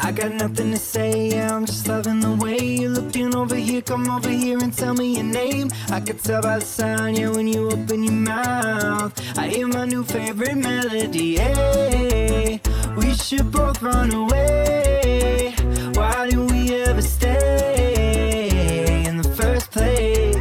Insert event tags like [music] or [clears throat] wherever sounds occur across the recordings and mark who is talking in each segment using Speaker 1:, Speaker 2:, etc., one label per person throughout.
Speaker 1: I got nothing to say, yeah, I'm just loving the way you're looking over here. Come over here and tell me your name. I could tell by the sound, yeah, when you open your mouth. I hear my new favorite melody. Hey, we should both run away. Why did we ever stay in the first place?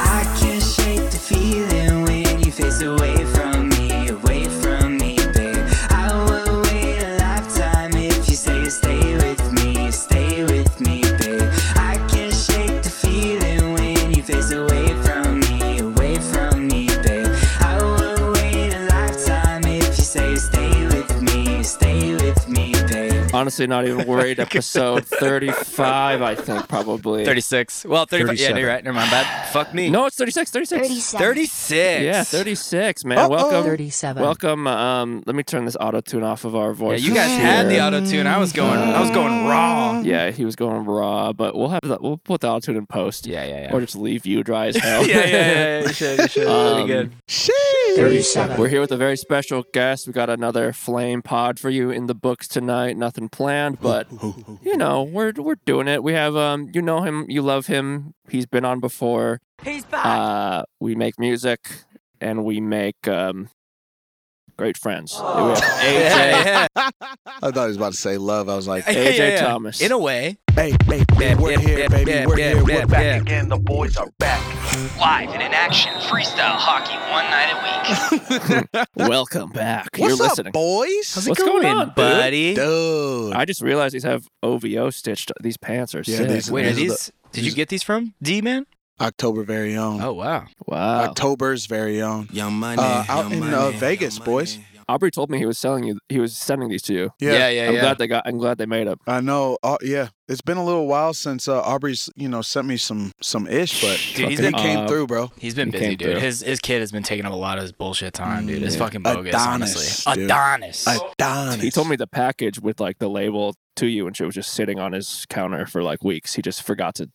Speaker 1: I can't shake the feeling when you face away from me, away from me, babe. I will wait a lifetime if you say you stay with me, stay with me, babe. I can't shake the feeling when you face away from me, away from me, babe. I will wait a lifetime if you say you stay with me, stay with me, babe.
Speaker 2: Honestly, not even worried. Episode 35, I think, probably.
Speaker 3: 36. Well, 35. Yeah, no, you're
Speaker 4: 37.
Speaker 3: right. Never mind. Bad. Fuck me.
Speaker 2: No, it's 36. 36.
Speaker 5: 37.
Speaker 3: 36.
Speaker 2: Yeah, 36, man.
Speaker 4: Uh-oh.
Speaker 2: Welcome.
Speaker 6: 37.
Speaker 2: Welcome. Um, let me turn this auto tune off of our
Speaker 3: Yeah,
Speaker 2: voice.
Speaker 3: you guys had the
Speaker 2: here.
Speaker 3: auto tune. I was going. I was going raw.
Speaker 2: Yeah, he was going raw, but we'll have that. We'll put the auto tune in post.
Speaker 3: Yeah, yeah, yeah.
Speaker 2: Or just leave you dry as hell.
Speaker 3: [laughs] yeah, yeah, yeah, yeah. You should, you should. That'd be
Speaker 2: Um, [laughs]
Speaker 3: good.
Speaker 2: We're here with a very special guest. We got another flame pod for you in the books tonight. Nothing planned, but you know, we're we're doing it. We have um you know him, you love him. He's been on before. He's back. Uh we make music and we make um great friends. We
Speaker 1: [laughs]
Speaker 2: have AJ
Speaker 3: Yeah,
Speaker 2: [laughs]
Speaker 3: yeah.
Speaker 4: I thought he was about to say love. I was like,
Speaker 3: Yeah,
Speaker 2: AJ
Speaker 3: yeah, yeah.
Speaker 2: Thomas.
Speaker 3: In a way.
Speaker 4: hey, baby, we're here, baby, we're here, we're back.
Speaker 3: yeah.
Speaker 7: Again, the boys are back.
Speaker 8: Live and in action, freestyle hockey one night a week.
Speaker 2: [laughs] Welcome back.
Speaker 4: What's
Speaker 2: You're
Speaker 4: up,
Speaker 2: listening.
Speaker 4: boys?
Speaker 3: How's it
Speaker 2: What's
Speaker 3: going,
Speaker 2: going on, dude?
Speaker 3: buddy?
Speaker 4: Dude.
Speaker 2: I just realized these have OVO stitched. These pants are
Speaker 4: Yeah,
Speaker 2: sick.
Speaker 4: these-
Speaker 3: Wait, are
Speaker 2: man.
Speaker 4: is the-
Speaker 3: these? Did you
Speaker 4: these-
Speaker 3: get these from D Man?
Speaker 4: October very
Speaker 2: Mm.
Speaker 4: own.
Speaker 3: Oh wow.
Speaker 2: wow.
Speaker 4: October's very own.
Speaker 9: Young money.
Speaker 4: Uh, out
Speaker 9: young
Speaker 4: in
Speaker 9: money,
Speaker 4: uh,
Speaker 9: young
Speaker 4: Vegas,
Speaker 9: money.
Speaker 4: boys.
Speaker 2: Aubrey told me he was selling you. He was sending these to you.
Speaker 3: Yeah, yeah,
Speaker 2: I'm
Speaker 3: yeah.
Speaker 2: glad they got. I'm glad they made it.
Speaker 4: I know. Uh, yeah, it's been a little while since uh, Aubrey's, you know, sent me some some ish, but
Speaker 3: Dude, he's
Speaker 4: he
Speaker 3: been
Speaker 2: Fucking
Speaker 4: came
Speaker 2: uh,
Speaker 4: through, bro.
Speaker 3: He's been
Speaker 2: He
Speaker 3: busy,
Speaker 2: came
Speaker 3: dude.
Speaker 2: through.
Speaker 3: His his kid has been taking up a lot of his bullshit time, dude. It's
Speaker 2: Yeah.
Speaker 3: fucking bogus,
Speaker 4: Mm. Adonis,
Speaker 3: honestly.
Speaker 4: dude.
Speaker 3: Adonis.
Speaker 4: Adonis.
Speaker 2: He told me the package with like the label to you and shit was just sitting on his counter for like weeks. He just forgot to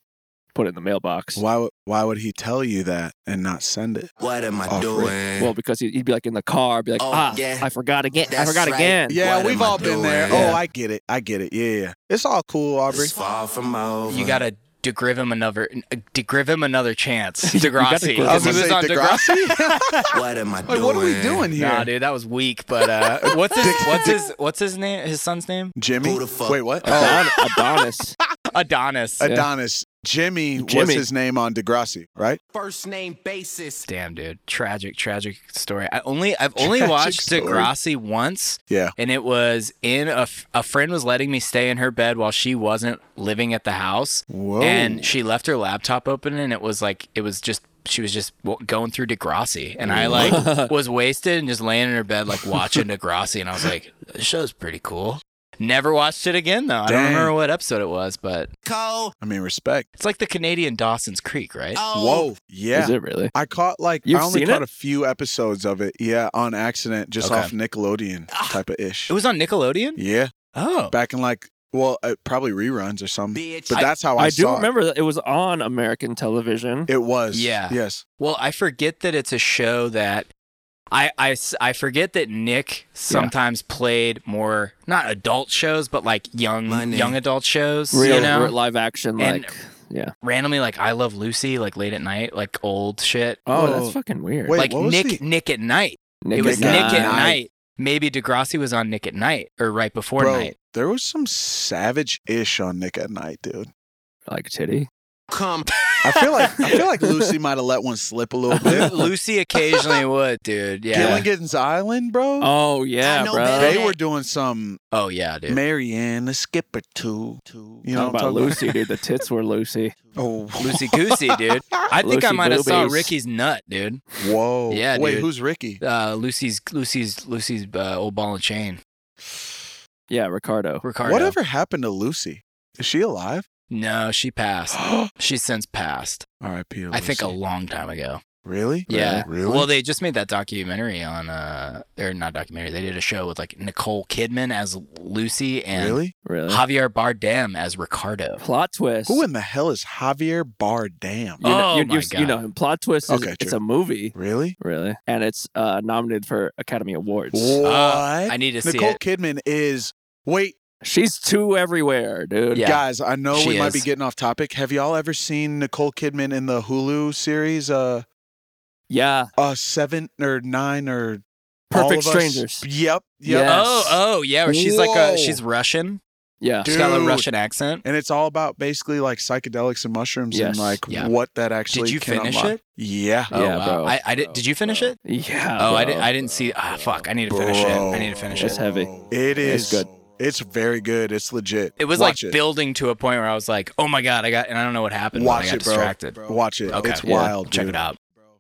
Speaker 2: put it in the mailbox.
Speaker 4: Why? would- Why would he tell you that and not send it?
Speaker 9: What am I
Speaker 4: Oh,
Speaker 9: doing?
Speaker 2: Well, because he- he'd be like in the car, be like,
Speaker 9: Oh,
Speaker 2: ah,
Speaker 9: yeah.
Speaker 2: I forgot again. I
Speaker 9: That's
Speaker 2: forgot
Speaker 9: right.
Speaker 2: again.
Speaker 4: Yeah,
Speaker 9: What
Speaker 4: we've
Speaker 9: am I
Speaker 4: all been there.
Speaker 9: doing?
Speaker 4: Oh, I get it. I get it. Yeah, yeah. It's all cool, Aubrey.
Speaker 9: It's far from over.
Speaker 3: You gotta de- give him another, de- give him another
Speaker 4: [laughs]
Speaker 3: chance,
Speaker 2: gotta
Speaker 3: Degrassi.
Speaker 2: give- I was
Speaker 3: He
Speaker 2: gonna
Speaker 3: was on
Speaker 9: What am I
Speaker 4: like,
Speaker 9: doing?
Speaker 4: what are we doing here?
Speaker 3: Nah, dude, that was weak. But uh,
Speaker 4: [laughs]
Speaker 3: what's his, what's his, what's his name? His son's name?
Speaker 4: Jimmy.
Speaker 9: Who the fuck?
Speaker 4: Wait, what? Oh,
Speaker 2: Adon- [laughs] Adonis.
Speaker 3: Adonis.
Speaker 2: Yeah.
Speaker 4: Adonis. Jimmy, was
Speaker 2: Jimmy.
Speaker 4: his name on Degrassi, right?
Speaker 9: First name basis.
Speaker 3: Damn, dude, tragic, tragic story. I only, I've only
Speaker 4: Tragic
Speaker 3: watched
Speaker 4: story.
Speaker 3: Degrassi once,
Speaker 4: Yeah.
Speaker 3: and it was in a, f- a friend was letting me stay in her bed while she wasn't living at the house,
Speaker 4: Whoa.
Speaker 3: and she left her laptop open, and it was like it was just. She was just w- going through Degrassi, and I like was wasted and just laying in her bed like watching Degrassi, and I was like, "This show's pretty cool." Never watched it again though. I don't
Speaker 4: Dang.
Speaker 3: remember what episode it was, but
Speaker 9: Cole.
Speaker 4: I mean, respect.
Speaker 3: it's like the Canadian Dawson's Creek, right?
Speaker 9: Oh.
Speaker 4: Whoa. Yeah.
Speaker 2: Is it really?
Speaker 4: I caught like
Speaker 2: You've
Speaker 4: I only
Speaker 2: seen
Speaker 4: caught
Speaker 2: it?
Speaker 4: a few episodes of it. Yeah, on accident, just
Speaker 3: Okay.
Speaker 4: off Nickelodeon
Speaker 9: Ah.
Speaker 4: type of ish.
Speaker 3: It was on Nickelodeon.
Speaker 4: yeah,
Speaker 3: Oh,
Speaker 4: back in like well, uh, probably reruns or something.
Speaker 9: Bitch.
Speaker 4: But that's how Oh, I,
Speaker 2: I, do
Speaker 4: saw it.
Speaker 2: remember that it was on American television.
Speaker 4: It was.
Speaker 3: Yeah.
Speaker 4: Yes.
Speaker 3: Well, I forget that it's a show that I, I s- I forget that Nick sometimes played more not adult shows, but like young
Speaker 9: Money.
Speaker 3: young adult shows.
Speaker 2: Real,
Speaker 3: you know,
Speaker 2: real live action,
Speaker 3: And-
Speaker 2: like yeah.
Speaker 3: randomly like I Love Lucy, like late at night, like old shit.
Speaker 2: Oh,
Speaker 4: Whoa.
Speaker 2: that's fucking weird.
Speaker 4: Wait,
Speaker 3: like
Speaker 4: what was
Speaker 3: Nick
Speaker 4: the-
Speaker 3: Nick at night.
Speaker 2: Nick
Speaker 3: it was
Speaker 2: at
Speaker 3: Nick at
Speaker 2: Night.
Speaker 3: night. Maybe Degrassi was on Nick at night or right before
Speaker 4: Bro,
Speaker 3: night.
Speaker 4: there was some savage ish on Nick at night, dude.
Speaker 2: Like titty.
Speaker 9: Come.
Speaker 4: I feel like I feel like Lucy might have let one slip a little bit.
Speaker 3: [laughs] Lucy
Speaker 4: [laughs]
Speaker 3: occasionally would, dude. Yeah.
Speaker 4: Gilligan's Island, bro.
Speaker 2: Oh yeah,
Speaker 9: I know
Speaker 2: bro.
Speaker 9: better.
Speaker 4: they were doing some
Speaker 3: Oh yeah, dude.
Speaker 4: Marianne the Skipper too. You know
Speaker 2: Talking
Speaker 4: what
Speaker 2: about
Speaker 4: I'm
Speaker 2: Lucy, dude. The tits were Lucy.
Speaker 4: talking about? Oh,
Speaker 3: Lucy Goosey, dude. I think I
Speaker 2: Lucy
Speaker 3: might have saw
Speaker 2: boobies.
Speaker 3: Ricky's nut, dude.
Speaker 4: [laughs] whoa.
Speaker 3: Yeah,
Speaker 4: Wait,
Speaker 3: dude.
Speaker 4: who's Ricky?
Speaker 3: Uh, Lucy's Lucy's Lucy's uh, old ball and chain.
Speaker 2: Yeah, Ricardo.
Speaker 3: Ricardo.
Speaker 4: Whatever happened to Lucy? Is she alive? [gasps]
Speaker 3: No, she passed. She's since passed.
Speaker 4: R.I.P. to
Speaker 3: I think a
Speaker 4: Lucy.
Speaker 3: long time ago.
Speaker 4: Really?
Speaker 3: Yeah.
Speaker 4: Really?
Speaker 3: Well, they just made that documentary on uh or not documentary. They did a show with like Nicole Kidman as Lucy and
Speaker 4: really?
Speaker 2: Really?
Speaker 3: Javier Bardem as Ricardo.
Speaker 2: Plot twist.
Speaker 4: Who in the hell is Javier Bardem?
Speaker 2: You know,
Speaker 3: Oh
Speaker 2: you,
Speaker 3: my
Speaker 2: you, you
Speaker 3: God.
Speaker 2: know him. Plot twist is
Speaker 4: Okay,
Speaker 2: it's
Speaker 4: true.
Speaker 2: a
Speaker 3: Oh.
Speaker 2: movie,
Speaker 4: Really?
Speaker 2: really, and it's uh, nominated for Academy Awards.
Speaker 4: What?
Speaker 3: uh, I need to see
Speaker 4: Nicole
Speaker 3: it.
Speaker 4: Kidman is. Wait,
Speaker 2: She's too everywhere, dude.
Speaker 3: Yeah.
Speaker 4: guys, I know
Speaker 3: She
Speaker 4: we might be
Speaker 3: is.
Speaker 4: getting off topic. Have y'all ever seen Nicole Kidman in the Hulu series? Uh,
Speaker 2: Yeah.
Speaker 4: uh seven or nine or All
Speaker 2: Perfect
Speaker 4: of Us?
Speaker 2: Strangers.
Speaker 4: Yep. Yep.
Speaker 2: Yeah.
Speaker 3: Oh, oh, yeah. Where she's like
Speaker 4: Whoa.
Speaker 3: a she's Russian.
Speaker 2: Yeah.
Speaker 3: She's got a
Speaker 4: Dude.
Speaker 3: Russian accent.
Speaker 4: And it's all about basically like psychedelics and mushrooms
Speaker 2: Yes.
Speaker 4: and like
Speaker 3: Yeah.
Speaker 4: what that actually.
Speaker 3: you
Speaker 4: can
Speaker 3: finish
Speaker 4: unlock.
Speaker 3: it?
Speaker 4: Yeah.
Speaker 2: Yeah,
Speaker 3: Oh, wow.
Speaker 2: bro.
Speaker 3: I, I did. Did you finish it?
Speaker 2: Yeah.
Speaker 3: Oh, I,
Speaker 2: bro.
Speaker 3: did, I didn't see. Ah, fuck. I need to finish it. I need to finish
Speaker 2: It's
Speaker 3: it.
Speaker 2: heavy.
Speaker 4: It is
Speaker 2: It's good.
Speaker 4: It's very good. It's legit.
Speaker 3: It was
Speaker 4: Watch
Speaker 3: like
Speaker 4: it.
Speaker 3: building to a point where I was like, oh my god, I got, and I don't know what happened. but I
Speaker 4: Watch
Speaker 3: got
Speaker 4: it, bro.
Speaker 3: distracted.
Speaker 4: Watch it.
Speaker 3: Okay.
Speaker 4: It's
Speaker 2: Yeah.
Speaker 4: wild.
Speaker 3: Check
Speaker 4: dude.
Speaker 3: it out.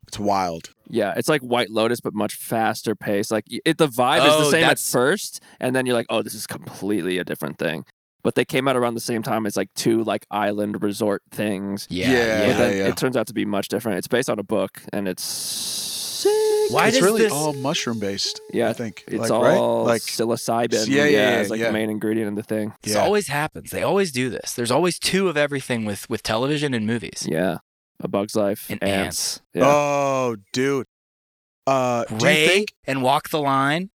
Speaker 4: It's wild.
Speaker 2: Yeah, it's like White Lotus, but much faster pace. Like y- it, the vibe is
Speaker 3: Oh,
Speaker 2: the same at
Speaker 3: that's-
Speaker 2: first, and then you're like, oh, this is completely a different thing. But they came out around the same time. It's like two like island resort things.
Speaker 3: Yeah.
Speaker 4: Yeah.
Speaker 2: but then it turns out to be much different. It's based on a book, and it's sick.
Speaker 3: Why
Speaker 4: it's
Speaker 3: does
Speaker 4: really
Speaker 3: this-
Speaker 4: all mushroom based.
Speaker 2: Yeah,
Speaker 4: I think
Speaker 2: It's
Speaker 4: like, right?
Speaker 2: all
Speaker 4: like
Speaker 2: psilocybin.
Speaker 4: Yeah, yeah, yeah,
Speaker 2: it's like
Speaker 4: yeah.
Speaker 2: the main ingredient in the thing.
Speaker 3: This
Speaker 4: Yeah.
Speaker 3: always happens. They always do this. There's always two of everything with with television and movies.
Speaker 2: Yeah, a bug's life
Speaker 3: And ants.
Speaker 2: Yeah.
Speaker 4: Oh, dude. Uh, do
Speaker 3: Ray
Speaker 4: you think?
Speaker 3: and Walk the Line,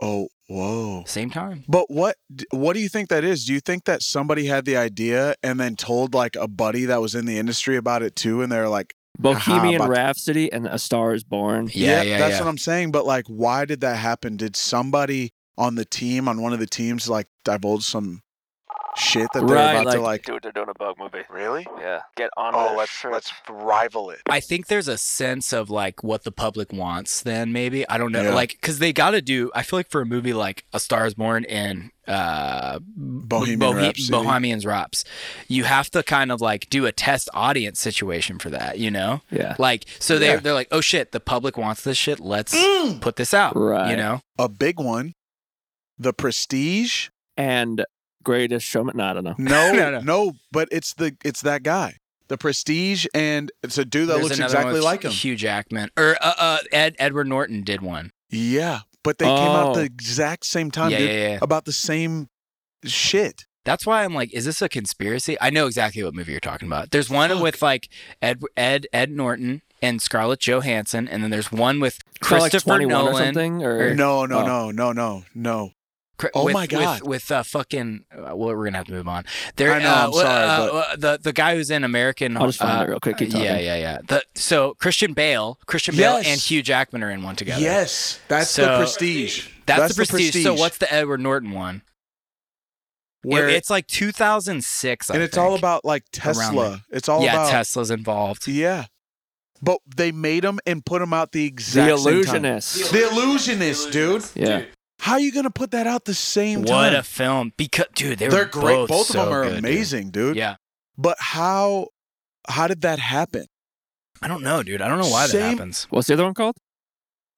Speaker 4: Oh, whoa.
Speaker 3: same time.
Speaker 4: But what d- what do you think that is? Do you think that somebody had the idea and then told like a buddy that was in the industry about it too, and they're like,
Speaker 2: Bohemian
Speaker 4: [laughs] but-
Speaker 2: Rhapsody and A Star Is Born.
Speaker 3: Yeah, yeah,
Speaker 4: that's
Speaker 3: yeah.
Speaker 4: what I'm saying. But like, why did that happen? Did somebody on the team on one of the teams like divulge some shit that they're
Speaker 2: Right,
Speaker 4: about to like?
Speaker 2: dude, they're doing a bug movie.
Speaker 4: Really?
Speaker 2: Yeah, get on.
Speaker 4: Oh, rival it.
Speaker 3: I think there's a sense of like what the public wants. Then maybe I don't know,
Speaker 4: Yeah.
Speaker 3: like because they got to do. I feel like for a movie like A Star Is Born and uh,
Speaker 4: Bohemian
Speaker 3: Bohe-
Speaker 4: Rhapsody.
Speaker 3: Bohemian's Raps, you have to kind of like do a test audience situation for that. You know,
Speaker 2: Yeah.
Speaker 3: like so they
Speaker 4: Yeah. Mm.
Speaker 3: they're like, oh shit, the public wants this shit. Let's
Speaker 9: Mm,
Speaker 3: put this out.
Speaker 2: Right.
Speaker 3: You know,
Speaker 4: A big one. The Prestige.
Speaker 2: And Greatest Showman. No, I don't know.
Speaker 4: No,
Speaker 3: [laughs] No,
Speaker 4: no,
Speaker 3: no.
Speaker 4: But it's the it's that guy. The Prestige, and it's a dude that
Speaker 3: There's
Speaker 4: looks
Speaker 3: another one
Speaker 4: exactly
Speaker 3: with
Speaker 4: like him.
Speaker 3: Hugh Jackman or uh, uh, Ed Edward Norton did one.
Speaker 4: Yeah, but they came out
Speaker 2: Oh.
Speaker 4: the exact same time,
Speaker 3: yeah,
Speaker 4: dude.
Speaker 3: yeah, yeah.
Speaker 4: About the same shit.
Speaker 3: That's why I'm like, is this a conspiracy? I know exactly what movie you're talking about. There's one
Speaker 4: Fuck.
Speaker 3: with like Ed Ed Ed Norton and Scarlett Johansson, and then there's one with
Speaker 2: Kinda like
Speaker 3: Christopher
Speaker 2: 21 or
Speaker 3: Nolan.
Speaker 2: something. Or
Speaker 4: No, no,
Speaker 2: Oh.
Speaker 4: no, no, no, no.
Speaker 3: Cri-
Speaker 4: Oh
Speaker 3: with,
Speaker 4: my God.
Speaker 3: With, with uh, fucking, uh, well, we're gonna have to move on. There,
Speaker 4: I know,
Speaker 3: uh,
Speaker 4: I'm sorry,
Speaker 3: uh,
Speaker 4: but-
Speaker 3: uh, the the guy who's in American.
Speaker 2: I'll just find
Speaker 3: uh,
Speaker 2: it real quick. Keep talking.
Speaker 3: Yeah, yeah, yeah. The, so Christian Bale, Christian Bale,
Speaker 4: Yes.
Speaker 3: and Hugh Jackman are in one together.
Speaker 4: Yes, that's the
Speaker 3: So-
Speaker 4: prestige.
Speaker 3: That's, the, prestige. So what's the Edward Norton one?
Speaker 4: Where-
Speaker 3: it's like 2006, I
Speaker 4: and it's
Speaker 3: think.
Speaker 4: all about like
Speaker 3: Around
Speaker 4: Tesla. It's all
Speaker 3: yeah,
Speaker 4: about
Speaker 3: Tesla's involved.
Speaker 4: yeah. But they made him and put him out the
Speaker 2: The
Speaker 4: exact same time.
Speaker 2: Illusionist.
Speaker 4: The illusionist, dude.
Speaker 2: Yeah.
Speaker 4: How you gonna put that out the same
Speaker 3: What
Speaker 4: time?
Speaker 3: a film! Because dude, they were
Speaker 4: They're great. Both, of
Speaker 3: so
Speaker 4: them are
Speaker 3: good, dude.
Speaker 4: amazing, dude.
Speaker 3: Yeah,
Speaker 4: But how? How did that happen?
Speaker 3: I don't know, dude. I don't know why that
Speaker 4: Same-
Speaker 3: happens.
Speaker 2: What's the other one called?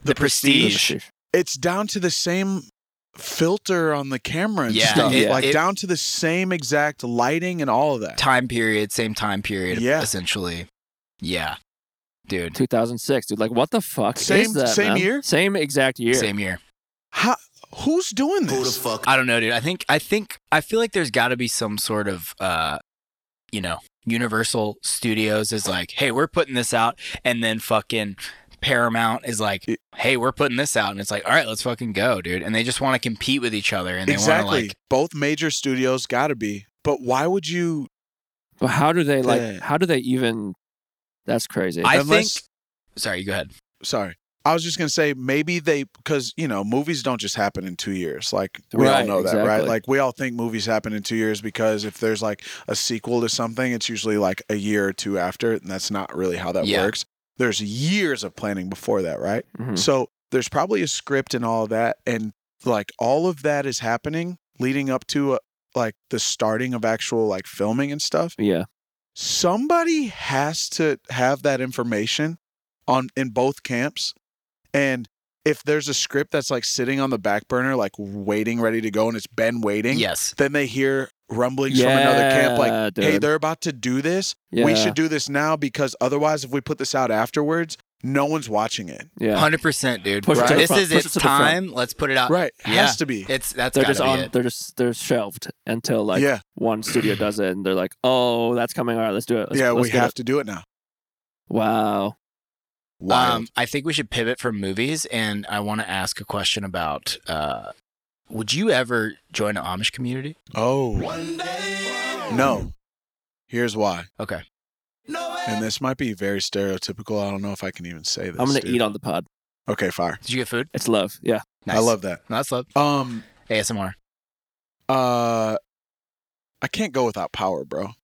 Speaker 3: The Prestige.
Speaker 4: it's down to the same filter on the camera and
Speaker 3: Yeah,
Speaker 4: stuff.
Speaker 2: it-
Speaker 4: like
Speaker 3: it-
Speaker 4: down to the same exact lighting and all of that.
Speaker 3: Time period, same time period,
Speaker 4: Yeah.
Speaker 3: essentially. Yeah, dude.
Speaker 2: 2006, dude. Like, what the fuck
Speaker 4: Same-
Speaker 2: is that?
Speaker 4: same
Speaker 2: man?
Speaker 4: year?
Speaker 2: Same exact year.
Speaker 3: Same year.
Speaker 4: How, who's doing
Speaker 9: Who the
Speaker 4: this?
Speaker 9: fuck?
Speaker 3: I don't know, dude. I think I think I feel like there's got to be some sort of uh, you know, Universal Studios is like, hey, we're putting this out, and then fucking Paramount is like,
Speaker 4: It-
Speaker 3: hey, we're putting this out, and it's like, all right, let's fucking go, dude. And they just want to compete with each other, and they want
Speaker 4: exactly.
Speaker 3: to like,
Speaker 4: Both major studios got to be. But why would you?
Speaker 2: But how do they like?
Speaker 4: Yeah.
Speaker 2: How do they even? That's crazy.
Speaker 3: I
Speaker 4: unless,
Speaker 3: think. Sorry, go ahead.
Speaker 4: Sorry, I was just gonna say maybe they because you know movies don't just happen in two years. Like we all
Speaker 2: Right,
Speaker 4: know that, right?
Speaker 2: exactly.
Speaker 4: Like we all think movies happen in two years because if there's like a sequel to something, it's usually like a year or two after, and that's not really how that
Speaker 3: Yeah.
Speaker 4: works. There's years of planning before that, right?
Speaker 2: Mhm.
Speaker 4: So there's probably a script and all that, and like all of that is happening leading up to uh like the starting of actual like filming and stuff.
Speaker 2: Yeah.
Speaker 4: Somebody has to have that information on in both camps, and if there's a script that's like sitting on the back burner, like waiting, ready to go, and it's been waiting,
Speaker 3: Yes.
Speaker 4: then they hear rumblings from another camp
Speaker 2: Yeah,
Speaker 4: like, "Hey,
Speaker 2: dude.
Speaker 4: they're about to do this.
Speaker 2: Yeah.
Speaker 4: We should do this now because otherwise, if we put this out afterwards, no one's watching it.
Speaker 2: Yeah.
Speaker 3: Hundred percent, dude.
Speaker 2: Push it to the
Speaker 3: This
Speaker 2: front,
Speaker 3: is
Speaker 2: push
Speaker 3: its
Speaker 2: it to the front.
Speaker 3: time. Let's put it out.
Speaker 4: Right,
Speaker 3: Yeah.
Speaker 4: has to be.
Speaker 3: It's that's
Speaker 2: They're
Speaker 3: gotta
Speaker 2: just
Speaker 3: be
Speaker 2: on.
Speaker 3: it.
Speaker 2: They're just they're shelved until like
Speaker 4: Yeah.
Speaker 2: one studio does it, and they're like, "Oh, that's coming. All right, let's do it." Let's-
Speaker 4: yeah,
Speaker 2: let's
Speaker 4: we
Speaker 2: get
Speaker 4: have
Speaker 2: it."
Speaker 4: to do it now.
Speaker 2: Wow.
Speaker 4: Wow.
Speaker 3: Um, I think we should pivot from movies, and I want to ask a question about: uh, Would you ever join an Amish community?
Speaker 4: oh. No. Here's why.
Speaker 3: Okay,
Speaker 4: And this might be very stereotypical. I don't know if I can even say this.
Speaker 2: I'm gonna
Speaker 4: dude.
Speaker 2: eat on the pod.
Speaker 4: Okay, fire.
Speaker 3: did you get food?
Speaker 2: It's love. Yeah.
Speaker 3: Nice.
Speaker 4: I love that.
Speaker 3: No, that's love.
Speaker 4: Um
Speaker 3: ASMR.
Speaker 4: uh I can't go without power, bro.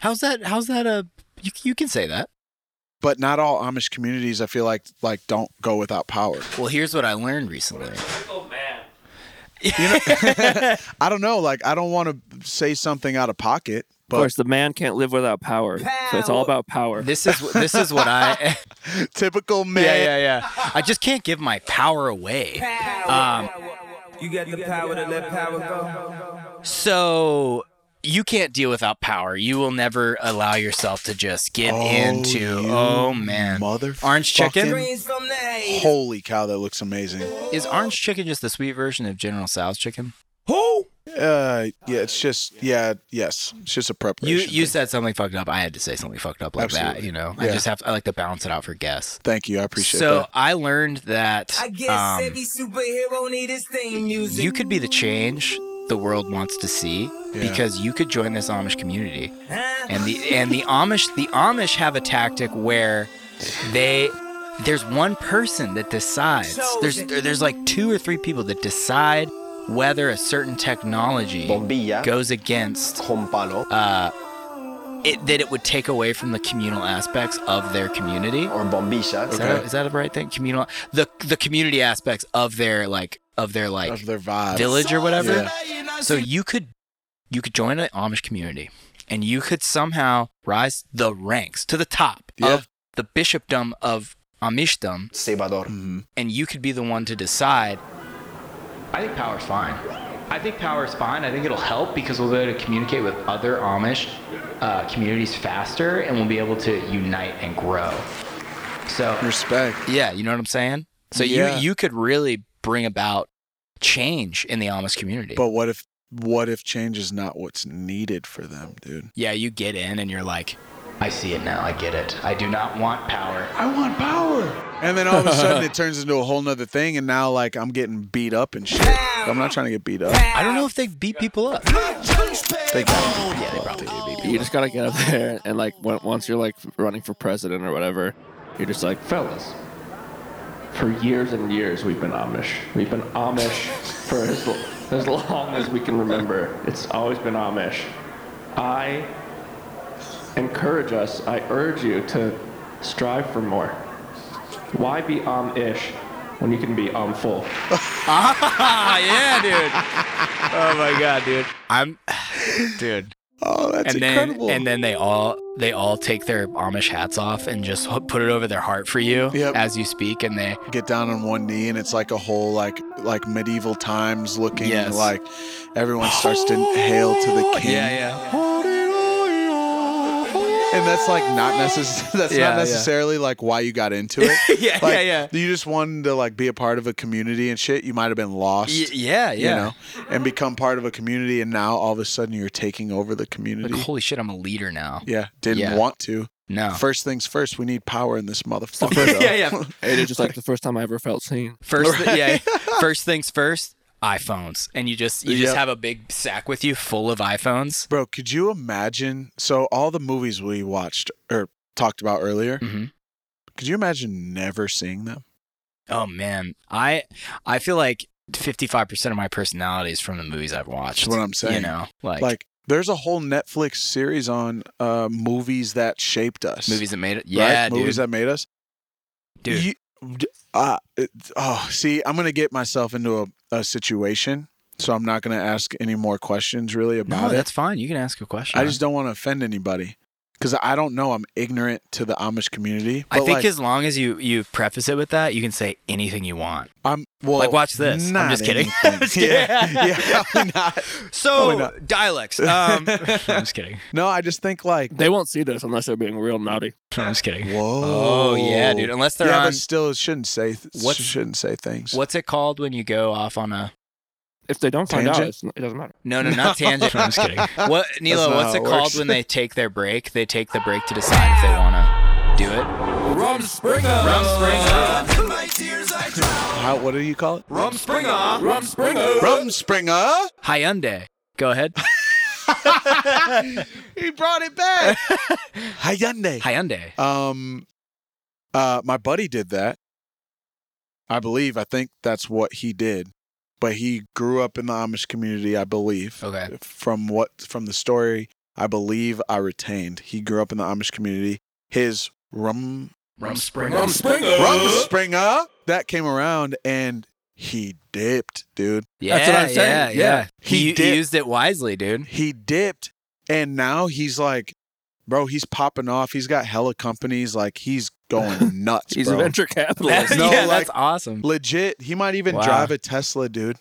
Speaker 3: How's that? How's that? Uh, you you can say that.
Speaker 4: But not all Amish communities I feel like like don't go without power.
Speaker 3: Well, here's what I learned recently.
Speaker 2: [laughs]
Speaker 4: I don't know, [laughs] like I don't want to say something out of pocket,
Speaker 2: of
Speaker 4: but
Speaker 2: course, the man can't live without power. So it's all about power.
Speaker 3: This is this is what [laughs] I.
Speaker 4: [laughs] typical man.
Speaker 3: yeah, yeah, yeah. I just can't give my power away. Um,
Speaker 5: You got the power to let power go.
Speaker 3: So you can't deal without power. You will never allow yourself to just get into.
Speaker 4: you
Speaker 3: Oh man,
Speaker 4: motherfucking-
Speaker 3: orange chicken
Speaker 5: from the hay.
Speaker 4: Holy cow, that looks amazing.
Speaker 3: is orange chicken just the sweet version of General Sal's chicken?
Speaker 4: Uh, yeah, it's just yeah, yes, it's just a
Speaker 3: You
Speaker 4: preparation.
Speaker 3: you
Speaker 4: thing.
Speaker 3: said something fucked up. I had to say something fucked up like that.
Speaker 4: Absolutely.
Speaker 3: You know, I
Speaker 4: Yeah.
Speaker 3: just have to, I like to balance it out for guests.
Speaker 4: Thank you, I appreciate
Speaker 3: so
Speaker 4: that.
Speaker 3: I learned that
Speaker 5: I guess
Speaker 3: um,
Speaker 5: every superhero need his theme music.
Speaker 3: you could be the change the world wants to see because you could join this Amish community. And the and the Amish the Amish have a tactic where they there's one person that decides. There's there's like two or three people that decide whether a certain technology goes against uh, it, that it would take away from the communal aspects of their community. Or bombilla. Is, that,
Speaker 4: Okay.
Speaker 3: is that the right thing? Communal the the community aspects of their like of their like
Speaker 4: of their vibe.
Speaker 3: village or whatever. So you could you could join an Amish community and you could somehow rise the ranks to the top
Speaker 4: Yeah.
Speaker 3: of the bishopdom ofAmishdom
Speaker 4: Mhm.
Speaker 3: and you could be the one to decide I think power's fine. I think power is fine. I think it'll help because we'll be able to communicate with other Amish uh, communities faster and we'll be able to unite and grow. So
Speaker 4: Respect.
Speaker 3: yeah, you know what I'm saying? So
Speaker 4: Yeah.
Speaker 3: you you could really bring about change in the Amish community.
Speaker 4: But what if what if change is not what's needed for them, dude?
Speaker 3: yeah, you get in and you're like, I see it now. I get it. I do not want power.
Speaker 4: I want power. And then all of a sudden
Speaker 3: [laughs]
Speaker 4: it turns into a whole nother thing, and now like I'm getting beat up and shit. I'm not trying to get beat up.
Speaker 3: I don't know if they beat people up.
Speaker 4: They got me.
Speaker 2: You just gotta get up there and like when, once you're like running for president or whatever, you're just like, fellas. For years and years, we've been Amish. We've been Amish for as, l- as long as we can remember. It's always been Amish. I encourage us. I urge you to strive for more. Why be Amish when you can be um full?
Speaker 3: [laughs] Ah, yeah, dude. [laughs] Oh my god, dude. I'm, [sighs] dude.
Speaker 4: Oh, that's
Speaker 3: and then
Speaker 4: incredible.
Speaker 3: and then they all they all take their Amish hats off and just ho- put it over their heart for you
Speaker 4: Yep.
Speaker 3: as you speak, and they
Speaker 4: get down on one knee and it's like a whole like like medieval times looking
Speaker 3: Yes.
Speaker 4: like everyone starts to hail to the king
Speaker 3: yeah.
Speaker 4: and that's like not necess- [laughs] that's
Speaker 3: Yeah, yeah.
Speaker 4: not necessarily like why you got into it
Speaker 3: [laughs] Yeah,
Speaker 4: like,
Speaker 3: yeah, yeah.
Speaker 4: you just wanted to like be a part of a community and shit you might have been lost
Speaker 3: Y- yeah, yeah.
Speaker 4: you know and become part of a community and now all of a sudden you're taking over the community
Speaker 3: Like, holy shit, I'm a leader now.
Speaker 4: yeah didn't
Speaker 3: Yeah.
Speaker 4: want to
Speaker 3: No.
Speaker 4: first things first we need power in this motherfucker though. [laughs]
Speaker 3: yeah, yeah.
Speaker 2: It is just like the first time I ever felt seen.
Speaker 3: First, thi- yeah. [laughs] First things first, iPhones, and you just you just
Speaker 4: Yep.
Speaker 3: have a big sack with you full of iPhones.
Speaker 4: Bro, could you imagine? So all the movies we watched or talked about earlier,
Speaker 3: Mhm.
Speaker 4: could you imagine never seeing them?
Speaker 3: Oh man, I I feel like fifty five percent of my personality is from the movies I've watched.
Speaker 4: That's what I'm saying.
Speaker 3: You know, like,
Speaker 4: Like, there's a whole Netflix series on uh, movies that shaped us.
Speaker 3: movies that made it.
Speaker 4: right?
Speaker 3: Yeah, dude.
Speaker 4: movies that made us.
Speaker 3: Dude.
Speaker 4: You- d- uh, it- oh, see, I'm gonna get myself into a, a situation, so I'm not gonna ask any more questions really
Speaker 3: no,
Speaker 4: about it.
Speaker 3: that's fine. You can ask a question.
Speaker 4: I just don't want to offend anybody. because I don't know. I'm ignorant to the Amish community.
Speaker 3: I
Speaker 4: but,
Speaker 3: think
Speaker 4: like,
Speaker 3: as long as you you preface it with that, you can say anything you want.
Speaker 4: I'm well.
Speaker 3: like, watch this. I'm
Speaker 4: not
Speaker 3: just kidding.
Speaker 4: anything.
Speaker 3: I'm just [laughs] kidding.
Speaker 4: Yeah, [laughs] yeah, probably not.
Speaker 3: So
Speaker 4: not. [laughs]
Speaker 3: dialects. Um, I'm just kidding.
Speaker 4: No, I just think like
Speaker 2: They won't see this unless they're being real naughty.
Speaker 3: I'm just kidding.
Speaker 4: whoa.
Speaker 3: Oh yeah, dude. Unless they're
Speaker 4: yeah, but
Speaker 3: on
Speaker 4: still, it shouldn't say th-
Speaker 3: What's-
Speaker 4: shouldn't say things. [laughs]
Speaker 3: what's it called when you go off on a
Speaker 2: If they don't find out,
Speaker 4: Tangent?
Speaker 2: it's, it doesn't matter.
Speaker 3: no no,
Speaker 4: [laughs]
Speaker 3: not tangent. I'm just kidding. What Nilo?
Speaker 4: not
Speaker 3: What's
Speaker 4: how
Speaker 3: it
Speaker 4: it
Speaker 3: called
Speaker 4: works.
Speaker 3: when
Speaker 4: [laughs]
Speaker 3: they take their break? They take the break to decide if they want to do it.
Speaker 2: Rum Springer!
Speaker 3: Rum Springer.
Speaker 4: How, what do you call it?
Speaker 2: Rum Springer!
Speaker 4: Rum Springer.
Speaker 3: Hyundai. Go
Speaker 4: [laughs]
Speaker 3: ahead.
Speaker 4: He brought it [laughs] back. Hyundai.
Speaker 3: Hyundai.
Speaker 4: Um, uh, my buddy did that. I believe. I think that's what he did. But he grew up in the Amish community, I believe.
Speaker 3: Okay.
Speaker 4: From what from the story, I believe I retained. He grew up in the Amish community. His rum
Speaker 3: Rum Springer.
Speaker 2: Rum Springer!
Speaker 4: rum springer that came around, and he dipped, dude.
Speaker 3: Yeah,
Speaker 2: That's what I'm saying.
Speaker 3: Yeah,
Speaker 2: Yeah.
Speaker 3: yeah.
Speaker 4: He
Speaker 3: He,
Speaker 4: did-
Speaker 3: used it wisely, dude.
Speaker 4: He dipped, and now he's like, bro, he's popping off. He's got hella companies. Like he's
Speaker 2: [laughs]
Speaker 4: going nuts.
Speaker 2: He's
Speaker 4: bro.
Speaker 2: a venture capitalist.
Speaker 4: [laughs] No,
Speaker 3: yeah,
Speaker 4: like-
Speaker 3: that's awesome.
Speaker 4: Legit, he might even
Speaker 3: Wow.
Speaker 4: drive a Tesla, dude.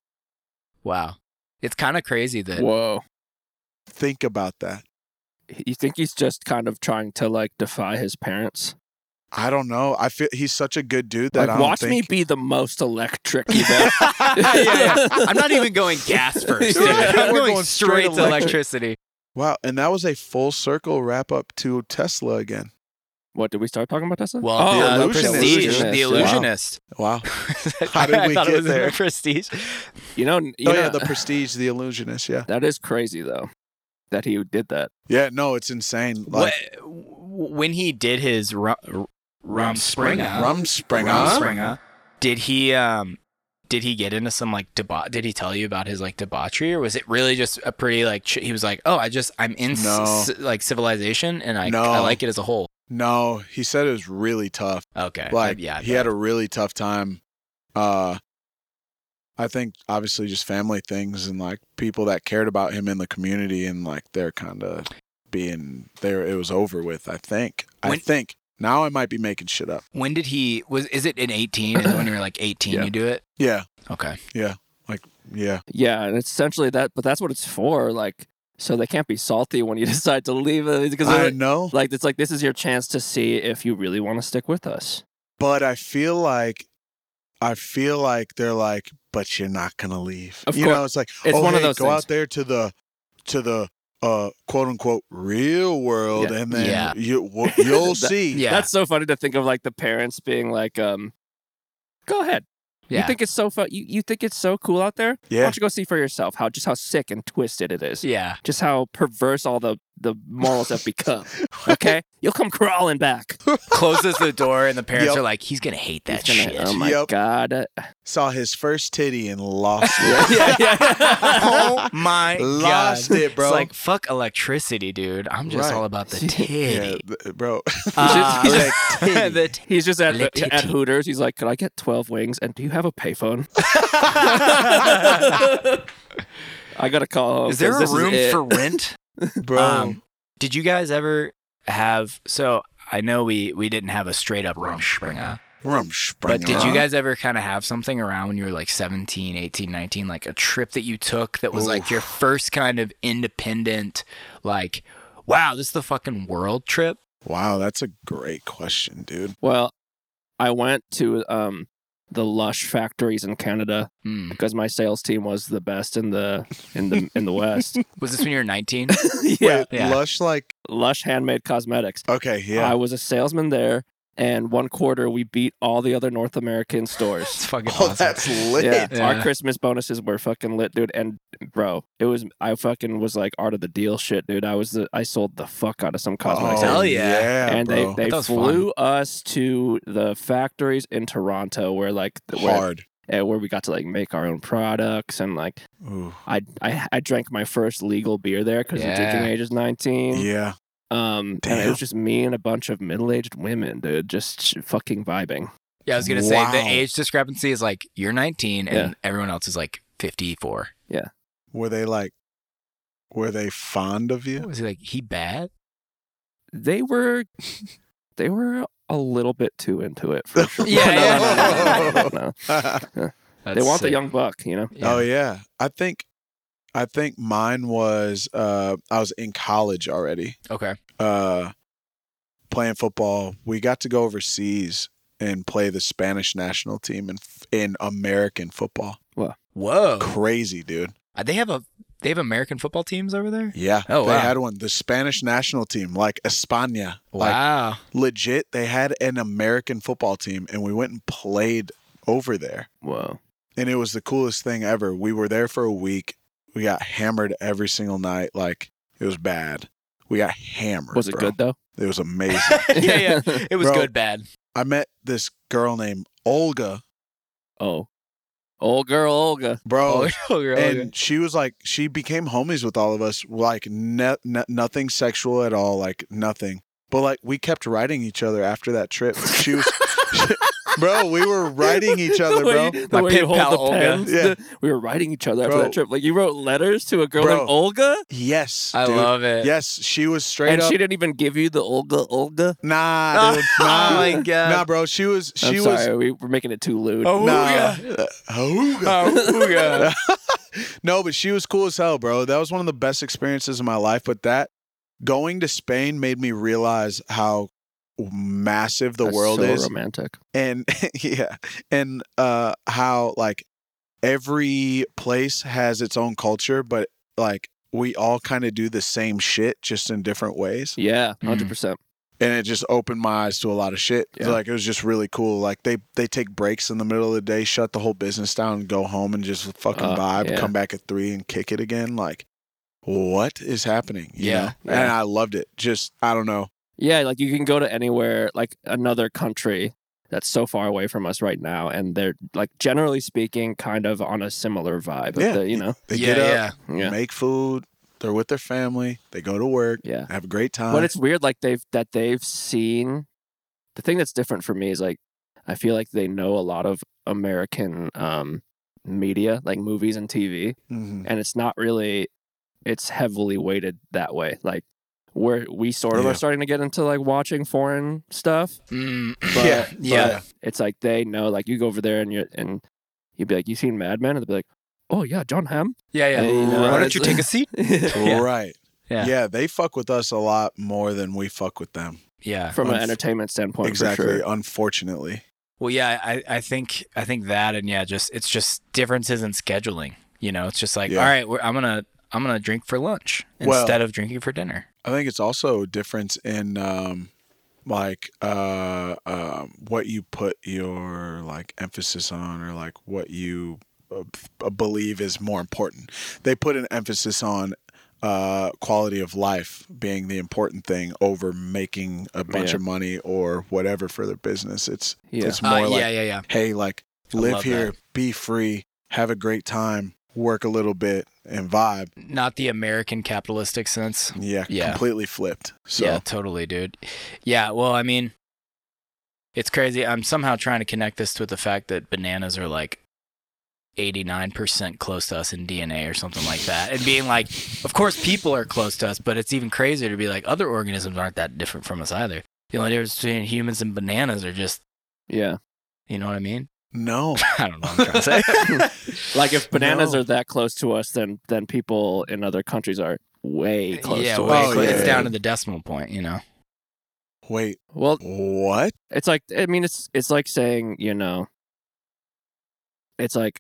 Speaker 3: Wow. It's kind of crazy that
Speaker 2: [laughs]
Speaker 4: [laughs]
Speaker 3: [laughs]
Speaker 2: Whoa.
Speaker 4: Think about that.
Speaker 2: You think he's just kind of trying to like defy his parents?
Speaker 4: I don't know. I feel he's such a good dude that I
Speaker 2: like,
Speaker 4: don't
Speaker 2: watch me
Speaker 4: think.
Speaker 2: be the most electric. You know?
Speaker 3: yeah. I'm not even going
Speaker 4: [laughs]
Speaker 3: gas first. dude.
Speaker 2: Yeah,
Speaker 3: I'm
Speaker 4: we're
Speaker 3: going,
Speaker 4: going
Speaker 3: straight,
Speaker 4: straight
Speaker 3: to
Speaker 4: electric.
Speaker 3: electricity.
Speaker 4: Wow, and that was a full circle wrap up to Tesla again.
Speaker 2: what did we start talking about, Tesla?
Speaker 3: Well, uh,
Speaker 2: oh,
Speaker 3: the,
Speaker 4: the Prestige,
Speaker 3: illusionist. the
Speaker 4: Wow.
Speaker 3: illusionist.
Speaker 4: Wow. [laughs] How did
Speaker 3: [laughs] I
Speaker 4: we
Speaker 3: thought it
Speaker 4: get
Speaker 3: was
Speaker 4: there?
Speaker 3: Prestige.
Speaker 2: You know, [laughs] you know
Speaker 4: oh
Speaker 2: uh, [sighs]
Speaker 4: yeah, the Prestige, the Illusionist. Yeah.
Speaker 2: that is crazy though that he did that.
Speaker 4: Yeah. No, it's insane. Like
Speaker 3: Wh- when he did his rum, rum springer,
Speaker 4: rum springer.
Speaker 3: did he um, did he get into some like debauch? Did he tell you about his like debauchery, or was it really just a pretty like? Ch- he was like, oh, I just I'm in
Speaker 4: No.
Speaker 3: s- s- like civilization, and I
Speaker 4: No.
Speaker 3: I like it as a whole.
Speaker 4: No, he said it was really tough.
Speaker 3: Okay,
Speaker 4: Like
Speaker 3: yeah, I
Speaker 4: he had
Speaker 3: bet.
Speaker 4: a really tough time. Uh, I think obviously just family things and like people that cared about him in the community and like they're kind of being there. It was over with. I think. I
Speaker 3: When-
Speaker 4: think now I might be making shit up.
Speaker 3: When did he was? Is it in eighteen? Is it when you're like eighteen
Speaker 2: Yeah.
Speaker 3: you do it?
Speaker 4: Yeah.
Speaker 3: Okay,
Speaker 4: Yeah.
Speaker 2: Yeah, and it's essentially that, but that's what it's for. Like, so they can't be salty when you [laughs] decide to leave it because
Speaker 4: I
Speaker 2: they're-
Speaker 4: know,
Speaker 2: like it's like this is your chance to see if you really want to stick with us.
Speaker 4: but I feel like I feel like they're like, but you're not gonna leave.
Speaker 2: Of
Speaker 4: you
Speaker 2: course.
Speaker 4: know, it's like
Speaker 2: It's
Speaker 4: oh,
Speaker 2: one
Speaker 4: hey,
Speaker 2: of those
Speaker 4: go
Speaker 2: things.
Speaker 4: out there to the to the uh quote unquote real world
Speaker 2: Yeah.
Speaker 4: and then
Speaker 3: Yeah.
Speaker 4: you w- you'll
Speaker 3: [laughs]
Speaker 2: That-
Speaker 4: see
Speaker 3: yeah,
Speaker 2: That's so funny to think of like the parents being like, um, go ahead. You
Speaker 3: yeah.
Speaker 2: think it's so fun. You, you think it's so cool out there? Why
Speaker 4: yeah
Speaker 2: don't you go see for yourself how just how sick and twisted it is?
Speaker 3: yeah.
Speaker 2: Just how perverse all the, the morals have
Speaker 3: [laughs]
Speaker 2: become. Okay? You'll come crawling back.
Speaker 3: Closes the
Speaker 4: [laughs]
Speaker 3: door, and the parents
Speaker 4: Yep.
Speaker 3: are like, "He's gonna hate that
Speaker 2: It's gonna-
Speaker 3: shit."
Speaker 2: Oh my
Speaker 4: Yep.
Speaker 2: god. [laughs]
Speaker 4: saw his first titty and lost
Speaker 2: Yeah, [laughs]
Speaker 4: it
Speaker 2: yeah, yeah.
Speaker 3: [laughs] oh my
Speaker 4: [laughs] lost
Speaker 3: god.
Speaker 4: it bro
Speaker 3: It's like fuck electricity, dude. I'm just
Speaker 4: Right.
Speaker 3: all about the
Speaker 4: [laughs] yeah,
Speaker 3: titty.
Speaker 4: th- bro [laughs]
Speaker 3: Ah,
Speaker 2: He's
Speaker 3: [laughs] the
Speaker 4: titty.
Speaker 3: titty.
Speaker 2: [laughs] He's just at,
Speaker 3: Lick
Speaker 2: at
Speaker 3: titty.
Speaker 2: Hooters. He's like, could I get 12 wings? And do you have a payphone? I got to call home.
Speaker 3: is there
Speaker 2: 'cause
Speaker 3: a
Speaker 2: this
Speaker 3: room
Speaker 2: it.
Speaker 3: for rent?
Speaker 4: [laughs] bro
Speaker 3: Um, did you guys ever have? So I know we we didn't have a straight up rum springer,
Speaker 4: rum springer
Speaker 3: but did you guys ever kind of have something around when you were like 17, 18, 19, like a trip that you took that was like your first kind of independent, like, wow, this is the fucking world trip.
Speaker 4: wow that's a great question dude
Speaker 2: Well, I went to um, the Lush factories in Canada
Speaker 3: Hmm.
Speaker 2: because my sales team was the best in the in the in the
Speaker 4: [laughs]
Speaker 2: West. [laughs]
Speaker 3: Was this when you were 19?
Speaker 2: yeah,
Speaker 4: Wait,
Speaker 3: [laughs] Yeah.
Speaker 4: lush like
Speaker 2: Lush handmade cosmetics. I
Speaker 4: okay yeah
Speaker 2: was a salesman there, and one quarter we beat all the other North American stores.
Speaker 3: It's fucking
Speaker 4: oh
Speaker 3: awesome.
Speaker 4: [laughs] that's lit
Speaker 2: Yeah,
Speaker 3: Yeah.
Speaker 2: our Christmas bonuses were fucking lit, dude. And bro, it was I fucking was like art of the deal shit, dude. I was the I sold the fuck out of some cosmetics.
Speaker 4: oh,
Speaker 3: Hell
Speaker 2: items.
Speaker 3: yeah.
Speaker 2: and
Speaker 4: bro.
Speaker 2: they
Speaker 3: That
Speaker 2: they
Speaker 3: was
Speaker 2: flew us to the factories in Toronto where like th- where,
Speaker 4: hard
Speaker 2: and where we got to like make our own products and like
Speaker 4: Ooh.
Speaker 2: I I, I drank my first legal beer there because the drinking
Speaker 3: Yeah.
Speaker 2: age is nineteen.
Speaker 4: yeah
Speaker 2: Um, and it
Speaker 4: Damn.
Speaker 2: was just me and a bunch of middle aged women, dude, just sh- fucking vibing.
Speaker 3: Yeah, I was gonna say
Speaker 4: Wow.
Speaker 3: the age discrepancy is like you're 19 and
Speaker 2: Yeah.
Speaker 3: everyone else is like 54. [laughs]
Speaker 4: were they like were they fond of you
Speaker 3: Was he like he bad?
Speaker 2: they were they were a little bit too into it
Speaker 4: [laughs]
Speaker 2: for sure. [laughs]
Speaker 3: Yeah,
Speaker 2: No,
Speaker 3: yeah.
Speaker 2: no, no, no, no, no.
Speaker 3: [laughs] That's
Speaker 2: They want the
Speaker 3: sick.
Speaker 2: young buck, you know.
Speaker 3: Yeah.
Speaker 4: Oh yeah. I think I think mine was uh I was in college already.
Speaker 3: Okay.
Speaker 4: Uh playing football. We got to go overseas and play the Spanish national team in in American football.
Speaker 3: Whoa.
Speaker 4: Crazy, dude.
Speaker 3: Uh, They have a they have American football teams over there.
Speaker 4: Yeah.
Speaker 3: Oh,
Speaker 4: they
Speaker 3: wow.
Speaker 4: had one. The Spanish national team, like España. Like
Speaker 3: Wow.
Speaker 4: legit, they had an American football team and we went and played over there.
Speaker 2: Whoa.
Speaker 4: and it was the coolest thing ever. We were there for a week. We got hammered every single night. Like it was bad. We got hammered.
Speaker 2: Was it
Speaker 4: bro.
Speaker 2: good though?
Speaker 4: It was amazing.
Speaker 2: [laughs]
Speaker 3: [laughs] yeah, yeah. It was
Speaker 4: Bro.
Speaker 3: good, bad.
Speaker 4: [laughs] I met this girl named Olga,
Speaker 2: Oh. Old girl Olga.
Speaker 4: bro.
Speaker 3: [laughs] oh, you're- oh,
Speaker 4: and
Speaker 3: you're-
Speaker 4: she was like, she became homies with all of us. Like ne- ne- nothing sexual at all. Like nothing. But like we kept writing each other after that trip. She was,
Speaker 2: [laughs]
Speaker 4: bro. We were writing each other,
Speaker 2: the way,
Speaker 4: bro.
Speaker 2: you- The
Speaker 3: My
Speaker 2: way you
Speaker 3: pen
Speaker 2: hold
Speaker 3: pal
Speaker 2: the
Speaker 3: Olga.
Speaker 2: pens.
Speaker 4: Yeah.
Speaker 2: the- we were writing each other after
Speaker 4: Bro.
Speaker 2: that trip. Like you wrote letters to a girl
Speaker 4: Bro.
Speaker 2: named Olga,
Speaker 4: Yes,
Speaker 3: I
Speaker 4: dude.
Speaker 3: love it.
Speaker 4: Yes, she was straight
Speaker 2: and
Speaker 4: up.
Speaker 2: she didn't even give you the Olga Olga.
Speaker 4: Nah,
Speaker 2: [laughs]
Speaker 4: dude.
Speaker 3: Oh
Speaker 4: Nah.
Speaker 3: my God.
Speaker 4: Nah, bro. She was. She
Speaker 2: I'm
Speaker 4: was.
Speaker 2: sorry, we were making it too lewd.
Speaker 3: Oh,
Speaker 4: Nah.
Speaker 3: yeah.
Speaker 4: Uh, Ahooga.
Speaker 2: [laughs]
Speaker 3: Oh,
Speaker 2: Uh,
Speaker 3: yeah.
Speaker 4: [laughs] No, but she was cool as hell, bro. That was one of the best experiences of my life. But that going to Spain made me realize how massive the
Speaker 2: That's
Speaker 4: world
Speaker 2: so
Speaker 4: is,
Speaker 2: romantic.
Speaker 4: and [laughs] yeah, and uh, how like every place has its own culture, but like we all kind of do the same shit just in different ways.
Speaker 2: Yeah,
Speaker 3: Mm.
Speaker 2: hundred percent.
Speaker 4: and it just opened my eyes to a lot of shit.
Speaker 2: Yeah.
Speaker 4: Like it was just really cool. Like they they take breaks in the middle of the day, shut the whole business down, and go home and just fucking
Speaker 2: Uh,
Speaker 4: vibe.
Speaker 2: yeah.
Speaker 4: Come back at three and kick it again. Like what is happening? you
Speaker 3: Yeah,
Speaker 4: know? and I loved it. Just I don't know.
Speaker 2: Yeah, like you can go to anywhere, like another country that's so far away from us right now, and they're like generally speaking, kind of on a similar vibe.
Speaker 4: Yeah.
Speaker 2: Yeah. you know.
Speaker 4: They
Speaker 3: yeah,
Speaker 4: get up,
Speaker 3: yeah.
Speaker 2: Yeah.
Speaker 4: make food. They're with their family. They go to work.
Speaker 2: Yeah.
Speaker 4: Have a great time.
Speaker 2: But it's weird, like they've that they've seen. The thing that's different for me is like I feel like they know a lot of American um, media, like movies and TV,
Speaker 4: Mhm.
Speaker 2: and it's not really. It's heavily weighted that way. Like we're we sort of
Speaker 4: Yeah.
Speaker 2: are starting to get into like watching foreign stuff,
Speaker 3: Mm,
Speaker 2: but
Speaker 4: yeah,
Speaker 3: yeah.
Speaker 4: but-
Speaker 2: it's like they know. Like you go over there and you are and you'd be like, "You seen Mad Men?" And they'd be like, "Oh yeah, John
Speaker 4: [laughs]
Speaker 2: Hamm."
Speaker 3: yeah, yeah.
Speaker 2: Hey, you know,
Speaker 3: Why don't
Speaker 2: it's-
Speaker 3: you take a seat?
Speaker 2: [laughs]
Speaker 3: Yeah.
Speaker 4: Right.
Speaker 3: Yeah.
Speaker 4: yeah, they fuck with us a lot more than we fuck with them.
Speaker 3: Yeah.
Speaker 2: From an
Speaker 4: Unf-
Speaker 2: entertainment standpoint,
Speaker 4: exactly.
Speaker 2: For sure.
Speaker 4: Unfortunately.
Speaker 3: Well, yeah, I, I think I think that, and yeah, just it's just differences in scheduling. You know, it's just like,
Speaker 4: Yeah.
Speaker 3: all right, we're, I'm gonna I'm gonna drink for lunch
Speaker 4: Well-
Speaker 3: instead of drinking for dinner.
Speaker 4: I think it's also a difference in um, like uh, um, what you put your like emphasis on, or like what you uh, b- believe is more important. They put an emphasis on uh, quality of life being the important thing over making a bunch
Speaker 2: Yeah.
Speaker 4: of money or whatever for their business. It's
Speaker 2: Yeah.
Speaker 4: it's more
Speaker 3: Uh,
Speaker 4: like
Speaker 3: yeah, yeah, yeah.
Speaker 4: hey, like
Speaker 3: I
Speaker 4: live
Speaker 3: love
Speaker 4: here, be free, have a great time, work a little bit, and vibe.
Speaker 3: Not the American capitalistic sense.
Speaker 4: Yeah,
Speaker 3: Yeah.
Speaker 4: completely flipped. So
Speaker 3: Yeah, totally, dude. Yeah, well, I mean, it's crazy. I'm somehow trying to connect this with the fact that bananas are like 89% close to us in DNA or something like that. And being like, of course, people are close to us, but it's even crazier to be like, other organisms aren't that different from us either. The only difference between humans and bananas are just,
Speaker 2: Yeah.
Speaker 3: you know what I mean? [laughs]
Speaker 4: no.
Speaker 3: I don't know what
Speaker 4: [laughs]
Speaker 3: I'm trying to say.
Speaker 2: Like if bananas
Speaker 4: No.
Speaker 2: are that close to us, then then people in other countries are way close
Speaker 3: yeah,
Speaker 2: to
Speaker 3: way
Speaker 2: us.
Speaker 4: Oh,
Speaker 3: close.
Speaker 4: yeah,
Speaker 3: it's
Speaker 4: yeah,
Speaker 3: down
Speaker 4: yeah.
Speaker 3: to the decimal point, you know?
Speaker 4: Wait,
Speaker 2: Well,
Speaker 4: what?
Speaker 2: it's like I mean, it's it's like saying you know, it's like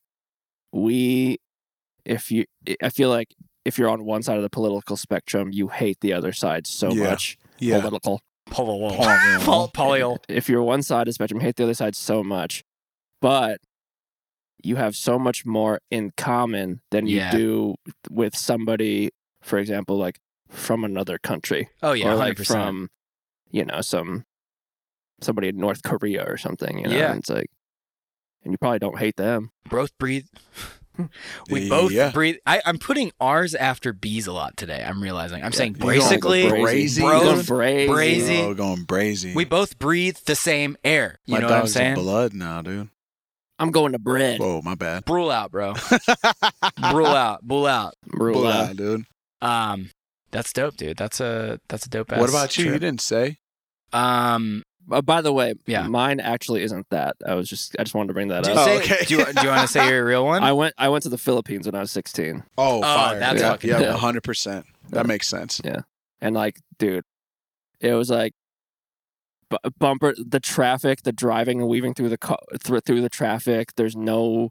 Speaker 2: we, if you, I feel like if you're on one side of the political spectrum, you hate the other side so
Speaker 4: Yeah.
Speaker 2: much.
Speaker 4: Yeah.
Speaker 2: Political.
Speaker 3: Polyol. Polyol.
Speaker 2: If you're one side of the spectrum, hate the other side so much, but you have so much more in common than you
Speaker 3: Yeah.
Speaker 2: do with somebody, for example, like from another country
Speaker 3: Oh, yeah,
Speaker 2: or
Speaker 3: 100%.
Speaker 2: like from you know some somebody in North Korea or something. You know,
Speaker 3: Yeah.
Speaker 2: and it's like, and you probably don't hate them.
Speaker 4: [laughs]
Speaker 3: both breathe. we both
Speaker 4: Yeah.
Speaker 3: breathe. I, I'm putting R's after B's a lot today. I'm realizing. I'm saying
Speaker 4: You don't
Speaker 3: basically,
Speaker 4: go brazy.
Speaker 3: bros,
Speaker 2: Going brazy.
Speaker 3: brazy.
Speaker 4: Oh, going brazy.
Speaker 3: we both breathe the same air. You
Speaker 4: my
Speaker 3: know what I'm
Speaker 4: dog's in
Speaker 3: saying?
Speaker 4: blood now, dude.
Speaker 2: I'm going to bread.
Speaker 4: Whoa, my bad. [laughs]
Speaker 3: Brule out, bro. Brule out. Bull out.
Speaker 2: Rule
Speaker 4: Blood,
Speaker 2: out.
Speaker 4: dude.
Speaker 3: Um, That's dope, dude. That's a that's a dope ass.
Speaker 4: what about you? You
Speaker 3: trip.
Speaker 4: didn't say.
Speaker 3: Um,
Speaker 2: Uh, by the way,
Speaker 3: Yeah.
Speaker 2: mine actually isn't that. I was just I just wanted to bring that
Speaker 3: do
Speaker 2: up.
Speaker 3: you, say,
Speaker 4: Oh, okay.
Speaker 3: do you, do you want to say you're a
Speaker 4: [laughs]
Speaker 3: real one?
Speaker 2: I went I went to the Philippines when I was 16.
Speaker 4: Oh, fire.
Speaker 3: that's
Speaker 4: yeah,
Speaker 3: fucking
Speaker 4: yeah,
Speaker 2: dope.
Speaker 4: 100%.
Speaker 2: Yeah.
Speaker 4: That makes sense.
Speaker 2: And like, dude, it was like bu- bumper the traffic, the driving and weaving through the car, through, through the traffic. There's no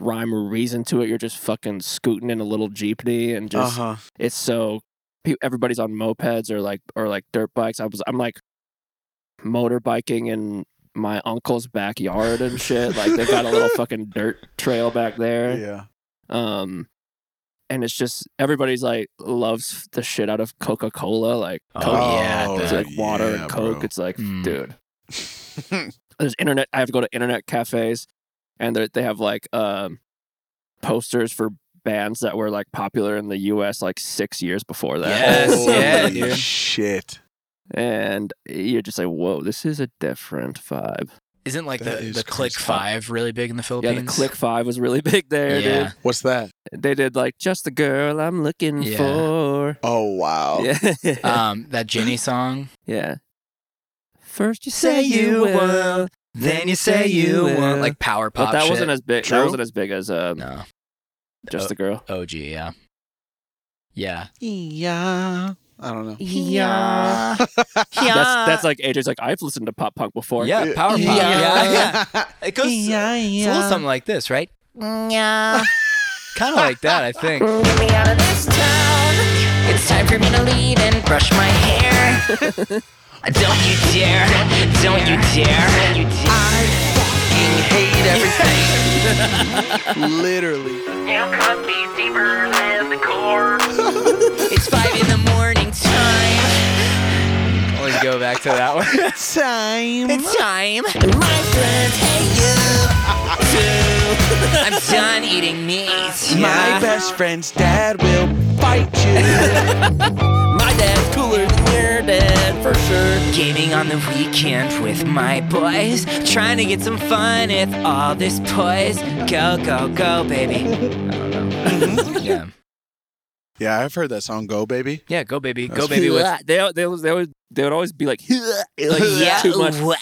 Speaker 2: rhyme or reason to it. You're just fucking scooting in a little jeepney and just
Speaker 4: Uh-huh.
Speaker 2: it's so pe- everybody's on mopeds or like or like dirt bikes. I was I'm like motorbiking in my uncle's backyard and shit. like they got a little fucking dirt trail back there
Speaker 4: Yeah.
Speaker 2: um and it's just everybody's like loves the shit out of coca-cola like
Speaker 3: Oh,
Speaker 2: coke
Speaker 3: yeah,
Speaker 4: Oh,
Speaker 2: it's
Speaker 3: dude.
Speaker 2: like water
Speaker 4: yeah,
Speaker 2: and coke
Speaker 4: bro.
Speaker 2: it's like
Speaker 3: Mm.
Speaker 2: dude there's internet i have to go to internet cafes and they're- they have like um posters for bands that were like popular in the us like six years before that
Speaker 3: [laughs] Yes,
Speaker 2: [laughs]
Speaker 3: yeah,
Speaker 4: Holy
Speaker 3: dude.
Speaker 4: Shit.
Speaker 2: and you're just like whoa this is a different vibe
Speaker 3: Isn't like
Speaker 4: That
Speaker 3: the,
Speaker 4: is
Speaker 3: the Click
Speaker 4: crazy.
Speaker 3: Five really big in the
Speaker 2: yeah
Speaker 3: Philippines?
Speaker 2: the click five was really [laughs] big there
Speaker 3: Yeah.
Speaker 4: What's that?
Speaker 2: dude they did like just the girl i'm looking
Speaker 3: Yeah.
Speaker 2: for
Speaker 4: Oh, wow.
Speaker 2: [laughs] yeah
Speaker 3: Um, that Jenny song.
Speaker 2: Yeah. First you
Speaker 3: Say you will, Then you say you want like power pop.
Speaker 2: But that
Speaker 3: shit.
Speaker 2: wasn't as big.
Speaker 4: True.
Speaker 2: That wasn't as big as uh,
Speaker 3: no.
Speaker 2: just the girl.
Speaker 3: O- OG, yeah, yeah.
Speaker 4: Yeah. I don't know.
Speaker 3: Yeah.
Speaker 2: That's that's like AJ's like I've listened to pop punk before.
Speaker 3: Yeah, power pop. Yeah,
Speaker 6: [laughs]
Speaker 3: yeah. It goes
Speaker 4: Yeah,
Speaker 3: it's a little
Speaker 4: yeah.
Speaker 3: something like this, right? [laughs] Yeah. kind of like that, I think.
Speaker 6: Get me out of this town. It's time for me to leave and brush my
Speaker 3: [laughs]
Speaker 6: hair.
Speaker 8: Don't you dare, don't you dare. I fucking hate everything.
Speaker 4: [laughs] Literally.
Speaker 8: it's five in the morning time.
Speaker 3: Let's go back to
Speaker 6: [laughs]
Speaker 3: that one.
Speaker 4: Time.
Speaker 8: It's time. My friends hate you too. [laughs] I'm done eating meat.
Speaker 4: My best friend's dad will fight [laughs] you.
Speaker 8: My dad's cooler than your dad, for sure. Gaming on the weekend with my boys. Trying to get some fun with all this poise. Go, go, go,
Speaker 2: [laughs]
Speaker 8: baby.
Speaker 3: yeah,
Speaker 4: yeah, I've heard that song Go Baby.
Speaker 3: yeah. Go baby, go
Speaker 4: That's-
Speaker 3: baby with
Speaker 2: they they was- they would they would always be like, [laughs] like
Speaker 8: yeah,
Speaker 2: too much. [laughs]
Speaker 8: why?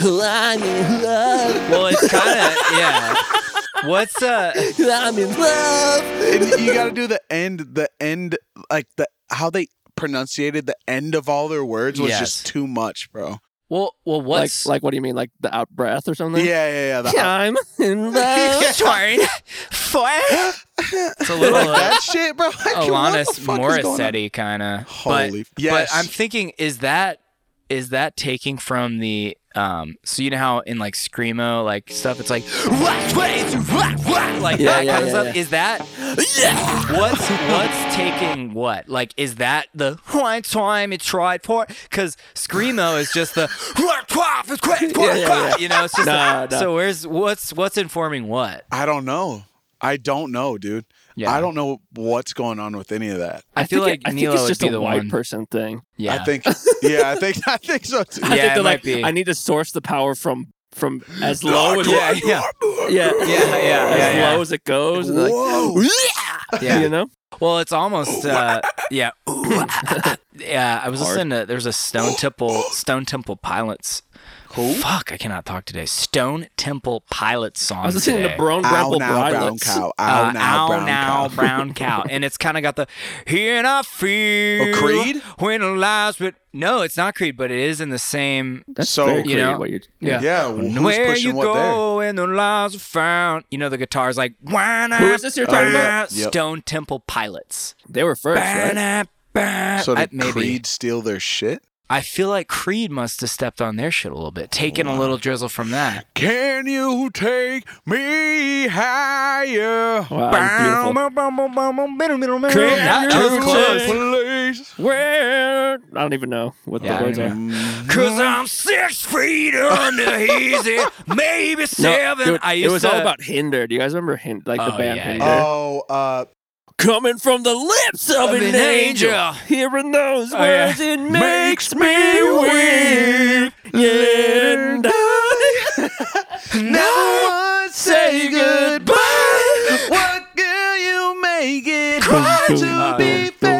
Speaker 3: Well, it's kind of yeah.
Speaker 6: [laughs]
Speaker 3: What's uh?
Speaker 2: I'm in love.
Speaker 4: And you got to do the end, the end, like the how they pronunciated the end of all their words was
Speaker 3: Yes.
Speaker 4: just too much, bro.
Speaker 3: Well, well,
Speaker 2: Like
Speaker 3: what's
Speaker 2: like what do you mean like the out breath or
Speaker 4: Yeah,
Speaker 2: something?
Speaker 4: yeah, yeah. The,
Speaker 2: Yeah, I'm
Speaker 6: [laughs]
Speaker 2: in
Speaker 3: [laughs]
Speaker 2: love.
Speaker 8: Torn. Four.
Speaker 3: it's a
Speaker 4: [laughs]
Speaker 3: little
Speaker 4: Like
Speaker 3: uh,
Speaker 4: that shit, bro. [laughs] Like,
Speaker 3: Alanis
Speaker 4: what the fuck is going on?
Speaker 3: Morissette kind of.
Speaker 4: Holy-
Speaker 3: but,
Speaker 4: yes.
Speaker 3: But I'm thinking, is that is that taking from the um? So you know how in like screamo like stuff, it's like what what is what what like
Speaker 2: Yeah,
Speaker 3: that
Speaker 2: yeah,
Speaker 3: kind of
Speaker 2: yeah,
Speaker 3: stuff.
Speaker 2: yeah.
Speaker 3: Is that what's what's taking what? Like, is that the one time it tried for? Because screamo is just the what what it's quick
Speaker 2: Yeah, yeah, yeah.
Speaker 3: You know, it's just
Speaker 2: Nah,
Speaker 3: like-
Speaker 2: nah.
Speaker 3: so. Where's what's what's informing what?
Speaker 4: I don't know. I don't know, dude.
Speaker 3: Yeah.
Speaker 4: I don't know what's going on with any of that.
Speaker 3: I feel
Speaker 2: think it-
Speaker 3: like
Speaker 2: I think
Speaker 3: Nilo
Speaker 2: it's
Speaker 3: would
Speaker 2: just
Speaker 3: be
Speaker 2: a
Speaker 3: the
Speaker 2: white
Speaker 3: one.
Speaker 2: person thing. [laughs]
Speaker 3: Yeah,
Speaker 4: I think. Yeah, I think. [laughs] I think so. Too.
Speaker 2: I
Speaker 3: Yeah,
Speaker 2: think
Speaker 3: it
Speaker 2: they're
Speaker 3: might
Speaker 2: like
Speaker 3: be.
Speaker 2: I need to source the power from from as low as
Speaker 3: yeah, [laughs] [laughs] yeah.
Speaker 2: yeah, yeah,
Speaker 3: yeah,
Speaker 2: [laughs] as
Speaker 3: yeah.
Speaker 2: low as it goes. and they're [laughs] Like,
Speaker 4: Whoa.
Speaker 3: Yeah.
Speaker 2: You know?
Speaker 3: Well, it's almost uh, yeah, [coughs] yeah. I was
Speaker 2: Hard.
Speaker 3: listening to there's a Stone Temple Stone Temple Pilots. Who? Fuck, I cannot talk today. Stone Temple Pilots song.
Speaker 2: I was listening to
Speaker 3: today.
Speaker 2: Brown
Speaker 4: Ow
Speaker 2: Bramble
Speaker 4: now, brown
Speaker 2: Brilets.
Speaker 4: cow.
Speaker 3: Uh,
Speaker 4: Ow now, brown
Speaker 3: now,
Speaker 4: cow.
Speaker 3: brown cow, and it's kind of got the here and I feel
Speaker 4: Oh, Creed?
Speaker 3: when the last but no, it's not Creed, but it is in the same.
Speaker 2: That's
Speaker 4: So-
Speaker 2: very
Speaker 4: You
Speaker 2: creative
Speaker 3: know?
Speaker 2: what you-
Speaker 3: Yeah.
Speaker 4: Yeah, well, who's
Speaker 3: Where
Speaker 4: pushing
Speaker 3: you
Speaker 4: what there?
Speaker 3: go and the lies are found. You know the guitar's like.
Speaker 2: Who is this you're talking about?
Speaker 4: Yep.
Speaker 3: Stone Temple Pilots.
Speaker 2: They were first, right?
Speaker 3: Ba-na-ba.
Speaker 4: So
Speaker 3: I,
Speaker 4: did
Speaker 3: maybe.
Speaker 4: Creed steal their shit?
Speaker 3: I feel like Creed must have stepped on their shit a little bit, taking a little drizzle from [laughs] that.
Speaker 4: Can you take me higher?
Speaker 2: Wow, that was beautiful. Creed,
Speaker 3: That- that was
Speaker 2: you
Speaker 3: close.
Speaker 2: take-
Speaker 4: Please.
Speaker 2: Where I don't even know what
Speaker 3: Yeah, I
Speaker 2: the words
Speaker 3: don't
Speaker 2: are.
Speaker 4: Mm,
Speaker 3: Cause I'm six feet under easy, [laughs] maybe seven.
Speaker 2: dude,
Speaker 3: I used
Speaker 2: it was
Speaker 3: to,
Speaker 2: all about Hinder. Do you guys remember Hinder? Like the
Speaker 3: Oh,
Speaker 2: band
Speaker 3: yeah,
Speaker 2: Hinder?
Speaker 3: yeah.
Speaker 4: Oh, uh,
Speaker 2: Coming from the lips of, an, angel. Hearing those
Speaker 3: Oh, yeah.
Speaker 2: words, it makes me weep. [laughs] And I
Speaker 4: now I say goodbye. What girl you make it hard to be faithful?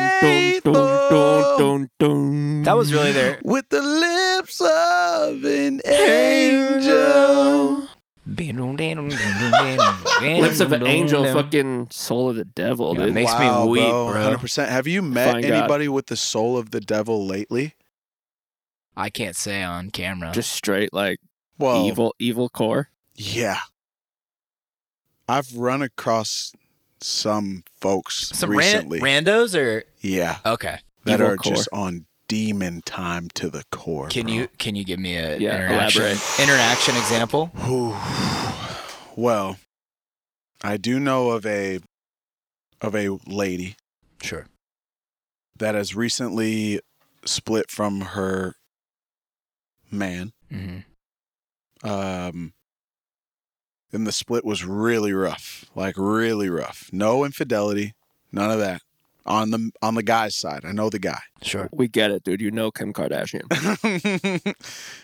Speaker 3: was really their
Speaker 4: with the lips of an angel.
Speaker 2: Lips
Speaker 3: lips
Speaker 2: of an
Speaker 3: [laughs]
Speaker 2: angel, fucking soul of the devil,
Speaker 3: Yeah,
Speaker 2: dude.
Speaker 3: makes me weep, bro.
Speaker 4: 100%. Have you met
Speaker 2: Fine God.
Speaker 4: anybody with the soul of the devil lately?
Speaker 3: I can't say on camera.
Speaker 2: Just straight like
Speaker 4: Well,
Speaker 2: evil, evil core.
Speaker 4: yeah. I've run across some folks
Speaker 3: some ran-
Speaker 4: recently.
Speaker 3: randos or
Speaker 4: yeah,
Speaker 3: okay.
Speaker 4: that
Speaker 2: Evil
Speaker 4: are
Speaker 2: core.
Speaker 4: just on demon time to the core.
Speaker 3: Can
Speaker 4: bro.
Speaker 3: you can you give me a
Speaker 2: Yeah,
Speaker 3: interaction
Speaker 2: elaborate.
Speaker 3: interaction example?
Speaker 4: Whew. Well, I do know of a of a lady
Speaker 3: Sure.
Speaker 4: that has recently split from her man.
Speaker 3: hmm
Speaker 4: Um, and the split was really rough, like really rough. No infidelity, none of that. On the on the guy's side, I know the guy. [laughs]
Speaker 2: [laughs]
Speaker 3: Sure.
Speaker 2: We get it, dude. You know Kim Kardashian.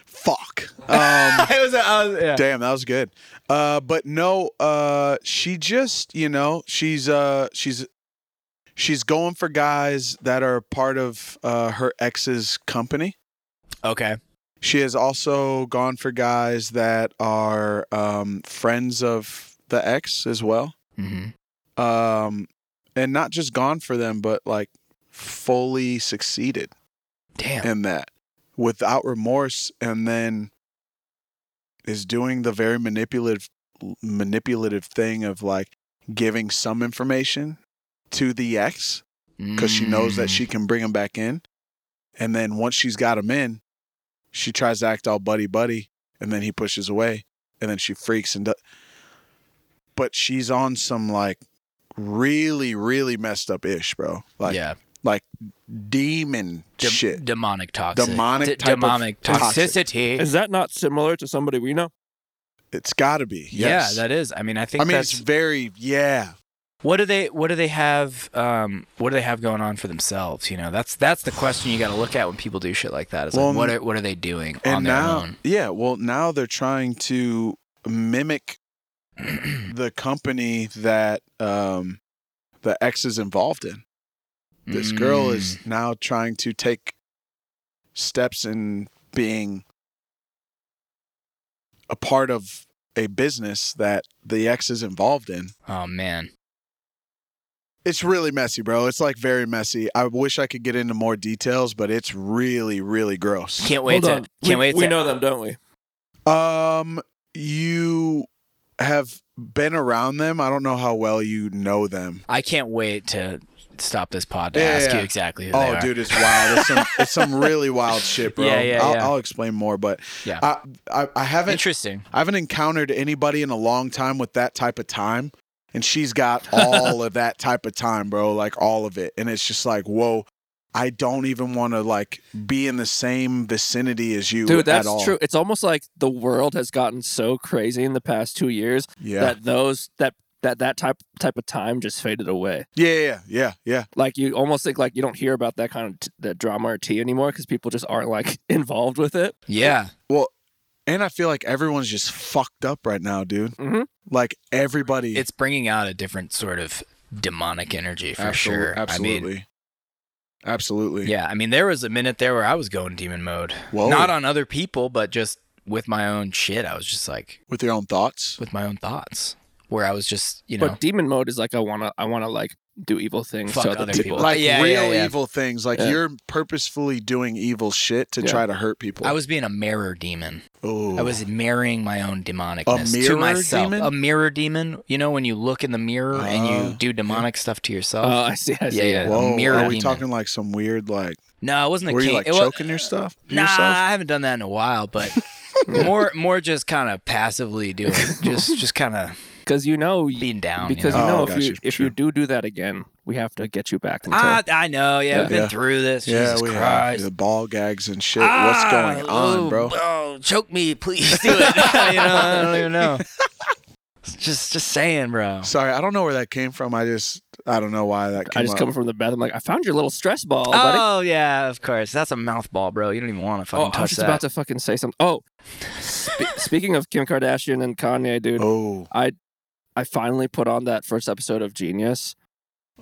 Speaker 4: Fuck. Um,
Speaker 3: it was, I was-
Speaker 4: [laughs]
Speaker 3: yeah.
Speaker 4: Damn, that was good. Uh, but no, uh, she just, you know, she's uh, she's she's going for guys that are part of uh, her ex's company.
Speaker 3: Okay.
Speaker 4: She has also gone for guys that are um, friends of the ex as well,
Speaker 3: hmm
Speaker 4: um, and not just gone for them, but like fully succeeded
Speaker 3: Damn.
Speaker 4: in that without remorse and then is doing the very manipulative manipulative thing of like giving some information to the ex because she knows that
Speaker 3: Mm.
Speaker 4: she can bring him back in and then once she's got him in she tries to act all buddy buddy and then he pushes away and then she freaks and do- but she's on some like really really messed up ish bro like
Speaker 3: Mm-hmm. yeah.
Speaker 4: demon
Speaker 3: Dem-
Speaker 4: shit
Speaker 3: Demonic toxic.
Speaker 4: Demonic
Speaker 3: D-
Speaker 4: type of
Speaker 3: demonic
Speaker 4: toxic.
Speaker 3: toxicity.
Speaker 2: Is that not similar to somebody we know?
Speaker 4: It's got to be. Yes.
Speaker 3: Yeah, that is. I mean, I think
Speaker 4: I mean,
Speaker 3: that's
Speaker 4: it's very yeah.
Speaker 3: what do they what do they have um what do they have going on for themselves? You know, that's that's the question you got to look at when people do shit like that. It's
Speaker 4: Well,
Speaker 3: like what are what are they doing on
Speaker 4: And
Speaker 3: their
Speaker 4: now,
Speaker 3: own?
Speaker 4: yeah. Well, now they're trying to
Speaker 3: [clears throat]
Speaker 4: mimic the company that um, the ex is involved in. This girl is
Speaker 3: Mm.
Speaker 4: now trying to take steps in being a part of a business that the ex is involved in.
Speaker 3: Oh man.
Speaker 4: It's really messy, bro. It's like very messy. I wish I could get into more details, but it's really, really gross.
Speaker 3: Can't
Speaker 2: Hold
Speaker 3: wait to
Speaker 2: on.
Speaker 3: can't
Speaker 2: we,
Speaker 3: wait
Speaker 2: We
Speaker 3: to
Speaker 2: know them, don't we?
Speaker 4: Um, you have been around them. I don't know how well you know them.
Speaker 3: I can't wait to stop this pod to
Speaker 4: Yeah,
Speaker 3: ask
Speaker 4: yeah.
Speaker 3: you exactly who they
Speaker 4: Oh,
Speaker 3: are.
Speaker 4: dude, it's wild. It's some, it's
Speaker 3: [laughs]
Speaker 4: some really wild shit, bro.
Speaker 3: Yeah, yeah,
Speaker 4: I'll,
Speaker 3: yeah.
Speaker 4: I'll explain more, but
Speaker 3: Yeah.
Speaker 4: I, I, I haven't,
Speaker 3: Interesting.
Speaker 4: I haven't encountered anybody in a long time with that type of time. And she's got all of that type of time, bro. Like all of it. And it's just like, whoa, I don't even want to like be in the same vicinity as you.
Speaker 2: Dude, that's
Speaker 4: at all.
Speaker 2: true. It's almost like the world has gotten so crazy in the past two years
Speaker 4: Yeah.
Speaker 2: that those that that that type type of time just faded away.
Speaker 4: yeah. Yeah. Yeah. Yeah.
Speaker 2: Like you almost think like you don't hear about that kind of t- that drama or tea anymore because people just aren't like [laughs] involved with it.
Speaker 3: Yeah.
Speaker 4: Well, and I feel like everyone's just fucked up right now, dude.
Speaker 2: Mhm.
Speaker 4: Like everybody.
Speaker 3: It's bringing out a different sort of demonic energy for
Speaker 4: Absol-
Speaker 3: sure.
Speaker 4: Absolutely.
Speaker 3: I mean,
Speaker 4: absolutely.
Speaker 3: yeah, I mean there was a minute there where I was going demon mode.
Speaker 4: Whoa.
Speaker 3: Not on other people, but just with my own shit. I was just like
Speaker 4: With your own thoughts.
Speaker 3: with my own thoughts. Where I was just, you know,
Speaker 2: But demon mode is like I wanna I wanna like do evil things
Speaker 3: Fuck
Speaker 2: to other
Speaker 3: other
Speaker 2: people.
Speaker 3: people.
Speaker 4: Like
Speaker 3: Yeah, yeah,
Speaker 4: real
Speaker 3: yeah.
Speaker 4: evil things. Like
Speaker 2: Yeah.
Speaker 4: you're purposefully doing evil shit to
Speaker 2: Yeah.
Speaker 4: try to hurt people.
Speaker 3: I was being a mirror demon.
Speaker 4: Ooh.
Speaker 3: I was mirroring my own demonicness to
Speaker 4: mirror
Speaker 3: myself.
Speaker 4: demon?
Speaker 3: A mirror demon. You know when you look in the mirror and
Speaker 4: Ah, Uh,
Speaker 3: you do demonic stuff to yourself.
Speaker 2: Oh, I see. I see.
Speaker 3: Yeah, yeah.
Speaker 4: Whoa,
Speaker 3: mirror
Speaker 4: are we
Speaker 3: demon.
Speaker 4: talking like some weird like?
Speaker 3: no, it wasn't a
Speaker 4: Were you
Speaker 3: king.
Speaker 4: like
Speaker 3: it wa-
Speaker 4: choking your stuff?
Speaker 3: Nah,
Speaker 4: Yourself?
Speaker 3: I haven't done that in a
Speaker 2: [laughs]
Speaker 3: while, but more more just kind of passively doing, just just kind of
Speaker 2: Because you know
Speaker 3: being down. you
Speaker 2: because
Speaker 3: know?
Speaker 2: you
Speaker 4: Oh,
Speaker 2: know,
Speaker 4: gotcha,
Speaker 2: if you if
Speaker 4: true.
Speaker 2: you do do that again, we have to get you back. Into,
Speaker 3: ah, I know. Yeah,
Speaker 2: Yeah.
Speaker 3: we've been
Speaker 4: Yeah.
Speaker 3: through this.
Speaker 4: Yeah,
Speaker 3: Jesus
Speaker 4: we have
Speaker 3: Christ.
Speaker 4: the ball gags and shit.
Speaker 3: Ah,
Speaker 4: What's going on,
Speaker 3: oh,
Speaker 4: bro?
Speaker 3: Oh, choke me, please do it. [laughs] you know, I don't
Speaker 4: [laughs]
Speaker 3: even know. Just just saying, bro.
Speaker 4: Sorry, I don't know where that came from. I just I don't know why that came
Speaker 2: I just
Speaker 4: up.
Speaker 2: come from the bathroom. Like I found your little stress ball, buddy.
Speaker 3: Oh yeah, of course. That's a mouthball, bro. You don't even want to fucking
Speaker 2: Oh,
Speaker 3: touch
Speaker 2: I was just
Speaker 3: that.
Speaker 2: about to fucking say something. Oh, spe- [laughs] speaking of Kim Kardashian and Kanye, dude,
Speaker 4: oh,
Speaker 2: I finally put on that first episode of Genius.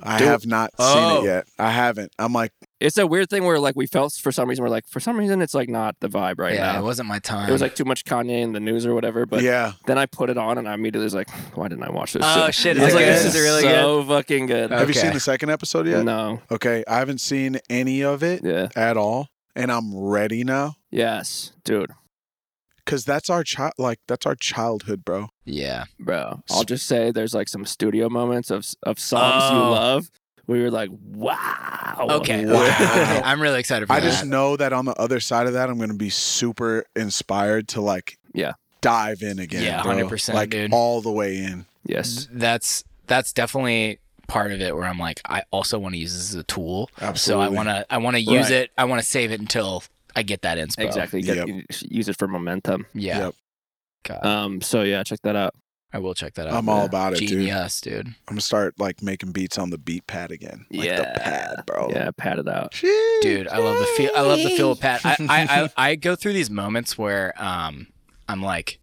Speaker 4: I
Speaker 2: Dude.
Speaker 4: have not seen
Speaker 3: Oh.
Speaker 4: it yet. I haven't. I'm like
Speaker 2: It's a weird thing where like we felt for some reason we're like for some reason it's like not the vibe right
Speaker 3: yeah, it
Speaker 2: now.
Speaker 3: wasn't my time.
Speaker 2: It was like too much Kanye in the news or whatever. But
Speaker 4: yeah.
Speaker 2: then I put it on and I immediately was like, why didn't I watch this?
Speaker 8: Oh
Speaker 2: shit?
Speaker 8: shit!
Speaker 2: I
Speaker 8: It's
Speaker 2: was like,
Speaker 8: good.
Speaker 2: this is really
Speaker 8: so-
Speaker 2: so fucking good.
Speaker 4: Have you
Speaker 3: Okay.
Speaker 4: seen the second episode yet?
Speaker 2: No.
Speaker 4: Okay, I haven't seen any of it
Speaker 2: Yeah.
Speaker 4: at all, and I'm ready now
Speaker 2: Yes, dude,
Speaker 4: because that's our child. Like that's our childhood, bro.
Speaker 3: yeah.
Speaker 2: bro. I'll just say there's like some studio moments of of songs you
Speaker 3: Oh.
Speaker 2: love. We were like, Oh, wow. [laughs]
Speaker 3: Okay.
Speaker 4: Wow.
Speaker 3: okay, I'm really excited for
Speaker 4: I
Speaker 3: that.
Speaker 4: just know that on the other side of that, I'm gonna be super inspired to like,
Speaker 2: Yeah.
Speaker 4: dive in again.
Speaker 3: Yeah,
Speaker 4: bro.
Speaker 3: 100%,
Speaker 4: like
Speaker 3: dude.
Speaker 4: all the way in.
Speaker 2: Yes.
Speaker 3: that's that's definitely part of it where I'm like, I also want to use this as a tool. So I
Speaker 4: Absolutely.
Speaker 3: want to I want to use
Speaker 4: Right.
Speaker 3: it. I want to save it until I get that inspo.
Speaker 2: Exactly. Get, Use it for momentum.
Speaker 3: Yeah.
Speaker 4: Yep.
Speaker 3: God,
Speaker 2: Um. So yeah, check that out.
Speaker 3: I will check that out.
Speaker 4: I'm all about it, dude.
Speaker 3: Genius, dude.
Speaker 4: I'm gonna start like making beats on the beat pad again. Like
Speaker 2: Yeah.
Speaker 4: the pad,
Speaker 3: Oh.
Speaker 4: bro.
Speaker 2: Yeah, pat it out.
Speaker 4: Sheesh.
Speaker 3: dude i love the feel i love the feel of pat I,
Speaker 4: [laughs]
Speaker 3: I, I, I go through these moments where um i'm like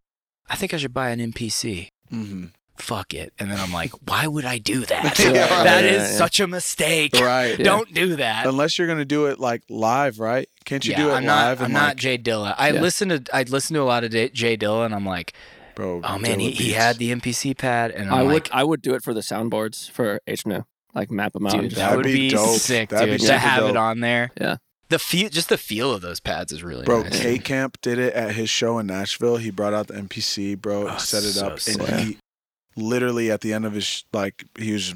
Speaker 3: i think i should buy an npc
Speaker 4: Mhm.
Speaker 3: fuck it and then i'm like why would i do that That
Speaker 4: [laughs]
Speaker 3: is
Speaker 4: Yeah, right,
Speaker 2: yeah, yeah.
Speaker 3: such a mistake
Speaker 4: Right.
Speaker 3: don't do that
Speaker 4: Unless you're gonna do it like live, right? Can't you
Speaker 3: yeah,
Speaker 4: do it
Speaker 3: I'm
Speaker 4: live?
Speaker 3: not. I'm
Speaker 4: and,
Speaker 3: not
Speaker 4: like,
Speaker 3: Jay Dilla. I
Speaker 2: Yeah.
Speaker 3: listen to. I listen to a lot of J- Jay Dilla, and I'm like,
Speaker 4: bro.
Speaker 3: oh man,
Speaker 4: Dilla
Speaker 3: he, he
Speaker 4: beats.
Speaker 3: had the MPC pad, and
Speaker 2: I
Speaker 3: I'm
Speaker 2: would
Speaker 3: like,
Speaker 2: I would do it for the soundboards for HNU. Like map them out. and
Speaker 3: dude,
Speaker 2: just
Speaker 3: that
Speaker 2: have-
Speaker 3: [laughs]
Speaker 4: That'd
Speaker 3: would
Speaker 4: be
Speaker 3: be,
Speaker 4: dope.
Speaker 3: sick,
Speaker 4: That'd be
Speaker 3: dude, to
Speaker 4: super
Speaker 3: have
Speaker 4: dope.
Speaker 3: it on there.
Speaker 2: Yeah.
Speaker 3: the feel, just the feel of those pads is really
Speaker 4: Bro,
Speaker 3: nice.
Speaker 4: K Camp did it at his show in Nashville. He brought out the MPC, bro,
Speaker 3: Oh,
Speaker 4: and set it
Speaker 3: so
Speaker 4: up.
Speaker 3: sick.
Speaker 4: And he literally at the end of his sh- like he was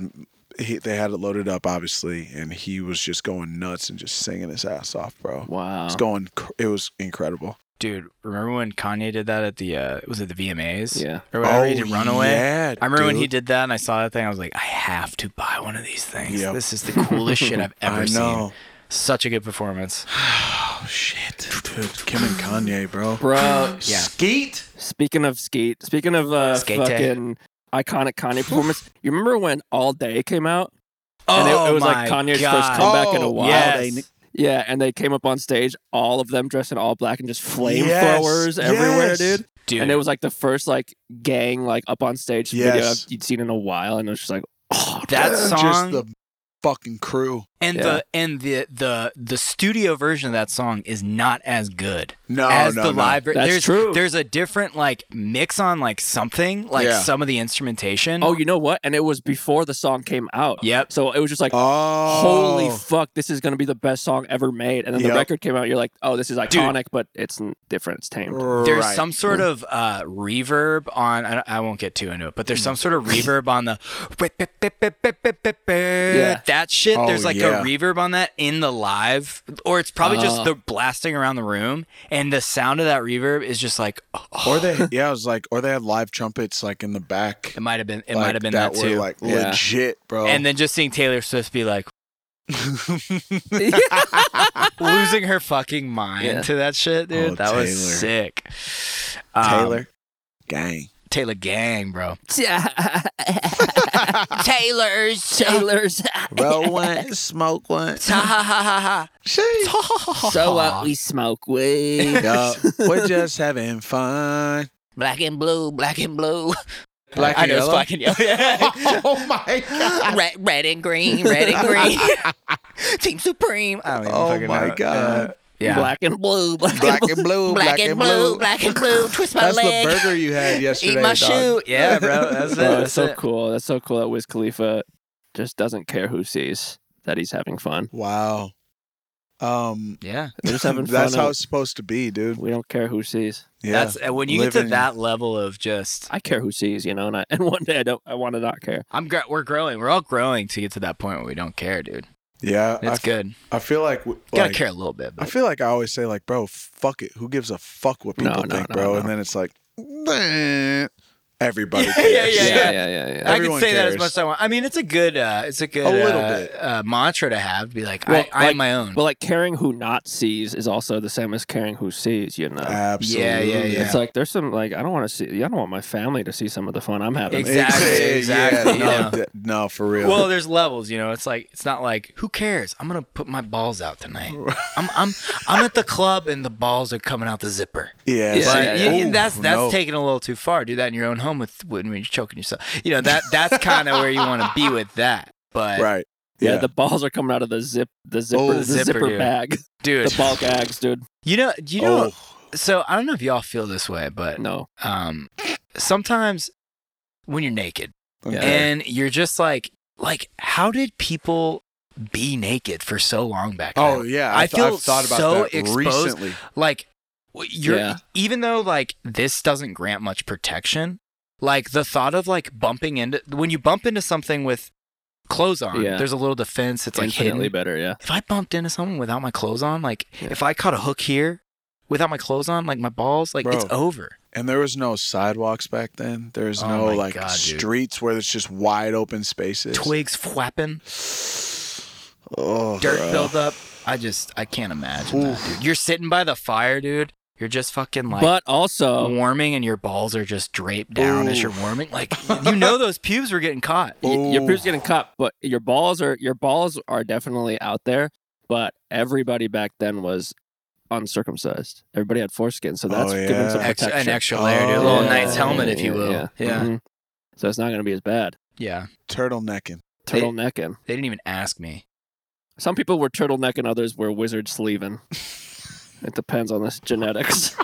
Speaker 4: he, they had it loaded up obviously, and he was just going nuts and just singing his ass off, bro.
Speaker 2: Wow.
Speaker 4: It's going. cr- It was incredible.
Speaker 3: dude. Remember when Kanye did that at the uh, was it the VMAs?
Speaker 2: Yeah.
Speaker 3: or whatever. he
Speaker 4: Oh,
Speaker 3: did Runaway.
Speaker 4: yeah,
Speaker 3: I remember when he
Speaker 4: dude.
Speaker 3: did that, and I saw that thing. I was like, I have to buy one of these things.
Speaker 4: Yep.
Speaker 3: This is the coolest
Speaker 4: [laughs]
Speaker 3: shit I've ever
Speaker 4: I know.
Speaker 3: [sighs] seen. Such a good performance.
Speaker 4: Oh shit, dude, Kim and Kanye, bro. [gasps]
Speaker 2: Bro,
Speaker 3: Yeah.
Speaker 4: Skeet.
Speaker 2: Speaking of skeet, speaking of uh,
Speaker 3: Skate day.
Speaker 2: fucking iconic Kanye performance, you remember when All Day came out?
Speaker 3: Oh
Speaker 2: and it, it was
Speaker 3: my
Speaker 2: like Kanye's first
Speaker 3: God.
Speaker 2: comeback in a
Speaker 4: Oh,
Speaker 2: while.
Speaker 3: yes.
Speaker 2: Yeah, and they came up on stage, all of them dressed in all black and just
Speaker 4: Yes,
Speaker 2: flamethrowers everywhere,
Speaker 4: yes.
Speaker 2: dude.
Speaker 3: dude.
Speaker 2: And it was like the first like gang like up on stage video
Speaker 4: Yes.
Speaker 2: I've- you'd seen in a while, and it was just like, oh,
Speaker 3: that
Speaker 4: Just
Speaker 3: song
Speaker 4: the fucking crew.
Speaker 3: and
Speaker 2: yeah.
Speaker 3: the and the the the studio version of that song is not as good
Speaker 4: No,
Speaker 3: as
Speaker 4: Oh, no,
Speaker 3: the
Speaker 4: no.
Speaker 3: live. ver-
Speaker 2: That's
Speaker 3: there's
Speaker 2: true.
Speaker 3: there's a different like mix on like something like
Speaker 4: Yeah.
Speaker 3: some of the instrumentation.
Speaker 2: oh, you know what? And it was before the song came out.
Speaker 3: Yep.
Speaker 2: So it was just like.
Speaker 4: Oh,
Speaker 2: Holy fuck! This is gonna be the best song ever made, and then the
Speaker 4: Yep.
Speaker 2: record came out. You're like, "Oh, this is
Speaker 3: Dude.
Speaker 2: iconic," but it's n- different. It's tamed.
Speaker 3: There's
Speaker 4: Right.
Speaker 3: some sort of uh, reverb on. I, I won't get too into it, but there's
Speaker 4: [laughs]
Speaker 3: some sort of reverb on the. That shit.
Speaker 4: Oh,
Speaker 3: there's like
Speaker 4: yeah.
Speaker 3: a reverb on that in the live, or it's probably just
Speaker 2: Oh.
Speaker 3: the blasting around the room, and the sound of that reverb is just like. oh,
Speaker 4: or
Speaker 3: [laughs]
Speaker 4: they yeah, I was like, or they had live trumpets like in the back.
Speaker 3: it might have been. It
Speaker 4: like,
Speaker 3: might have been that,
Speaker 4: were
Speaker 3: too.
Speaker 4: like
Speaker 2: Yeah.
Speaker 4: legit, bro.
Speaker 3: and then just seeing Taylor Swift be like. [laughs] losing her fucking mind
Speaker 2: Yeah.
Speaker 3: to that shit, dude.
Speaker 4: Oh,
Speaker 3: that was sick. Um,
Speaker 4: Taylor,
Speaker 3: [laughs]
Speaker 4: gang.
Speaker 3: Taylor Gang, bro.
Speaker 8: Taylor's [laughs]
Speaker 2: Taylor's.
Speaker 4: Roll one, smoke one. [laughs] Sheesh.
Speaker 2: [laughs] so
Speaker 4: uh,
Speaker 2: what? We smoke weed.
Speaker 4: Yup,
Speaker 3: [laughs]
Speaker 4: we're just having fun.
Speaker 8: black and blue, black and blue,
Speaker 4: Black
Speaker 3: I
Speaker 4: and
Speaker 3: know it's
Speaker 4: yellow.
Speaker 3: black [laughs] and yellow.
Speaker 4: [laughs] Oh my god.
Speaker 8: [laughs] red, red and green, red
Speaker 3: [laughs]
Speaker 8: and green. Team Supreme.
Speaker 3: I don't even
Speaker 4: Oh
Speaker 3: fucking
Speaker 4: my
Speaker 3: know.
Speaker 4: god.
Speaker 3: Yeah.
Speaker 2: [laughs] [laughs] Black and blue. Black
Speaker 4: Black
Speaker 3: [laughs]
Speaker 4: and blue.
Speaker 8: Black, and, blue, black
Speaker 4: [laughs]
Speaker 8: and blue. Twist my
Speaker 4: That's
Speaker 8: leg.
Speaker 4: the burger you
Speaker 3: [laughs]
Speaker 4: had yesterday.
Speaker 8: Eat my
Speaker 4: dog.
Speaker 8: shoe.
Speaker 3: Oh, Yeah, bro. That's
Speaker 2: [laughs]
Speaker 3: it.
Speaker 2: Bro, that's
Speaker 3: That's
Speaker 2: so
Speaker 3: it.
Speaker 2: cool. That's so cool that Wiz Khalifa just doesn't care who sees that he's having
Speaker 3: [laughs]
Speaker 2: fun.
Speaker 4: Wow. Um,
Speaker 3: Yeah.
Speaker 2: They're just having
Speaker 4: that's
Speaker 2: fun.
Speaker 4: how
Speaker 2: and
Speaker 4: it's supposed to be, dude.
Speaker 2: we don't care who sees.
Speaker 4: Yeah.
Speaker 3: That's uh, when you get to
Speaker 4: Living-
Speaker 3: that level of just
Speaker 2: I care who sees, you know. And I, [laughs] and one day I don't. I want to not care.
Speaker 3: I'm gr- we're growing. We're all growing to get to that point where we don't care, dude.
Speaker 4: yeah. I,
Speaker 3: It's good. You
Speaker 4: I feel like, w-
Speaker 3: gotta
Speaker 4: like
Speaker 3: care a little bit.
Speaker 4: I
Speaker 3: But
Speaker 4: feel like I always say like, bro, fuck it. Who gives a fuck what
Speaker 2: No,
Speaker 4: people
Speaker 2: no,
Speaker 4: think,
Speaker 2: no,
Speaker 4: bro?
Speaker 2: no.
Speaker 4: And then it's like, "Nah." everybody.
Speaker 3: [laughs] Yeah,
Speaker 4: cares.
Speaker 3: yeah, yeah, yeah.
Speaker 2: yeah, yeah. yeah.
Speaker 3: I can
Speaker 4: everyone
Speaker 3: say that as
Speaker 4: cares.
Speaker 3: much as I want. I mean, it's a good, uh, it's a good,
Speaker 4: A little
Speaker 3: uh,
Speaker 4: bit.
Speaker 3: uh, mantra to have. To be like,
Speaker 2: Well,
Speaker 3: I,
Speaker 2: like-
Speaker 3: I'm my own.
Speaker 2: Well, like caring who not sees is also the same as caring who sees, you know.
Speaker 4: Absolutely.
Speaker 3: Yeah, yeah, Ah, yeah.
Speaker 2: It's like there's some like I don't want to see. I don't want my family to see some of the fun I'm having.
Speaker 3: Exactly. exactly,
Speaker 4: Yeah,
Speaker 3: you
Speaker 4: no,
Speaker 3: know.
Speaker 4: d- no, for real.
Speaker 3: Well, there's levels, you know. It's like it's not like who cares. I'm gonna put my balls out tonight. I'm I'm I'm at the club and the balls are coming out the zipper.
Speaker 4: yeah,
Speaker 2: Yeah,
Speaker 3: But
Speaker 2: yeah,
Speaker 3: you-
Speaker 2: yeah.
Speaker 3: you- that's
Speaker 4: Ooh,
Speaker 3: that's
Speaker 4: no.
Speaker 3: taking a little too far. Do that in your own home with when you're choking yourself. You know that that's kind of where you want to be with that. But
Speaker 4: right.
Speaker 2: [laughs] Yeah,
Speaker 4: Yeah.
Speaker 2: the balls are coming out of the zip, the zipper,
Speaker 4: Oh,
Speaker 2: the
Speaker 3: zipper,
Speaker 2: zipper,
Speaker 3: dude.
Speaker 2: bag, [laughs]
Speaker 3: dude.
Speaker 2: the ball
Speaker 3: [laughs]
Speaker 2: gags, dude.
Speaker 3: You know, you
Speaker 4: Oh,
Speaker 3: know. So I don't know if y'all feel this way, but
Speaker 2: No,
Speaker 3: um, sometimes when you're naked
Speaker 4: Oh, okay.
Speaker 3: and you're just like, like, how did people be naked for so long back then?
Speaker 4: oh yeah,
Speaker 3: I
Speaker 4: I,
Speaker 3: feel
Speaker 4: have thought about
Speaker 3: so
Speaker 4: that
Speaker 3: exposed.
Speaker 4: recently.
Speaker 3: like w- you're
Speaker 2: Yeah.
Speaker 3: even though like this doesn't grant much protection like the thought of like bumping into when you bump into something with clothes on
Speaker 2: Yeah.
Speaker 3: there's a little defense it's like
Speaker 2: infinitely
Speaker 3: hidden
Speaker 2: better. Yeah,
Speaker 3: if i bumped into someone without my clothes on like if i caught a hook here without my clothes on like my balls like it's
Speaker 4: Bro.
Speaker 3: over
Speaker 4: And there was no sidewalks back then. There was
Speaker 3: Oh
Speaker 4: no
Speaker 3: my
Speaker 4: like
Speaker 3: God, dude.
Speaker 4: streets where it's just wide open spaces.
Speaker 3: twigs flapping
Speaker 4: oh,
Speaker 3: dirt
Speaker 4: bro.
Speaker 3: buildup i just i can't imagine that,
Speaker 4: Oof.
Speaker 3: dude. you're sitting by the fire dude you're just fucking like
Speaker 2: but uh, also,
Speaker 3: warming and your balls are just draped down as you're warming. Like you know those pubes were getting caught.
Speaker 2: y- your
Speaker 4: Ooh.
Speaker 2: poops getting cut, but your balls are your balls are definitely out there. But everybody back then was uncircumcised. Everybody had foreskin, so that's
Speaker 4: Oh,
Speaker 2: giving some
Speaker 4: yeah.
Speaker 3: Ex-
Speaker 2: protection.
Speaker 3: an extra layer, dude. A little
Speaker 4: Oh,
Speaker 3: knight's
Speaker 4: yeah,
Speaker 3: helmet, if you will. Yeah. Yeah.
Speaker 2: Mhm. So it's not going to be as bad.
Speaker 4: turtlenecking.
Speaker 3: They-
Speaker 2: Turtlenecking.
Speaker 3: They didn't even ask me.
Speaker 2: Some people were turtlenecking, others were wizard
Speaker 3: [laughs]
Speaker 2: sleeving. it depends on the genetics.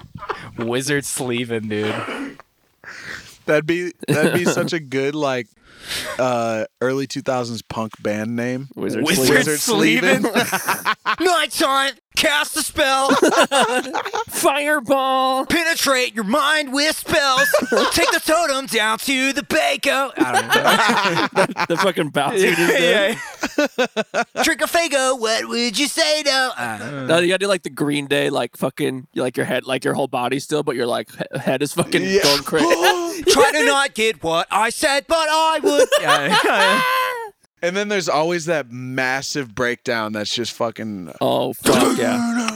Speaker 3: Wizard sleeving, dude.
Speaker 4: That'd be that'd be such a good like uh early two thousands punk band name.
Speaker 2: Wizard,
Speaker 3: Wizard
Speaker 2: sleeving.
Speaker 3: sleeving? Night time, cast a [laughs] spell,
Speaker 2: Fireball. [laughs]
Speaker 3: penetrate your mind with spells. Take the totem down to the bako. I don't know.
Speaker 2: The fucking
Speaker 3: [laughs]
Speaker 2: bouncy. dude did.
Speaker 3: Trick or fago, what would you say Uh, to? I don't know.
Speaker 2: No, you gotta do like the Green Day, like fucking, like your head, like your whole body still, but your like he- head is fucking
Speaker 4: [laughs] Yeah.
Speaker 2: going crazy.
Speaker 3: Try to not get what I said, but I would.
Speaker 2: [laughs]
Speaker 3: Yeah.
Speaker 4: and then there's always that massive breakdown that's just fucking uh,
Speaker 2: oh fuck
Speaker 4: [laughs]
Speaker 2: yeah!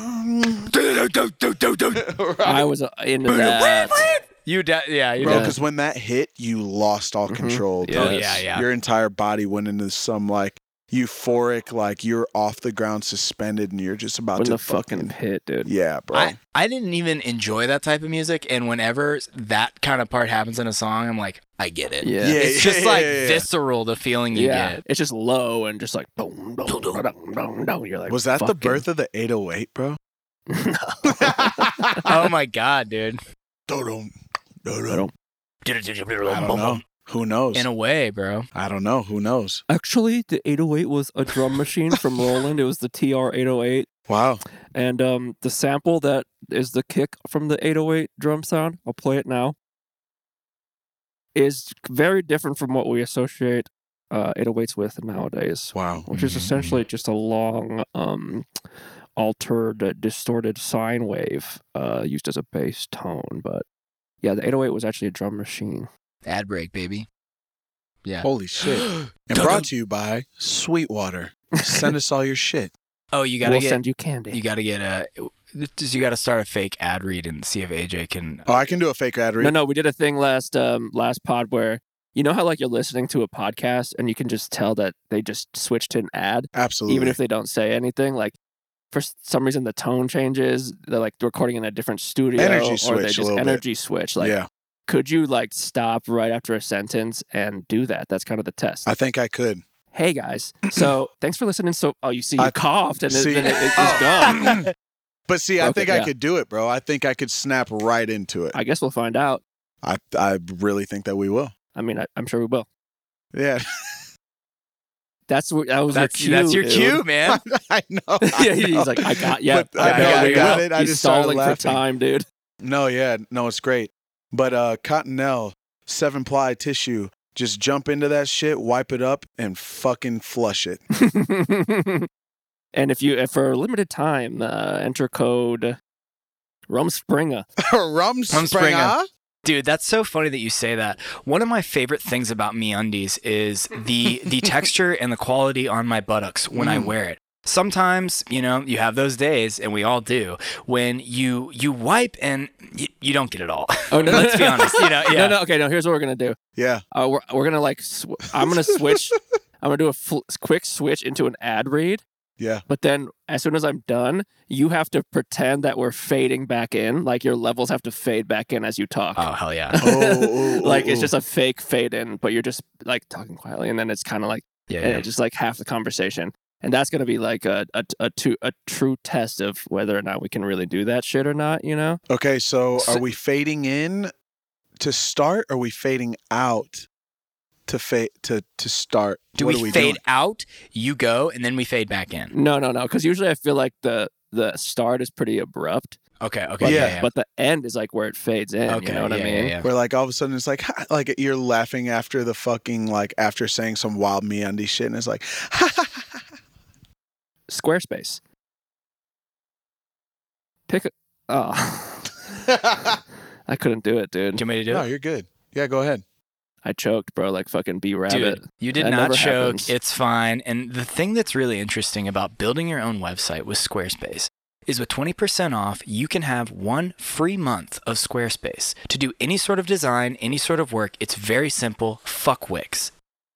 Speaker 2: I was uh, into that.
Speaker 3: [laughs] You de- yeah, you
Speaker 4: Bro,
Speaker 3: de-
Speaker 4: because when that hit, you lost all control.
Speaker 2: Yeah. Oh,
Speaker 4: dude.
Speaker 3: Mm-hmm. yeah, yeah.
Speaker 4: Your entire body went into some like euphoric, like you're off the ground suspended and you're just about
Speaker 2: When
Speaker 4: to
Speaker 2: the fucking hit, dude.
Speaker 4: Yeah, bro.
Speaker 3: I, I didn't even enjoy that type of music, and whenever that kind of part happens in a song, I'm like, I get it.
Speaker 2: Yeah.
Speaker 4: Yeah,
Speaker 3: It's just like
Speaker 4: yeah, yeah.
Speaker 3: visceral the feeling you
Speaker 2: Yeah,
Speaker 3: get.
Speaker 2: it's just low and just like boom, boom, boom, boom, boom, boom. You're like,
Speaker 4: Was that the
Speaker 2: fucking-
Speaker 4: birth of the 808, bro?
Speaker 3: oh my god, [laughs] dude.
Speaker 4: Dun-dun,
Speaker 2: I
Speaker 4: dun-dun.
Speaker 2: don't-
Speaker 4: I don't know. Who knows?
Speaker 3: In a way, bro.
Speaker 4: I don't know. Who knows?
Speaker 2: Actually, the 808 was a drum machine from Roland. It was the TR-808,
Speaker 4: Wow.
Speaker 2: and um, the sample that is the kick from the 808 drum sound. I'll play it now. Is very different from what we associate uh, 808s with nowadays,
Speaker 4: Wow.
Speaker 2: which is
Speaker 3: Mm.
Speaker 2: essentially just a long, um, altered, uh, distorted sine wave uh, used as a bass tone. But yeah, the 808 was actually a drum machine.
Speaker 3: Ad break, baby. Yeah.
Speaker 4: Holy
Speaker 2: [gasps]
Speaker 4: shit. And brought to you by Sweetwater. Send us all your shit.
Speaker 3: Oh, you gotta
Speaker 2: we'll
Speaker 3: get
Speaker 2: send you candy.
Speaker 3: you gotta get a just you gotta start a fake ad read and see if AJ can
Speaker 4: Oh, I
Speaker 3: [laughs]
Speaker 4: can do a fake ad read.
Speaker 2: No, no, we did a thing last um last pod where you know how like you're listening to a podcast and you can just tell that they just switched to an ad
Speaker 4: Absolutely.
Speaker 2: even if they don't say anything like for s- some reason the tone changes they're like recording in a different studio
Speaker 4: Energy
Speaker 2: or
Speaker 4: switch
Speaker 2: they
Speaker 4: a
Speaker 2: just
Speaker 4: little bit.
Speaker 2: energy switch like
Speaker 4: yeah,
Speaker 2: could you like stop right after a sentence and do that that's kind of the test
Speaker 4: I think I could.
Speaker 2: hey
Speaker 4: [clears throat]
Speaker 2: guys so thanks for listening so oh you see you
Speaker 4: I-
Speaker 2: coughed and
Speaker 4: see-
Speaker 2: then it, it, it's
Speaker 4: Oh.
Speaker 2: gone
Speaker 4: [clears throat]
Speaker 2: [laughs]
Speaker 4: But see, I
Speaker 2: Okay,
Speaker 4: think I
Speaker 2: yeah.
Speaker 4: could do it, bro. I think I could snap right into it.
Speaker 2: i guess we'll find out
Speaker 4: I I really think that we will.
Speaker 2: i mean I, i'm sure we will
Speaker 4: Yeah,
Speaker 2: that's what that was
Speaker 3: that's,
Speaker 2: your cue
Speaker 3: that's your
Speaker 2: dude.
Speaker 3: cue, man.
Speaker 4: [laughs] I know.
Speaker 2: [laughs]
Speaker 4: I
Speaker 2: yeah, he's
Speaker 4: know.
Speaker 2: like, I got, yeah,
Speaker 4: But I
Speaker 3: know,
Speaker 2: got,
Speaker 3: I
Speaker 2: we
Speaker 4: got
Speaker 2: will.
Speaker 4: it. I
Speaker 2: He's
Speaker 4: just started
Speaker 2: stalling for
Speaker 4: laughing.
Speaker 2: time, dude.
Speaker 4: No, yeah, no, it's great. But uh Cottonelle seven ply tissue, just jump into that shit, wipe it up, and fucking flush it.
Speaker 2: [laughs] and if you, if for a limited time, uh, enter code Rumspringa.
Speaker 4: Rum
Speaker 3: Rumspringa. Dude, that's so funny that you say that. One of my favorite things about me undies is the
Speaker 2: [laughs]
Speaker 3: the texture and the quality on my buttocks when
Speaker 2: Mm.
Speaker 3: I wear it. Sometimes, you know, you have those days, and we all do, when you you wipe and y- you don't get it all. [laughs]
Speaker 2: Oh no,
Speaker 3: Let's be honest, you know,
Speaker 2: [laughs]
Speaker 3: yeah.
Speaker 2: No, no, okay, no. Here's what we're gonna do.
Speaker 4: Yeah.
Speaker 2: Uh, we're we're gonna like, sw- I'm gonna
Speaker 3: [laughs]
Speaker 2: switch. I'm gonna do a fl- quick switch into an ad read.
Speaker 4: Yeah.
Speaker 2: But then, as soon as I'm done, you have to pretend that we're fading back in. Like your levels have to fade back in as you talk. [laughs]
Speaker 3: Oh hell yeah!
Speaker 4: Oh, oh, oh,
Speaker 2: like it's
Speaker 4: oh.
Speaker 2: just a fake fade in, but you're just like talking quietly, and then it's kind of like
Speaker 3: Yeah.
Speaker 2: and just like half the conversation. And that's going to be like a a a, two, a true test of whether or not we can really do that shit or not. You know?
Speaker 4: Okay, so
Speaker 3: So-
Speaker 4: are we fading in to start? Or are we fading out to fade to to start?
Speaker 3: Do
Speaker 4: What
Speaker 3: we,
Speaker 4: are
Speaker 3: fade
Speaker 4: doing?
Speaker 3: out? You go, and then we fade back in.
Speaker 2: No, no, no. Because usually I feel like the the start is pretty abrupt,
Speaker 3: Okay. Okay.
Speaker 2: but,
Speaker 3: yeah.
Speaker 4: Yeah.
Speaker 3: yeah.
Speaker 2: but the end is like where it fades in.
Speaker 3: okay.
Speaker 2: you know what
Speaker 3: yeah,
Speaker 2: I mean?
Speaker 3: Yeah. yeah.
Speaker 4: Where like all of a sudden it's like [laughs] like you're laughing after the fucking like after saying some wild me undy shit and it's like [laughs]
Speaker 2: Squarespace. Pick. A, oh, [laughs] I couldn't do it, dude.
Speaker 3: Do you want me to do
Speaker 4: No,
Speaker 3: it?
Speaker 4: you're good. Yeah, go ahead.
Speaker 2: I choked, bro. Like fucking B rabbit.
Speaker 3: Dude, you did
Speaker 2: That
Speaker 3: not
Speaker 2: never
Speaker 3: choke.
Speaker 2: happens.
Speaker 3: It's fine. And the thing that's really interesting about building your own website with Squarespace is with 20% off, you can have one free month of Squarespace to do any sort of design, any sort of work. It's very simple. Fuck Wix.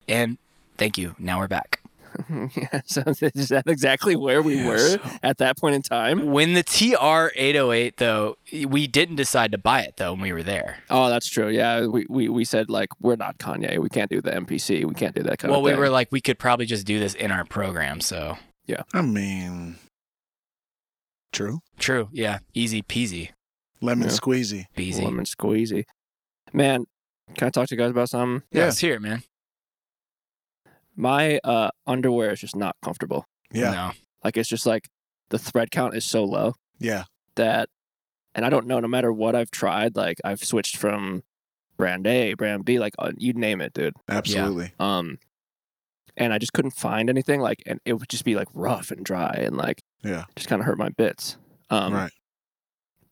Speaker 3: And thank you. Now we're back.
Speaker 2: [laughs] yeah, so is that exactly where we were at that point in time?
Speaker 3: When the TR808, though, we didn't decide to buy it, though, when we were there.
Speaker 2: Oh, that's true. Yeah, we, we, we said like we're not Kanye. We can't do the MPC. We can't do that kind
Speaker 3: Well,
Speaker 2: of
Speaker 3: we
Speaker 2: thing.
Speaker 3: were like, we could probably just do this in our program. So
Speaker 4: I mean True.
Speaker 3: true. Yeah. Easy peasy.
Speaker 4: Lemon
Speaker 2: Yeah.
Speaker 4: squeezy.
Speaker 3: Beasy.
Speaker 2: lemon squeezy. Man, can I talk to you guys about something?
Speaker 3: yeah.
Speaker 4: Yeah.
Speaker 3: Let's hear it, man.
Speaker 2: My uh, underwear is just not comfortable.
Speaker 4: Yeah.
Speaker 3: No.
Speaker 2: Like it's just like the thread count is so low.
Speaker 4: Yeah.
Speaker 2: that and I don't know no matter what I've tried like I've switched from brand A, brand B like uh, you name it dude.
Speaker 4: Absolutely.
Speaker 2: Um and I just couldn't find anything like and it would just be like rough and dry and like
Speaker 4: Yeah.
Speaker 2: just kind of hurt my bits. Um
Speaker 4: right.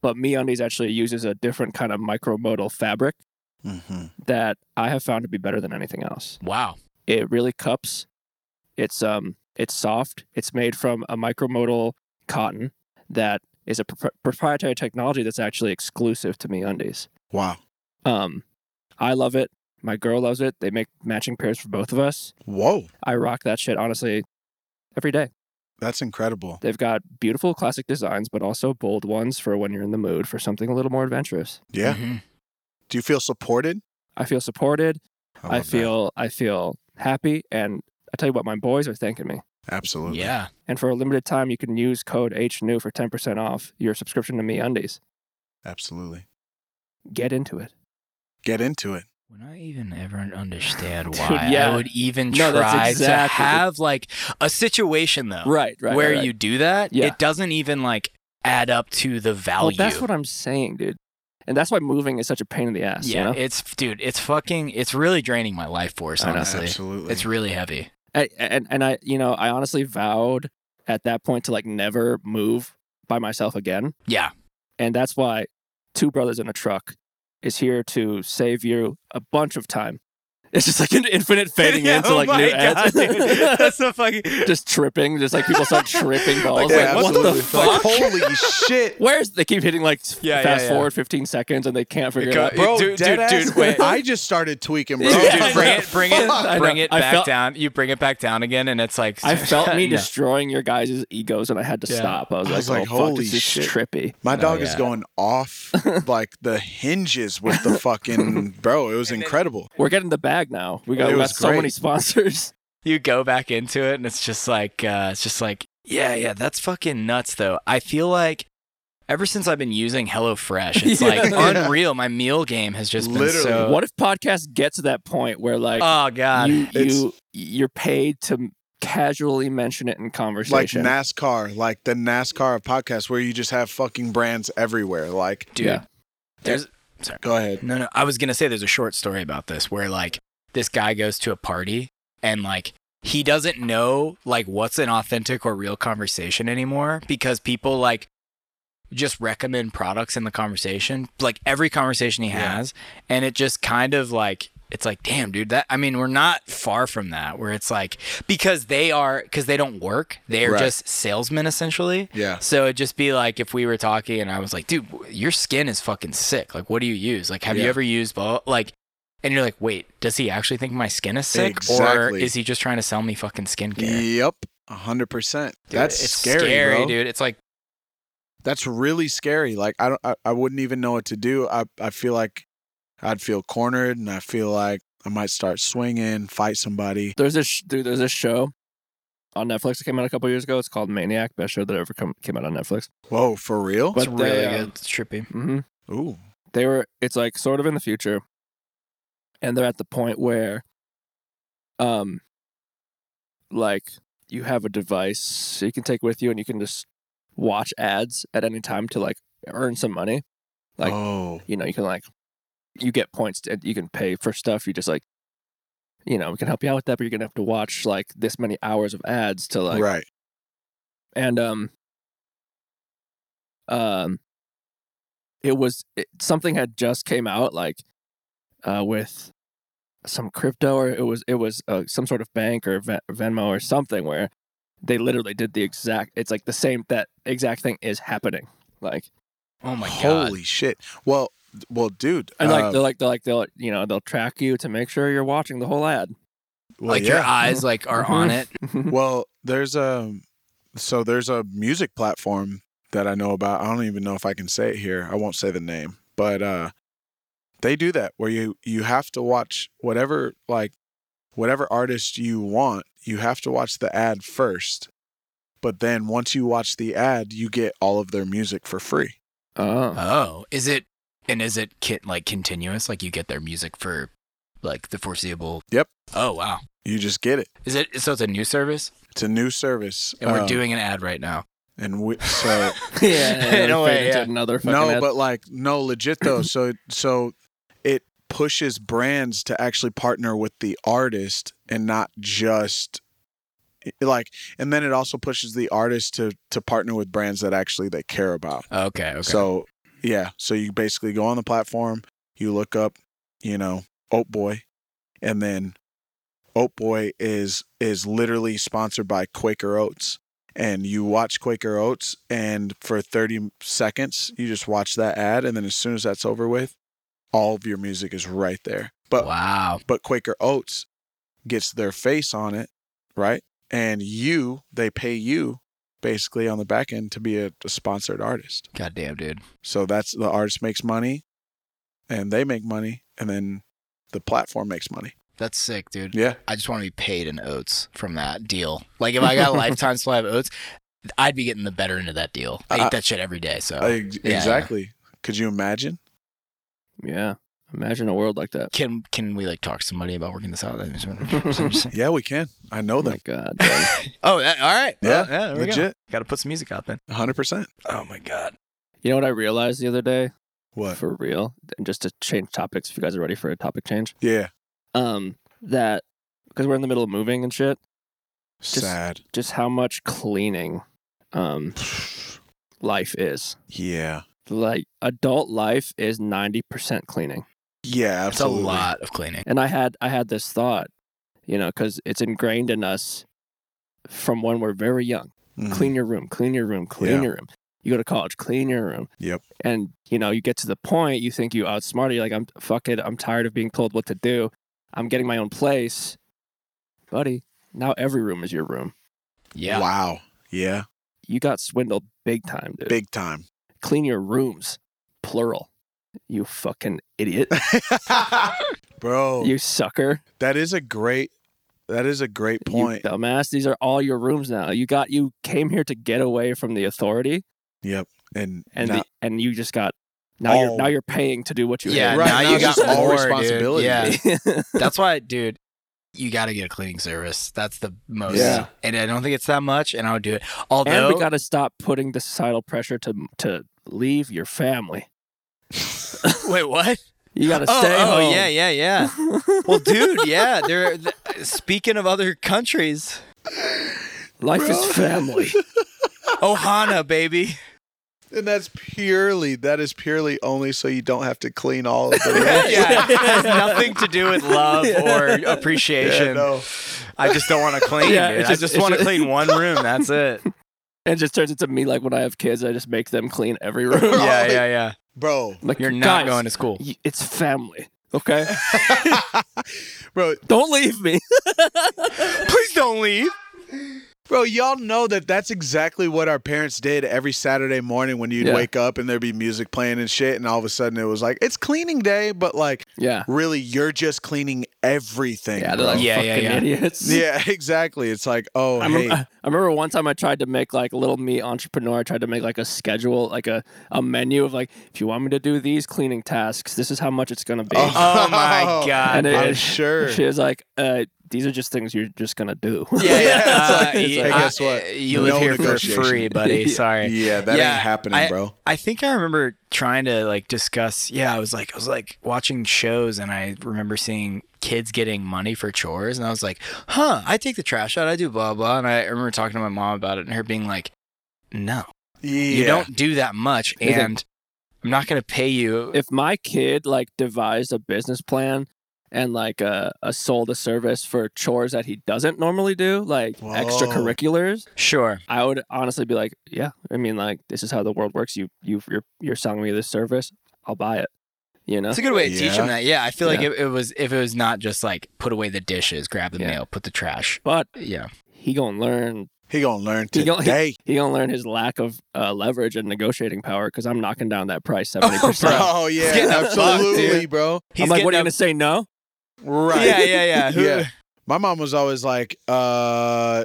Speaker 2: but MeUndies actually uses a different kind of micromodal fabric
Speaker 4: Mm-hmm.
Speaker 2: that I have found to be better than anything else.
Speaker 3: Wow.
Speaker 2: It really cups. It's um it's soft. It's made from a micromodal cotton that is a pro- proprietary technology that's actually exclusive to MeUndies.
Speaker 4: Wow.
Speaker 2: Um, I love it. My girl loves it. They make matching pairs for both of us.
Speaker 4: Whoa.
Speaker 2: I rock that shit honestly every day.
Speaker 4: That's incredible.
Speaker 2: They've got beautiful classic designs, but also bold ones for when you're in the mood for something a little more adventurous.
Speaker 4: Yeah.
Speaker 3: Mhm.
Speaker 4: Do you feel supported?
Speaker 2: I feel supported. I,
Speaker 4: love that.
Speaker 2: feel I feel happy, and I tell you what, my boys are thanking me.
Speaker 4: absolutely.
Speaker 3: Yeah.
Speaker 2: And for a limited time, you can use code HNEW for 10% off your subscription to Me Undies.
Speaker 4: Absolutely.
Speaker 2: Get into it.
Speaker 4: Get into it.
Speaker 3: When I even ever understand
Speaker 2: Dude,
Speaker 3: why I
Speaker 2: yeah.
Speaker 3: would even
Speaker 2: No, that's
Speaker 3: try to
Speaker 2: exactly-
Speaker 3: have like a situation though,
Speaker 2: Right,
Speaker 3: where you do that,
Speaker 2: Yeah.
Speaker 3: it doesn't even like add up to the value.
Speaker 2: Well, that's what I'm saying, dude. And that's why moving is such a pain in the ass. you
Speaker 3: yeah,
Speaker 2: know?
Speaker 3: it's dude, it's fucking, it's really draining my life force.
Speaker 2: I know.
Speaker 3: Honestly,
Speaker 4: Absolutely.
Speaker 3: it's really heavy.
Speaker 2: I, and and I you know I honestly vowed at that point to like never move by myself again,
Speaker 3: Yeah,
Speaker 2: and that's why two brothers in a truck is here to save you a bunch of time. [laughs] It's just like an infinite fading
Speaker 3: Yeah,
Speaker 2: into
Speaker 3: [laughs] oh
Speaker 2: like [laughs]
Speaker 3: my
Speaker 2: new
Speaker 3: God,
Speaker 2: ads.
Speaker 3: dude. That's so fucking.
Speaker 2: [laughs] just tripping, just like people start
Speaker 3: [laughs]
Speaker 2: tripping balls.
Speaker 3: Yeah,
Speaker 2: like, what the
Speaker 4: absolutely.
Speaker 2: fuck?
Speaker 4: Like,
Speaker 2: [laughs]
Speaker 4: holy shit.
Speaker 2: Where's they keep hitting like
Speaker 3: Yeah, yeah,
Speaker 2: fast
Speaker 3: yeah.
Speaker 2: forward 15 seconds and they can't figure it,
Speaker 3: go-
Speaker 2: out.
Speaker 4: Bro,
Speaker 3: Dude, dude,
Speaker 4: dead
Speaker 3: dude,
Speaker 4: ass, [laughs]
Speaker 3: wait.
Speaker 4: I just started tweaking, bro.
Speaker 2: [laughs] Yeah,
Speaker 3: Dude,
Speaker 2: I
Speaker 3: bring
Speaker 2: know.
Speaker 3: it, bring it,
Speaker 2: I
Speaker 3: bring
Speaker 2: know.
Speaker 3: it
Speaker 2: I
Speaker 3: back
Speaker 2: felt-
Speaker 3: down. You bring it back down again, and it's like [laughs]
Speaker 2: I felt me
Speaker 3: No.
Speaker 2: destroying your guys' egos and I had to
Speaker 3: Yeah.
Speaker 2: stop. I was,
Speaker 4: I was
Speaker 2: like, oh,
Speaker 4: like,
Speaker 2: fuck,
Speaker 4: holy
Speaker 2: this is
Speaker 4: shit.
Speaker 2: trippy.
Speaker 4: My
Speaker 3: No,
Speaker 4: dog is
Speaker 3: yeah.
Speaker 4: going
Speaker 2: [laughs]
Speaker 4: off like the hinges with the fucking bro. It was incredible.
Speaker 2: We're getting the bag now. We got,
Speaker 4: It
Speaker 2: we got
Speaker 4: was
Speaker 2: so many
Speaker 4: great.
Speaker 2: sponsors.
Speaker 4: [laughs]
Speaker 3: you go back into it and it's just like uh, it's just like yeah yeah that's fucking nuts though i feel like ever since i've been using HelloFresh,
Speaker 2: [laughs]
Speaker 3: it's
Speaker 2: Yeah.
Speaker 3: like
Speaker 4: Yeah.
Speaker 3: unreal my meal game has just been
Speaker 4: Literally.
Speaker 3: so
Speaker 2: What if podcasts get to that point where like
Speaker 3: oh god
Speaker 2: you,
Speaker 4: It's-
Speaker 2: you you're paid to casually mention it in
Speaker 4: Like
Speaker 2: conversation?
Speaker 4: NASCAR, like the NASCAR of podcasts where you just have fucking brands everywhere. Like,
Speaker 3: dude
Speaker 2: Yeah.
Speaker 3: there's
Speaker 4: go ahead.
Speaker 3: no no i was gonna say there's a short story about this where like this guy goes to a party and like he doesn't know like what's an authentic or real conversation anymore because people like just recommend products in the conversation like every conversation he
Speaker 4: Yeah.
Speaker 3: has and it just kind of like it's like damn dude that i mean we're not far from that where it's like because they are because they don't work they're
Speaker 4: Right.
Speaker 3: just salesmen essentially
Speaker 4: Yeah.
Speaker 3: so it'd just be like if we were talking and I was like, dude, your skin is fucking sick. Like, what do you use? Like, have you
Speaker 4: Yeah.
Speaker 3: ever used blah, blah- like, and you're like, wait, does he actually think my skin is sick? Or
Speaker 4: Exactly.
Speaker 3: is he just trying to sell me fucking skincare?
Speaker 4: Yep. 100%.
Speaker 3: Dude,
Speaker 4: That's
Speaker 3: it's
Speaker 4: scary, bro.
Speaker 3: dude. It's like,
Speaker 4: That's really scary. Like, I don't, I, I wouldn't even know what to do. I, I feel like I'd feel cornered and I feel like I might start swinging, fight somebody.
Speaker 2: There's this dude. There's this show on Netflix that came out a couple years ago. It's called Maniac. Best show that ever come, came out on Netflix.
Speaker 4: Whoa, for real?
Speaker 2: But
Speaker 3: it's really
Speaker 2: they, um,
Speaker 3: good. It's trippy.
Speaker 2: hmm
Speaker 4: Ooh.
Speaker 2: They were. It's like sort of in the future, and they're at the point where, um, like you have a device you can take with you, and you can just watch ads at any time to like earn some money. Like-
Speaker 4: oh.
Speaker 2: you know you can like you get points to, you can pay for stuff you just like you know we can help you out with that but you're gonna have to watch like this many hours of ads to like
Speaker 4: right.
Speaker 2: and um um it was it, something had just came out like uh with some crypto or it was it was uh, some sort of bank or Ven- venmo or something where they literally did the exact it's like the same that exact thing is happening like
Speaker 3: Oh my god.
Speaker 4: Holy shit. Well, d- well, dude.
Speaker 2: And like
Speaker 4: uh,
Speaker 2: they're like they're like they'll you know they'll track you to make sure you're watching the whole ad. Mm-hmm.
Speaker 4: well, Mm-hmm.
Speaker 3: like your eyes like are on it.
Speaker 4: [laughs] Well, there's a so there's a music platform that I know about. I don't even know if I can say it here. I won't say the name, but uh they do that where you you have to watch whatever like whatever artist you want, you have to watch the ad first. But then once you watch the ad, you get all of their music for free.
Speaker 2: [laughs]
Speaker 3: [laughs]
Speaker 2: Oh,
Speaker 3: Oh, is it? And is it ki- like continuous? Like you get their music for like the foreseeable?
Speaker 4: Yep.
Speaker 3: Oh wow.
Speaker 4: You just get it.
Speaker 3: Is it? So it's a new service,
Speaker 4: It's a new service.
Speaker 3: and we're
Speaker 4: um,
Speaker 3: doing an ad right now.
Speaker 4: and
Speaker 3: [laughs]
Speaker 4: we so
Speaker 2: [laughs] yeah,
Speaker 3: In a
Speaker 2: we
Speaker 3: way,
Speaker 2: fade into
Speaker 3: yeah.
Speaker 2: another fucking
Speaker 4: no
Speaker 2: ad.
Speaker 4: but like no legit though so so it pushes brands to actually partner with the artist and not just like and then it also pushes the artist to to partner with brands that actually they care about
Speaker 3: Okay. Okay.
Speaker 4: so yeah so you basically go on the platform you look up you know oat boy and then oat boy is is literally sponsored by quaker oats and you watch Quaker Oats, and for 30 seconds, you just watch that ad, and then as soon as that's over with, all of your music is right there. But
Speaker 3: wow.
Speaker 4: but Quaker Oats gets their face on it, right? And you, they pay you basically on the back end to be a, a sponsored artist.
Speaker 3: Goddamn, dude.
Speaker 4: So that's the artist makes money, and they make money, and then the platform makes money.
Speaker 3: That's sick, dude.
Speaker 4: Yeah,
Speaker 3: I just want to be paid in oats from that deal. Like if I
Speaker 4: [laughs]
Speaker 3: got a lifetime supply of oats, I'd be getting the better end of that deal. I
Speaker 4: Uh,
Speaker 3: eat that shit every day. So
Speaker 4: I- exactly. Could you imagine?
Speaker 2: yeah, imagine a world like that.
Speaker 3: can can we like talk to somebody about working this
Speaker 4: [laughs]
Speaker 3: out? oh,
Speaker 4: Yeah, we can. I know
Speaker 2: Oh
Speaker 4: them.
Speaker 2: my god, dude.
Speaker 3: that, Oh, all right.
Speaker 4: Yeah,
Speaker 3: Well, there we go.
Speaker 4: legit.
Speaker 3: Got to put some music out then.
Speaker 4: 100%.
Speaker 3: Oh my god.
Speaker 2: you know what I realized the other day
Speaker 4: What?
Speaker 2: for real, and just to change topics, if you guys are ready for a topic change,
Speaker 4: Yeah.
Speaker 2: um, that because we're in the middle of moving and shit, Just-
Speaker 4: Sad.
Speaker 2: just how much cleaning, um, life is.
Speaker 4: Yeah.
Speaker 2: Like adult life is ninety percent cleaning.
Speaker 4: Yeah,
Speaker 3: That's a
Speaker 4: absolutely.
Speaker 3: lot of cleaning.
Speaker 2: and i had i had this thought you know because it's ingrained in us from when we're very young
Speaker 4: Mhm.
Speaker 2: clean your room clean your room clean
Speaker 4: Yeah.
Speaker 2: your room you go to college clean your room
Speaker 4: Yep.
Speaker 2: and you know you get to the point you think you outsmarted you're like i'm fuck it i'm tired of being told what to do i'm getting my own place buddy now every room is your room
Speaker 3: Yeah.
Speaker 4: Wow. Yeah.
Speaker 2: you got swindled big time dude
Speaker 4: Big time.
Speaker 2: clean your rooms plural you fucking
Speaker 4: [laughs]
Speaker 2: idiot
Speaker 4: Bro,
Speaker 2: you sucker
Speaker 4: that is a great that is a great point.
Speaker 2: You dumbass. These are all your rooms now. You got you came here to get away from the authority
Speaker 4: Yep. And
Speaker 2: and
Speaker 4: now-
Speaker 2: the, and you just got now you're
Speaker 4: All-
Speaker 2: now you're paying to do what you
Speaker 3: Yeah,
Speaker 2: hate.
Speaker 4: right,
Speaker 3: now
Speaker 4: now
Speaker 3: you
Speaker 4: it's
Speaker 3: got
Speaker 4: just all
Speaker 3: more,
Speaker 4: responsibility.
Speaker 3: Dude.
Speaker 4: [laughs]
Speaker 3: Yeah, [laughs]
Speaker 2: Yeah.
Speaker 3: that's why, dude. You got to get a cleaning service. That's the most.
Speaker 4: Yeah.
Speaker 3: and I don't think it's that much. And I would do it. Although,
Speaker 2: [laughs] and we got to stop putting the societal pressure to to leave your family.
Speaker 3: [laughs] wait, what?
Speaker 2: You got to
Speaker 3: Oh,
Speaker 2: stay
Speaker 3: oh,
Speaker 2: home.
Speaker 3: yeah, yeah, yeah. well, dude, yeah. They're th- speaking of other countries.
Speaker 2: Life is
Speaker 3: [laughs]
Speaker 2: family.
Speaker 3: Ohana, baby.
Speaker 4: and that's purely that is purely only so you don't have to clean all of the
Speaker 3: yeah, it has nothing to do with love or appreciation.
Speaker 4: [laughs] [laughs] Yeah, no.
Speaker 3: I just don't want to clean.
Speaker 2: Yeah,
Speaker 3: dude.
Speaker 2: it's just-
Speaker 3: I just
Speaker 2: it's
Speaker 3: want to
Speaker 2: just-
Speaker 3: clean one room.
Speaker 2: [laughs]
Speaker 3: That's it.
Speaker 2: and it just turns into me like when I have kids, I just make them clean every room.
Speaker 3: [laughs] Yeah, yeah, yeah.
Speaker 4: Bro.
Speaker 2: Like
Speaker 3: You're
Speaker 2: "Guys,
Speaker 3: not going to school.
Speaker 2: y- It's family.
Speaker 3: [laughs]
Speaker 2: Okay, [laughs]
Speaker 4: Bro,
Speaker 2: don't leave me. [laughs]
Speaker 3: Please don't leave.
Speaker 4: Bro, y'all know that that's exactly what our parents did every Saturday morning when you'd
Speaker 2: Yeah.
Speaker 4: wake up and there'd be music playing and shit. And all of a sudden it was like, it's cleaning day, but like,
Speaker 2: Yeah.
Speaker 4: really, you're just cleaning everything.
Speaker 2: Yeah,
Speaker 4: bro.
Speaker 2: they're like
Speaker 3: Yeah, yeah,
Speaker 2: fucking
Speaker 3: yeah.
Speaker 2: idiots.
Speaker 4: yeah, [laughs] exactly. It's like, oh,
Speaker 2: I
Speaker 4: hey,
Speaker 2: remember, I remember one time I tried to make like a little me entrepreneur. I tried to make like a schedule, like a, a menu of like, if you want me to do these cleaning tasks, this is how much it's gonna be.
Speaker 3: Oh
Speaker 4: [laughs]
Speaker 3: my god.
Speaker 2: and it,
Speaker 4: I'm
Speaker 2: it-
Speaker 4: sure.
Speaker 2: she was like, uh, "These are just things you're just gonna do." [laughs]
Speaker 3: yeah,
Speaker 4: [laughs]
Speaker 3: yeah.
Speaker 4: it's
Speaker 3: Uh,
Speaker 4: like- it's
Speaker 3: yeah,
Speaker 4: like,
Speaker 3: I-
Speaker 4: guess what?
Speaker 3: You live
Speaker 4: No
Speaker 3: here for
Speaker 4: negotiation. [laughs]
Speaker 3: free, buddy. [laughs] Sorry.
Speaker 4: Yeah, that
Speaker 3: Yeah,
Speaker 4: ain't happening,
Speaker 3: I-
Speaker 4: bro.
Speaker 3: I think I remember trying to like discuss. Yeah, I was like, I was like watching shows, and I remember seeing kids getting money for chores, and I was like, huh, I take the trash out, I do blah blah, and I remember talking to my mom about it, and her being like, no,
Speaker 4: Yeah.
Speaker 3: you don't do that much,
Speaker 2: Is it-
Speaker 3: and I'm not gonna pay you.
Speaker 2: if my kid like devised a business plan and like a, a sold a service for chores that he doesn't normally do, like
Speaker 4: Whoa.
Speaker 2: extracurriculars,
Speaker 3: sure,
Speaker 2: I would honestly be like, "Yeah, I mean, like this is how the world works. You you you're you're selling me this service, I'll buy it." You know?
Speaker 3: It's a good way to teach them
Speaker 4: Yeah.
Speaker 3: that. Yeah, I feel like
Speaker 2: Yeah.
Speaker 3: it, it was if it was not just like put away the dishes, grab the
Speaker 2: Yeah.
Speaker 3: mail, put the trash.
Speaker 2: But
Speaker 3: Yeah,
Speaker 2: he gonna learn
Speaker 4: He gonna learn
Speaker 2: He gonna-
Speaker 3: [laughs]
Speaker 4: today.
Speaker 2: he gonna learn his lack of uh, leverage and negotiating power because I'm knocking down that price
Speaker 3: [laughs]
Speaker 2: seventy percent.
Speaker 4: Oh yeah,
Speaker 3: getting a buck,
Speaker 4: absolutely, bro.
Speaker 2: I'm like, what are you gonna say? No.
Speaker 4: Right.
Speaker 3: Yeah, yeah, yeah. Who-
Speaker 4: [laughs] yeah. My mom was always like, uh,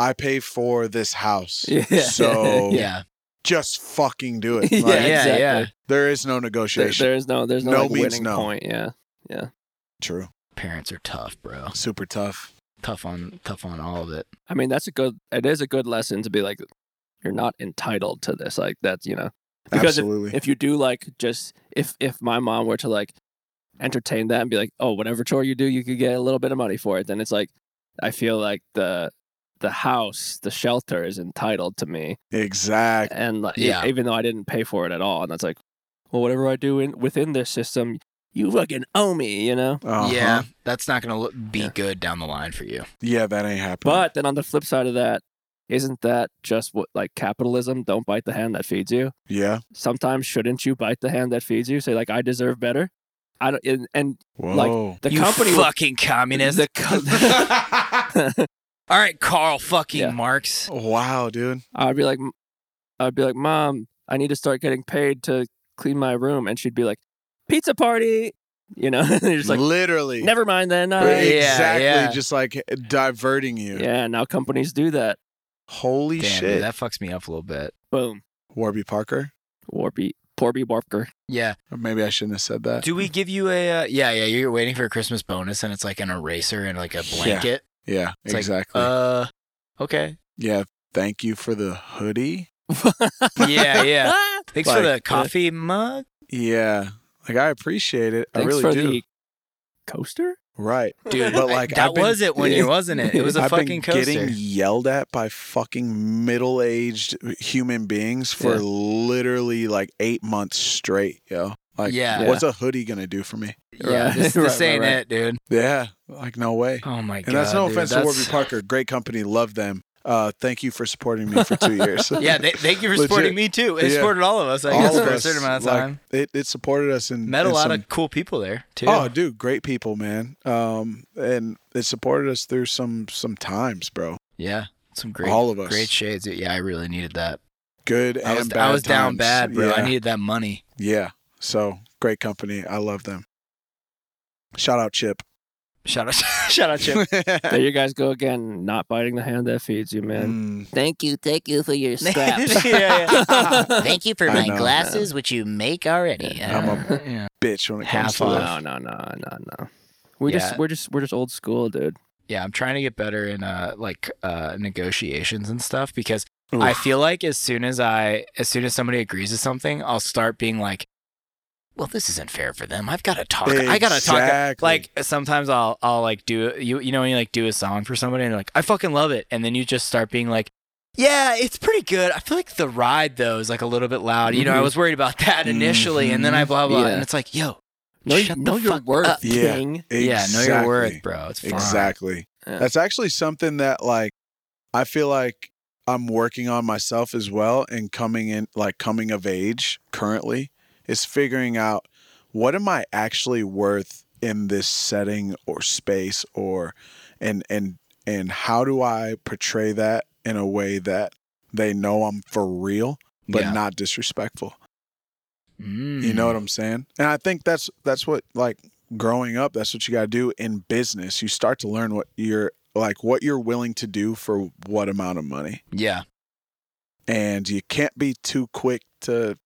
Speaker 4: I pay for this
Speaker 3: [laughs]
Speaker 4: house.
Speaker 2: Yeah.
Speaker 4: So
Speaker 3: Yeah,
Speaker 4: just fucking do it.
Speaker 2: [laughs] Yeah,
Speaker 4: Like,
Speaker 3: [laughs] yeah,
Speaker 2: exactly.
Speaker 3: yeah.
Speaker 4: There is no
Speaker 2: There-
Speaker 4: negotiation.
Speaker 2: there's no there's no,
Speaker 4: No
Speaker 2: like,
Speaker 4: means
Speaker 2: winning
Speaker 4: no.
Speaker 2: point. Yeah.
Speaker 4: True.
Speaker 3: Parents are tough, bro.
Speaker 4: Super tough.
Speaker 3: Tough on tough on all of it.
Speaker 2: I mean, that's a good. It is a good lesson to be like, you're not entitled to this. Like that's you know, because if,
Speaker 4: absolutely.
Speaker 2: if you do like just if if my mom were to like entertain that and be like, oh, whatever chore you do, you could get a little bit of money for it. Then it's like, I feel like the the house, the shelter is entitled to me,
Speaker 4: exactly.
Speaker 2: and like, e-
Speaker 3: Yeah.
Speaker 2: even though I didn't pay for it at all, and that's like, well, whatever I do in within this system, you fucking owe me, you know.
Speaker 4: Uh-huh.
Speaker 3: Yeah, that's not gonna look, be
Speaker 2: Yeah.
Speaker 3: good down the line for you.
Speaker 4: Yeah, that ain't happening.
Speaker 2: But then on the flip side of that, isn't that just what like capitalism? Don't bite the hand that feeds you.
Speaker 4: yeah.
Speaker 2: Sometimes shouldn't you bite the hand that feeds you? Say like I deserve better. I don't. And, and
Speaker 4: Whoa.
Speaker 2: the
Speaker 3: you
Speaker 2: company will-
Speaker 3: fucking communist.
Speaker 2: the co-
Speaker 3: [laughs] all right, Carl fucking
Speaker 2: Yeah.
Speaker 3: Marx.
Speaker 4: wow, dude.
Speaker 2: I'd be like, I'd be like, Mom, I need to start getting paid to clean my room, and she'd be like, Pizza party. You know, [laughs] and you're just like,
Speaker 4: Literally.
Speaker 2: never mind then. all right."
Speaker 3: Yeah,
Speaker 4: exactly.
Speaker 3: yeah.
Speaker 4: Just like diverting you.
Speaker 2: Yeah, now companies do that.
Speaker 4: Holy
Speaker 3: Damn,
Speaker 4: shit.
Speaker 3: dude, that fucks me up a little bit.
Speaker 2: Boom.
Speaker 4: Warby Parker.
Speaker 2: Warpy, Porby Warpker.
Speaker 3: Yeah.
Speaker 4: Or maybe I shouldn't have said that.
Speaker 3: Do we give you a? Uh, yeah, yeah. You're waiting for a Christmas bonus, and it's like an eraser and like a
Speaker 4: Yeah.
Speaker 3: blanket.
Speaker 4: yeah,
Speaker 3: It's like,
Speaker 4: exactly.
Speaker 3: uh,
Speaker 4: [laughs]
Speaker 3: okay.
Speaker 4: yeah. Thank you for the hoodie.
Speaker 3: Yeah, yeah. Thanks for
Speaker 4: Like, uh,
Speaker 3: the coffee mug.
Speaker 4: Yeah. Like I appreciate it.
Speaker 2: Thanks
Speaker 4: I really
Speaker 2: for
Speaker 4: do.
Speaker 2: the coaster.
Speaker 4: Right.
Speaker 3: Dude,
Speaker 4: But like
Speaker 3: that
Speaker 4: I've been,
Speaker 3: was it
Speaker 4: [laughs]
Speaker 3: when you wasn't it. It was a
Speaker 4: I've
Speaker 3: fucking
Speaker 4: been
Speaker 3: coaster.
Speaker 4: getting yelled at by fucking middle-aged human beings for
Speaker 2: Yeah.
Speaker 4: literally like 8 months straight, yo. Like
Speaker 3: Yeah.
Speaker 4: what's a hoodie going to do for me?
Speaker 3: yeah,
Speaker 2: Right,
Speaker 3: this,
Speaker 2: right,
Speaker 3: this
Speaker 2: right,
Speaker 3: ain't
Speaker 2: right.
Speaker 3: it, dude.
Speaker 4: Yeah. Like no way.
Speaker 3: Oh my god.
Speaker 4: and that's no
Speaker 3: dude,
Speaker 4: offense to
Speaker 3: that's-
Speaker 4: Warby Parker. Great company. Love them. Uh, thank you for supporting me
Speaker 3: [laughs]
Speaker 4: for 2 years.
Speaker 3: Yeah, they, thank you for
Speaker 4: Legit.
Speaker 3: supporting me too. It
Speaker 4: Yeah.
Speaker 3: supported all of us, I guess,
Speaker 4: All of
Speaker 3: for a
Speaker 4: us,
Speaker 3: certain amount of
Speaker 4: like,
Speaker 3: time.
Speaker 4: it, it supported us and
Speaker 3: Met a lot of cool people there too.
Speaker 4: Oh, dude, great people, man. Um, and it supported us through some some times, bro.
Speaker 3: yeah, some great,
Speaker 4: all of us.
Speaker 3: great shades. Yeah, I really needed that.
Speaker 4: Good
Speaker 3: I was,
Speaker 4: and bad.
Speaker 3: I was down
Speaker 4: times.
Speaker 3: bad, bro.
Speaker 4: Yeah.
Speaker 3: I needed that money.
Speaker 4: yeah. So great company. I love them. Shout out Chip.
Speaker 3: Shout out, [laughs] shout out,
Speaker 4: [laughs]
Speaker 3: Chip.
Speaker 2: There you guys go again, not biting the hand that feeds you, man.
Speaker 4: Mm,
Speaker 8: Thank you, thank you for your
Speaker 3: [laughs] yeah, yeah.
Speaker 2: [laughs]
Speaker 8: thank you for
Speaker 4: I
Speaker 8: my
Speaker 4: know.
Speaker 8: glasses, which you make already. Uh,
Speaker 4: I'm a
Speaker 3: [laughs]
Speaker 4: [laughs]
Speaker 3: yeah.
Speaker 4: bitch when it comes
Speaker 3: Half
Speaker 4: to
Speaker 3: off.
Speaker 4: that.
Speaker 2: No, no, no, no, no. We
Speaker 3: Yeah.
Speaker 2: just we're just we're just old school, dude.
Speaker 3: Yeah, I'm trying to get better in uh like uh negotiations and stuff because
Speaker 4: Oof.
Speaker 3: I feel like as soon as I as soon as somebody agrees to something, I'll start being like, well, this isn't fair for them. I've got to talk. I got to talk.
Speaker 4: Exactly.
Speaker 3: Like sometimes I'll I'll like do you you know when you like do a song for somebody and they're like I fucking love it and then you just start being like. Yeah, it's pretty good. I feel like the ride though is like a little bit loud. You know, I
Speaker 2: Mhm.
Speaker 3: was worried about that initially, and then I blah blah,
Speaker 2: Mm-hmm. Yeah.
Speaker 3: and it's like, yo,
Speaker 2: Know,
Speaker 3: Shut
Speaker 2: know
Speaker 3: the
Speaker 2: your
Speaker 3: fuck
Speaker 2: worth,
Speaker 3: up.
Speaker 4: Yeah.
Speaker 2: king.
Speaker 3: yeah, know your
Speaker 4: Exactly.
Speaker 3: worth, bro. It's fine.
Speaker 4: Exactly.
Speaker 2: Yeah.
Speaker 4: That's actually something that like I feel like I'm working on myself as well and coming in like coming of age currently is figuring out what am I actually worth in this setting or space or and and and how do I portray that in a way that they know I'm for real but
Speaker 3: Yeah.
Speaker 4: not disrespectful.
Speaker 3: Mm.
Speaker 4: You know what I'm saying? And I think that's that's what like growing up, that's what you got to do in business. You start to learn what you're like what you're willing to do for what amount of money.
Speaker 3: Yeah.
Speaker 4: And you can't be too quick to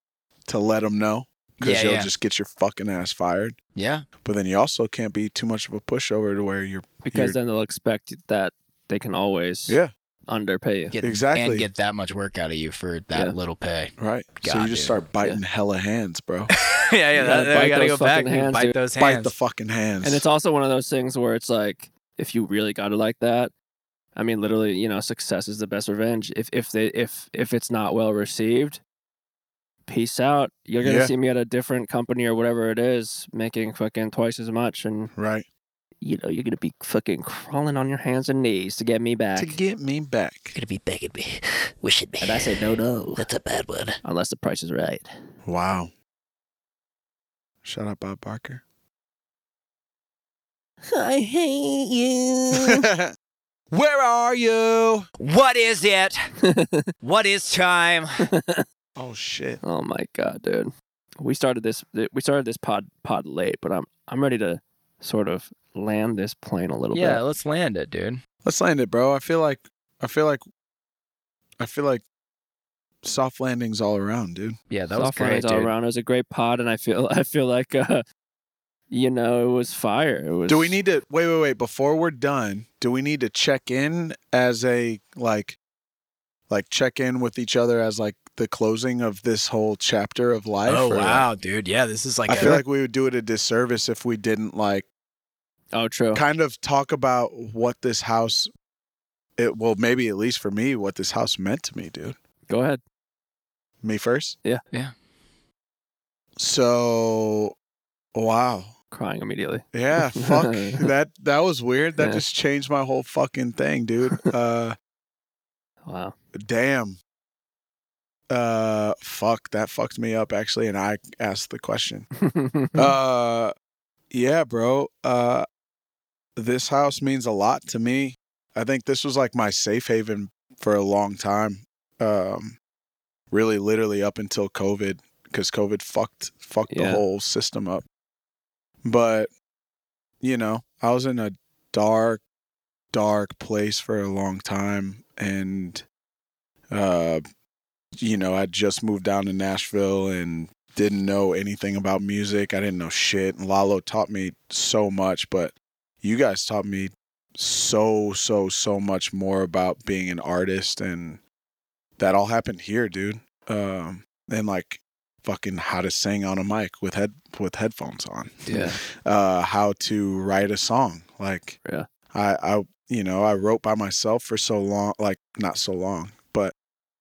Speaker 4: to let them know cuz
Speaker 3: Yeah,
Speaker 4: you'll
Speaker 3: yeah.
Speaker 4: just get your fucking ass fired.
Speaker 3: Yeah.
Speaker 4: But then you also can't be too much of a pushover to where you're
Speaker 2: because
Speaker 4: You're-
Speaker 2: then they'll expect that they can always
Speaker 4: Yeah,
Speaker 2: underpay you.
Speaker 3: Get,
Speaker 4: Exactly.
Speaker 3: And get that much work out of you for that
Speaker 2: Yeah.
Speaker 3: little pay.
Speaker 4: right. so
Speaker 3: God,
Speaker 4: you just
Speaker 3: dude.
Speaker 4: start biting hella hands, bro.
Speaker 3: [laughs] yeah,
Speaker 2: You gotta bite those fucking hands, dude.
Speaker 3: those
Speaker 4: Bite the fucking hands.
Speaker 2: And it's also one of those things where it's like, if you really got it like that, I mean, literally, you know, success is the best revenge. If if they if if it's not well received, peace out. You're gonna
Speaker 4: Yeah.
Speaker 2: see me at a different company or whatever it is, making fucking twice as much, and
Speaker 4: right.
Speaker 2: you know, you're gonna be fucking crawling on your hands and knees to get me back.
Speaker 4: To get me back.
Speaker 8: Gonna be begging me, wishing me.
Speaker 2: and I say no, no,
Speaker 8: That's a bad one.
Speaker 2: unless the price is right. [laughs]
Speaker 4: Wow. Shout out Bob Barker.
Speaker 8: I hate you.
Speaker 4: [laughs] Where are you?
Speaker 8: what is it? What is time?
Speaker 4: Oh shit.
Speaker 2: Oh my god, dude. We started this th- we started this pod pod late, but I'm I'm ready to sort of land this plane a little
Speaker 3: Yeah,
Speaker 2: bit.
Speaker 3: let's land it, dude.
Speaker 4: Let's land it, bro. I feel like I feel like I feel like soft landings all around, dude.
Speaker 3: Yeah, that
Speaker 2: Soft
Speaker 3: was great,
Speaker 2: landings all
Speaker 3: dude.
Speaker 2: around. It was a great pod and I feel [laughs] I feel like uh you know, it was fire. It was
Speaker 4: Do we need to wait, wait, wait, before we're done, do we need to check in as a like like check in with each other as like the closing of this whole chapter of life?
Speaker 3: Oh
Speaker 4: or, like-
Speaker 3: wow, dude. Yeah, this is like
Speaker 4: I
Speaker 3: a-
Speaker 4: feel like we would do it a disservice if we didn't like
Speaker 2: Oh true.
Speaker 4: kind of talk about what this house it well maybe at least for me what this house meant to me dude
Speaker 2: Go ahead.
Speaker 4: me first
Speaker 2: Yeah.
Speaker 3: Yeah.
Speaker 4: so wow
Speaker 2: Crying immediately.
Speaker 4: yeah fuck that that was weird that
Speaker 2: Yeah.
Speaker 4: just changed my whole fucking thing dude uh
Speaker 2: Wow.
Speaker 4: damn uh fuck that fucked me up actually and i asked the question
Speaker 2: [laughs]
Speaker 4: uh yeah bro uh this house means a lot to me i think this was like my safe haven for a long time um really literally up until covid because covid fucked fucked the
Speaker 2: Yeah.
Speaker 4: whole system up but you know i was in a dark dark place for a long time and uh you know i just moved down to nashville and didn't know anything about music. I didn't know shit. And Lalo taught me so much, but you guys taught me so, so, so much more about being an artist. And that all happened here, dude. Um, and like fucking how to sing on a mic with head with headphones on
Speaker 2: yeah.
Speaker 4: uh, how to write a song. Like,
Speaker 2: Yeah.
Speaker 4: I, I, you know, I wrote by myself for so long, like not so long, but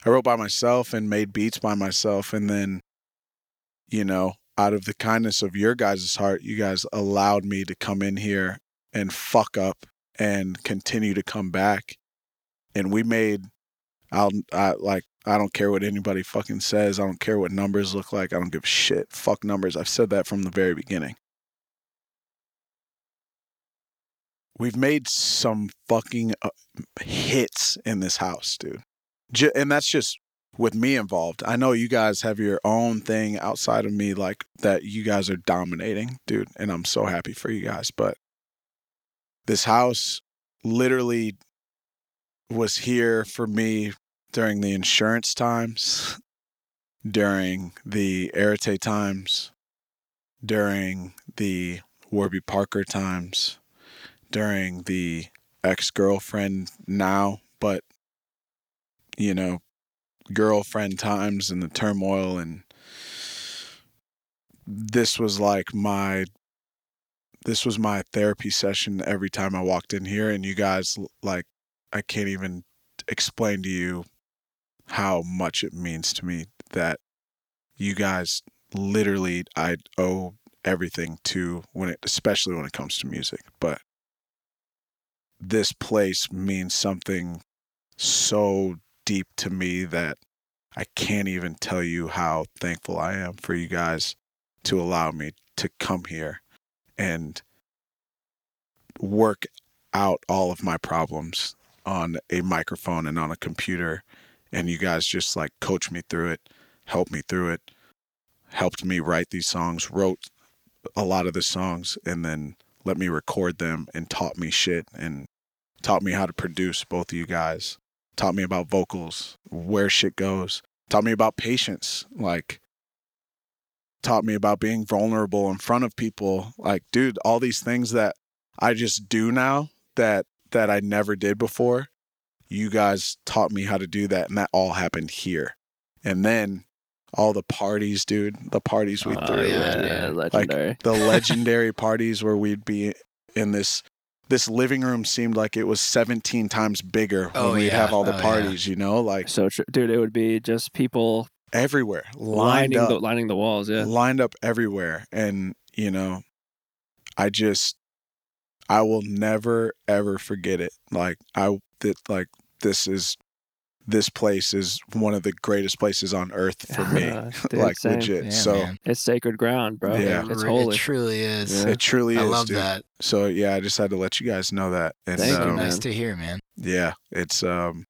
Speaker 4: I wrote by myself and made beats by myself. And then, you know, out of the kindness of your guys' heart, you guys allowed me to come in here and fuck up and continue to come back. And we made, I'll, I like, I don't care what anybody fucking says. I don't care what numbers look like. I don't give a shit. Fuck numbers. I've said that from the very beginning. we've made some fucking uh, hits in this house, dude. J- and that's just with me involved. I know you guys have your own thing outside of me, like that you guys are dominating, dude. And I'm so happy for you guys. But this house literally was here for me during the insurance times, during the Arate times, during the Warby Parker times during the ex girlfriend now, but you know, girlfriend times and the turmoil and this was like my this was my therapy session every time I walked in here and you guys like I can't even explain to you how much it means to me that you guys literally I owe everything to when it especially when it comes to music but this place means something so deep to me that I can't even tell you how thankful I am for you guys to allow me to come here and work out all of my problems on a microphone and on a computer. And you guys just like coach me through it, help me through it, helped me write these songs, wrote a lot of the songs, and then let me record them and taught me shit and taught me how to produce both of you guys, taught me about vocals, where shit goes, taught me about patience, like taught me about being vulnerable in front of people. Like, dude, all these things that I just do now that that I never did before. You guys taught me how to do that and that all happened here. And then all the parties, dude, the parties we
Speaker 2: Oh,
Speaker 4: threw.
Speaker 2: yeah, yeah, legendary.
Speaker 4: Like the legendary parties where we'd be in this this living room seemed like it was 17 times bigger
Speaker 3: Oh,
Speaker 4: when we'd
Speaker 3: yeah.
Speaker 4: have all the
Speaker 3: Oh, yeah.
Speaker 4: parties, you know, like
Speaker 2: so true, dude. It would be just people
Speaker 4: everywhere, lined
Speaker 2: lining
Speaker 4: up,
Speaker 2: the, lining the walls. [laughs] Yeah,
Speaker 4: lined up everywhere, and you know, I just, I will never ever forget it. Like I that like this is, this place is one of the greatest places on earth for me,
Speaker 2: [laughs] Dude,
Speaker 4: [laughs] like
Speaker 2: same.
Speaker 4: legit.
Speaker 3: Yeah,
Speaker 4: so
Speaker 3: man.
Speaker 2: It's sacred ground, bro.
Speaker 4: Yeah.
Speaker 2: it's
Speaker 3: It
Speaker 2: holy.
Speaker 3: truly is.
Speaker 2: Yeah.
Speaker 4: it truly
Speaker 3: I
Speaker 4: is,
Speaker 3: love
Speaker 4: dude.
Speaker 3: that.
Speaker 4: So yeah, I just had to let you guys know that. And
Speaker 2: Thank
Speaker 3: so
Speaker 2: you,
Speaker 4: um,
Speaker 3: nice
Speaker 2: man.
Speaker 3: to hear, man.
Speaker 4: yeah, it's um,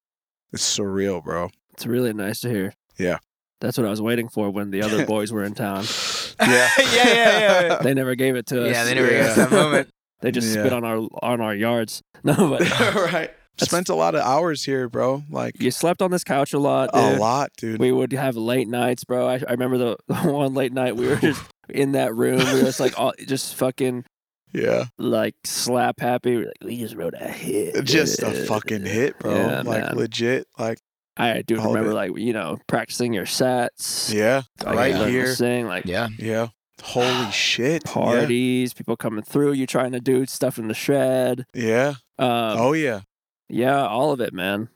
Speaker 4: it's surreal, bro.
Speaker 2: It's really nice to hear.
Speaker 4: Yeah.
Speaker 2: That's what I was waiting for when the
Speaker 4: [laughs]
Speaker 2: other boys were in town. [laughs]
Speaker 4: Yeah,
Speaker 3: Yeah, yeah, yeah.
Speaker 2: They never gave it to us.
Speaker 3: yeah, they never
Speaker 4: yeah.
Speaker 3: got that moment.
Speaker 2: [laughs] They just
Speaker 4: Yeah.
Speaker 2: spit on our on our yards. [laughs] No, but
Speaker 4: [laughs]
Speaker 3: right.
Speaker 4: [laughs] Spent a lot of hours here, bro. Like
Speaker 2: you slept on this couch a lot.
Speaker 4: a
Speaker 2: dude.
Speaker 4: lot, dude.
Speaker 2: We would have late nights, bro. I, I remember the, [laughs] the one late night
Speaker 4: [laughs]
Speaker 2: we were just in that room. We were just like all just fucking
Speaker 4: yeah.
Speaker 2: like slap happy. We were like, we just wrote a hit.
Speaker 4: just a
Speaker 2: dude."
Speaker 4: fucking hit, bro.
Speaker 2: Yeah,
Speaker 4: like
Speaker 2: man.
Speaker 4: legit, like
Speaker 2: I do
Speaker 4: all of
Speaker 2: remember
Speaker 4: it.
Speaker 2: like you know practicing your sets.
Speaker 4: yeah,
Speaker 2: like,
Speaker 4: right
Speaker 2: learning to
Speaker 4: here.
Speaker 2: sing like
Speaker 3: Yeah.
Speaker 4: Yeah.
Speaker 2: [sighs]
Speaker 4: Holy shit. yeah,
Speaker 2: parties, people coming through, you trying to do stuff in the shed.
Speaker 4: Yeah.
Speaker 2: Um,
Speaker 4: oh yeah.
Speaker 2: yeah, all of it, man.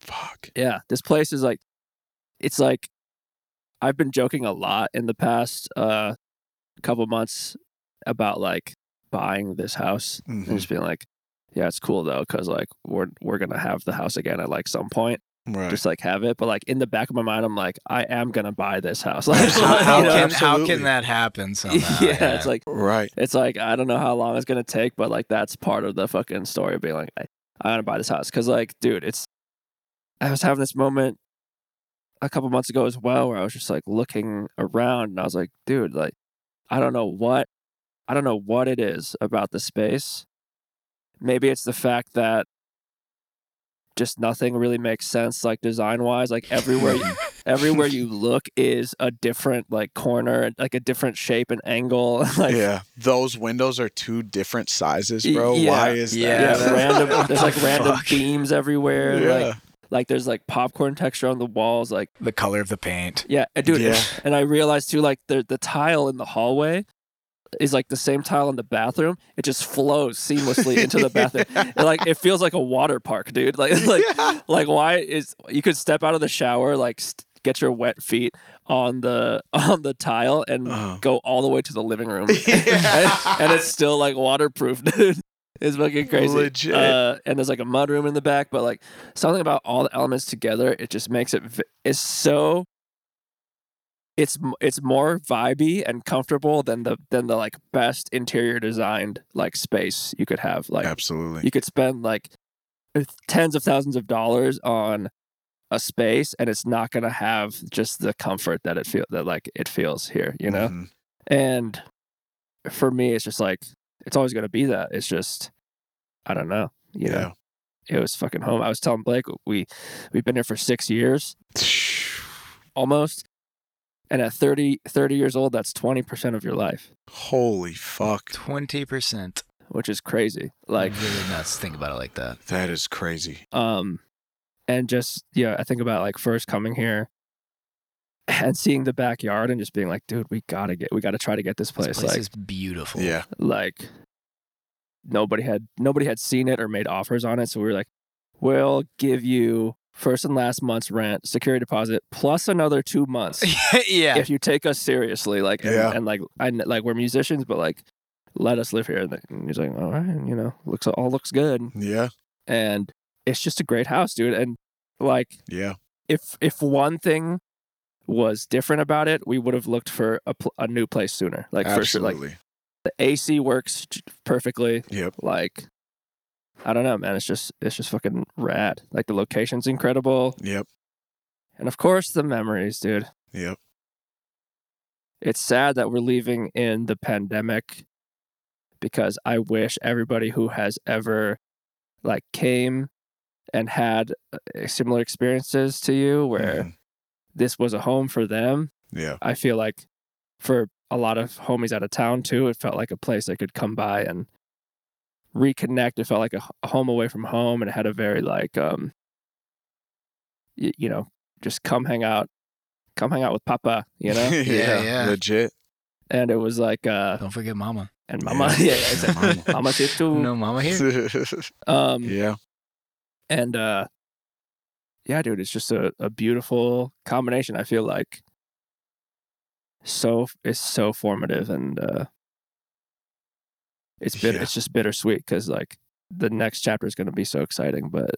Speaker 4: Fuck.
Speaker 2: Yeah, this place is like, it's like, I've been joking a lot in the past uh, couple months about like buying this house and
Speaker 4: Mhm.
Speaker 2: just being like, yeah, it's cool though, cause like we're we're gonna have the house again at like some point,
Speaker 4: Mm-hmm. Right.
Speaker 2: just like have it. But like in the back of my mind, I'm like, I am gonna buy this house. [laughs] Like,
Speaker 3: [laughs] How,
Speaker 4: how
Speaker 3: how
Speaker 2: you know?
Speaker 3: can how
Speaker 4: absolutely.
Speaker 3: can that happen somehow?
Speaker 2: [laughs] yeah, it's like
Speaker 4: right.
Speaker 2: it's like I don't know how long it's gonna take, but like that's part of the fucking story of being like, I, I want to buy this house because like, dude, it's. I was having this moment a couple months ago as well, where I was just like looking around and I was like, dude, like, I don't know what, I don't know what it is about the space. Maybe it's the fact that just nothing really makes sense, like design wise. Like everywhere, you, everywhere you look is a different like corner, like a different shape and angle. [laughs] Like
Speaker 4: yeah. Those windows are two different sizes,
Speaker 2: Y-
Speaker 4: bro.
Speaker 2: yeah,
Speaker 4: Why is
Speaker 3: yeah,
Speaker 2: yeah,
Speaker 4: that? [laughs]
Speaker 3: that's-
Speaker 2: random. There's like
Speaker 3: What the
Speaker 2: random
Speaker 3: fuck?
Speaker 2: beams everywhere.
Speaker 4: Yeah.
Speaker 2: Like, like there's like popcorn texture on the walls. Like,
Speaker 3: the color of the paint.
Speaker 2: yeah, and dude.
Speaker 4: Yeah.
Speaker 2: And I realized too, like the the tile in the hallway is like the same tile in the bathroom. It just flows seamlessly into the bathroom. And, like it feels like a water park, dude. Like [laughs] like
Speaker 4: [laughs]
Speaker 2: like why is you could step out of the shower like. St- get your wet feet on the [laughs] on the tile and
Speaker 4: Oh.
Speaker 2: go all the way to the living room
Speaker 4: [laughs]
Speaker 2: and, and it's still like waterproof [laughs] dude it's fucking crazy
Speaker 4: Legit.
Speaker 2: uh, and there's like a mudroom in the back but like something about all the elements together it just makes it v- it's so it's m- it's more vibey and comfortable than the than the like best interior designed like space you could have like
Speaker 4: Absolutely.
Speaker 2: you could spend like tens of thousands of dollars on a space and it's not gonna have just the comfort that it feel that like it feels here you know
Speaker 4: Mhm.
Speaker 2: and for me it's just like it's always gonna be that it's just i don't know you know it was fucking home i was telling blake we we've been here for six years almost and at 30 30 years old that's 20% of your life
Speaker 4: [sighs] Holy fuck.
Speaker 3: Twenty percent.
Speaker 2: which is crazy like
Speaker 3: really nuts. to Think about it like that.
Speaker 4: That is crazy.
Speaker 2: um and just yeah i think about like first coming here and seeing the backyard and just being like dude we gotta get we gotta try to get this place,
Speaker 3: This place
Speaker 2: like
Speaker 3: is beautiful.
Speaker 4: Yeah.
Speaker 2: like nobody had nobody had seen it or made offers on it so we were like we'll give you first and last month's rent security deposit plus another two months
Speaker 3: yeah.
Speaker 2: if you take us seriously like and,
Speaker 4: Yeah.
Speaker 2: and like i kn- like we're musicians but like let us live here and then he's like all right you know looks all looks good
Speaker 4: Yeah.
Speaker 2: and it's just a great house, dude. And like,
Speaker 4: Yeah.
Speaker 2: if if one thing was different about it, we would have looked for a, pl- a new place sooner. Like for sure, like
Speaker 4: Absolutely.
Speaker 2: the AC works j- perfectly.
Speaker 4: Yep.
Speaker 2: Like I don't know, man. It's just it's just fucking rad. Like the location's incredible,
Speaker 4: Yep.
Speaker 2: and of course the memories, dude.
Speaker 4: Yep.
Speaker 2: It's sad that we're leaving in the pandemic because I wish everybody who has ever like came and had uh, similar experiences to you where
Speaker 4: Mhm.
Speaker 2: this was a home for them.
Speaker 4: Yeah.
Speaker 2: I feel like for a lot of homies out of town too, it felt like a place they could come by and reconnect. It felt like a, h- a home away from home, and it had a very like, um, y- you know, just come hang out, come hang out with Papa, you
Speaker 4: [laughs]
Speaker 2: know.
Speaker 3: Yeah, yeah.
Speaker 4: Legit.
Speaker 2: and it was like, uh,
Speaker 3: Don't forget mama.
Speaker 2: and Mama, [laughs] yeah, yeah
Speaker 4: [laughs]
Speaker 2: exactly. Mama's here too.
Speaker 3: No mama here.
Speaker 2: Um,
Speaker 4: yeah.
Speaker 2: and uh, yeah, dude, it's just a, a beautiful combination. I feel like so it's so formative and uh it's bit
Speaker 4: Yeah.
Speaker 2: it's just bittersweet because like the next chapter is going to be so exciting but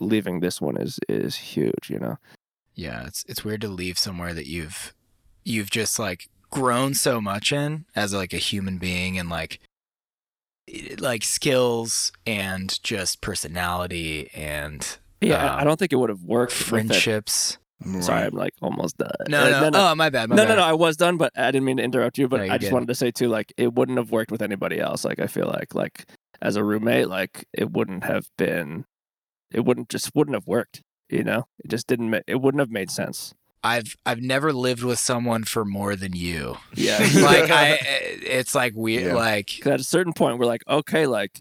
Speaker 2: leaving this one is is huge you know
Speaker 3: Yeah, it's it's weird to leave somewhere that you've you've just like grown so much in as like a human being and like i- like skills and just personality and
Speaker 2: yeah
Speaker 3: Uh,
Speaker 2: I i don't think it would have worked with it.
Speaker 3: friendships.
Speaker 4: [laughs]
Speaker 2: sorry i'm like almost done
Speaker 3: No,
Speaker 2: Uh,
Speaker 3: no, Oh, my bad. My
Speaker 2: no,
Speaker 3: bad.
Speaker 2: no, no. I was done, but I didn't mean to interrupt you. But
Speaker 3: No,
Speaker 2: I
Speaker 3: you're
Speaker 2: just
Speaker 3: good.
Speaker 2: wanted to say too, like it wouldn't have worked with anybody else. Like I feel like, like as a roommate, like it wouldn't have been, it wouldn't just wouldn't have worked. You know, it just didn't. Ma- it wouldn't have made sense.
Speaker 3: I've I've never lived with someone for more than
Speaker 2: [laughs]
Speaker 3: you.
Speaker 2: Yeah.
Speaker 3: [laughs] Like I, eh, it's like weird.
Speaker 4: Yeah.
Speaker 3: Like
Speaker 2: 'Cause at a certain point, we're like, okay, like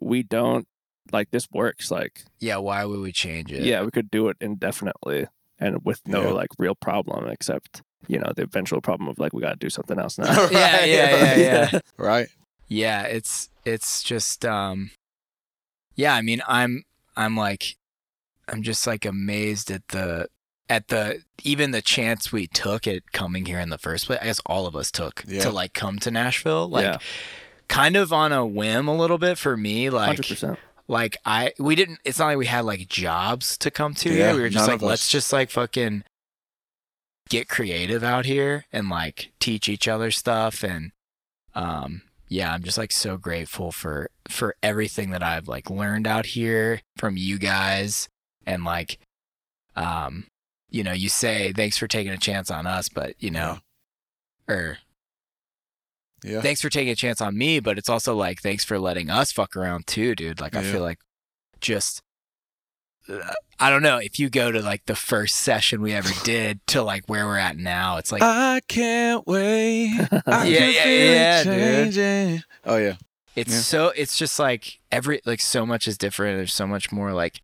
Speaker 2: we don't like this works. Like
Speaker 3: yeah, why would we change
Speaker 2: yeah,
Speaker 3: it?
Speaker 2: we could do it indefinitely and with no
Speaker 4: Yeah.
Speaker 2: like real problem, except you know the eventual problem of like we got to do something else now.
Speaker 3: [laughs] yeah, [laughs] yeah, yeah,
Speaker 2: [laughs]
Speaker 3: yeah.
Speaker 4: Right.
Speaker 3: yeah it's it's just um yeah i mean i'm i'm like i'm just like amazed at the at the even the chance we took at coming here in the first place i guess all of us took
Speaker 4: Yeah.
Speaker 3: to like come to nashville like
Speaker 2: Yeah.
Speaker 3: kind of on a whim a little bit for me like
Speaker 2: hundred
Speaker 3: [laughs]
Speaker 2: percent.
Speaker 3: like I we didn't it's not like we had like jobs to come to
Speaker 4: Yeah,
Speaker 3: here. We were
Speaker 4: none
Speaker 3: just like
Speaker 4: of us.
Speaker 3: let's just like fucking get creative out here and like teach each other stuff and um yeah, I'm just like so grateful for for everything that I've like learned out here from you guys and like um you know, you say thanks for taking a chance on us, but you know or
Speaker 4: Yeah.
Speaker 3: thanks for taking a chance on me, but it's also like thanks for letting us fuck around too, dude. Like I
Speaker 4: Yeah.
Speaker 3: feel like just uh, I don't know if you go to like the first session we
Speaker 4: [laughs]
Speaker 3: ever did to like where we're at now. It's like
Speaker 4: I can't wait.
Speaker 3: [laughs]
Speaker 4: I
Speaker 3: Yeah,
Speaker 4: can
Speaker 3: yeah,
Speaker 4: feel it
Speaker 3: yeah, dude.
Speaker 4: changing. Oh yeah.
Speaker 3: it's
Speaker 4: yeah.
Speaker 3: so it's just like every like so much is different. There's so much more like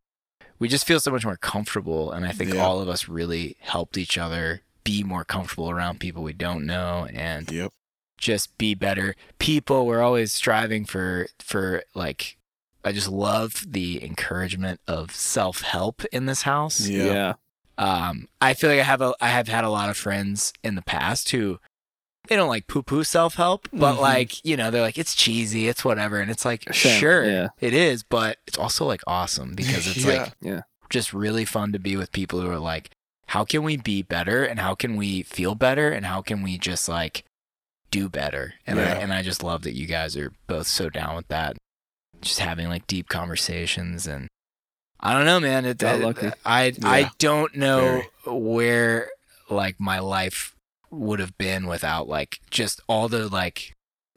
Speaker 3: we just feel so much more comfortable, and I think
Speaker 4: Yeah.
Speaker 3: all of us really helped each other be more comfortable around people we don't know and
Speaker 4: Yep.
Speaker 3: just be better people we're always striving for for like i just love the encouragement of self-help in this house
Speaker 4: Yeah.
Speaker 2: [laughs] yeah.
Speaker 3: um i feel like i have a i have had a lot of friends in the past who they don't like poo-poo self-help but
Speaker 4: Mhm.
Speaker 3: like you know they're like it's cheesy it's whatever and it's like
Speaker 2: Sure,
Speaker 3: sure
Speaker 2: yeah.
Speaker 3: it is but it's also like awesome because
Speaker 4: [laughs]
Speaker 3: it's
Speaker 4: Yeah.
Speaker 3: like
Speaker 2: Yeah.
Speaker 3: just really fun to be with people who are like how can we be better and how can we feel better and how can we just like do better and I,
Speaker 4: Yeah.
Speaker 3: and I just love that you guys are both so down with that just having like deep conversations and I don't know man it,
Speaker 2: Got
Speaker 3: it-
Speaker 2: lucky.
Speaker 3: I I
Speaker 4: Yeah.
Speaker 3: don't know where like my life would have been without like just all the like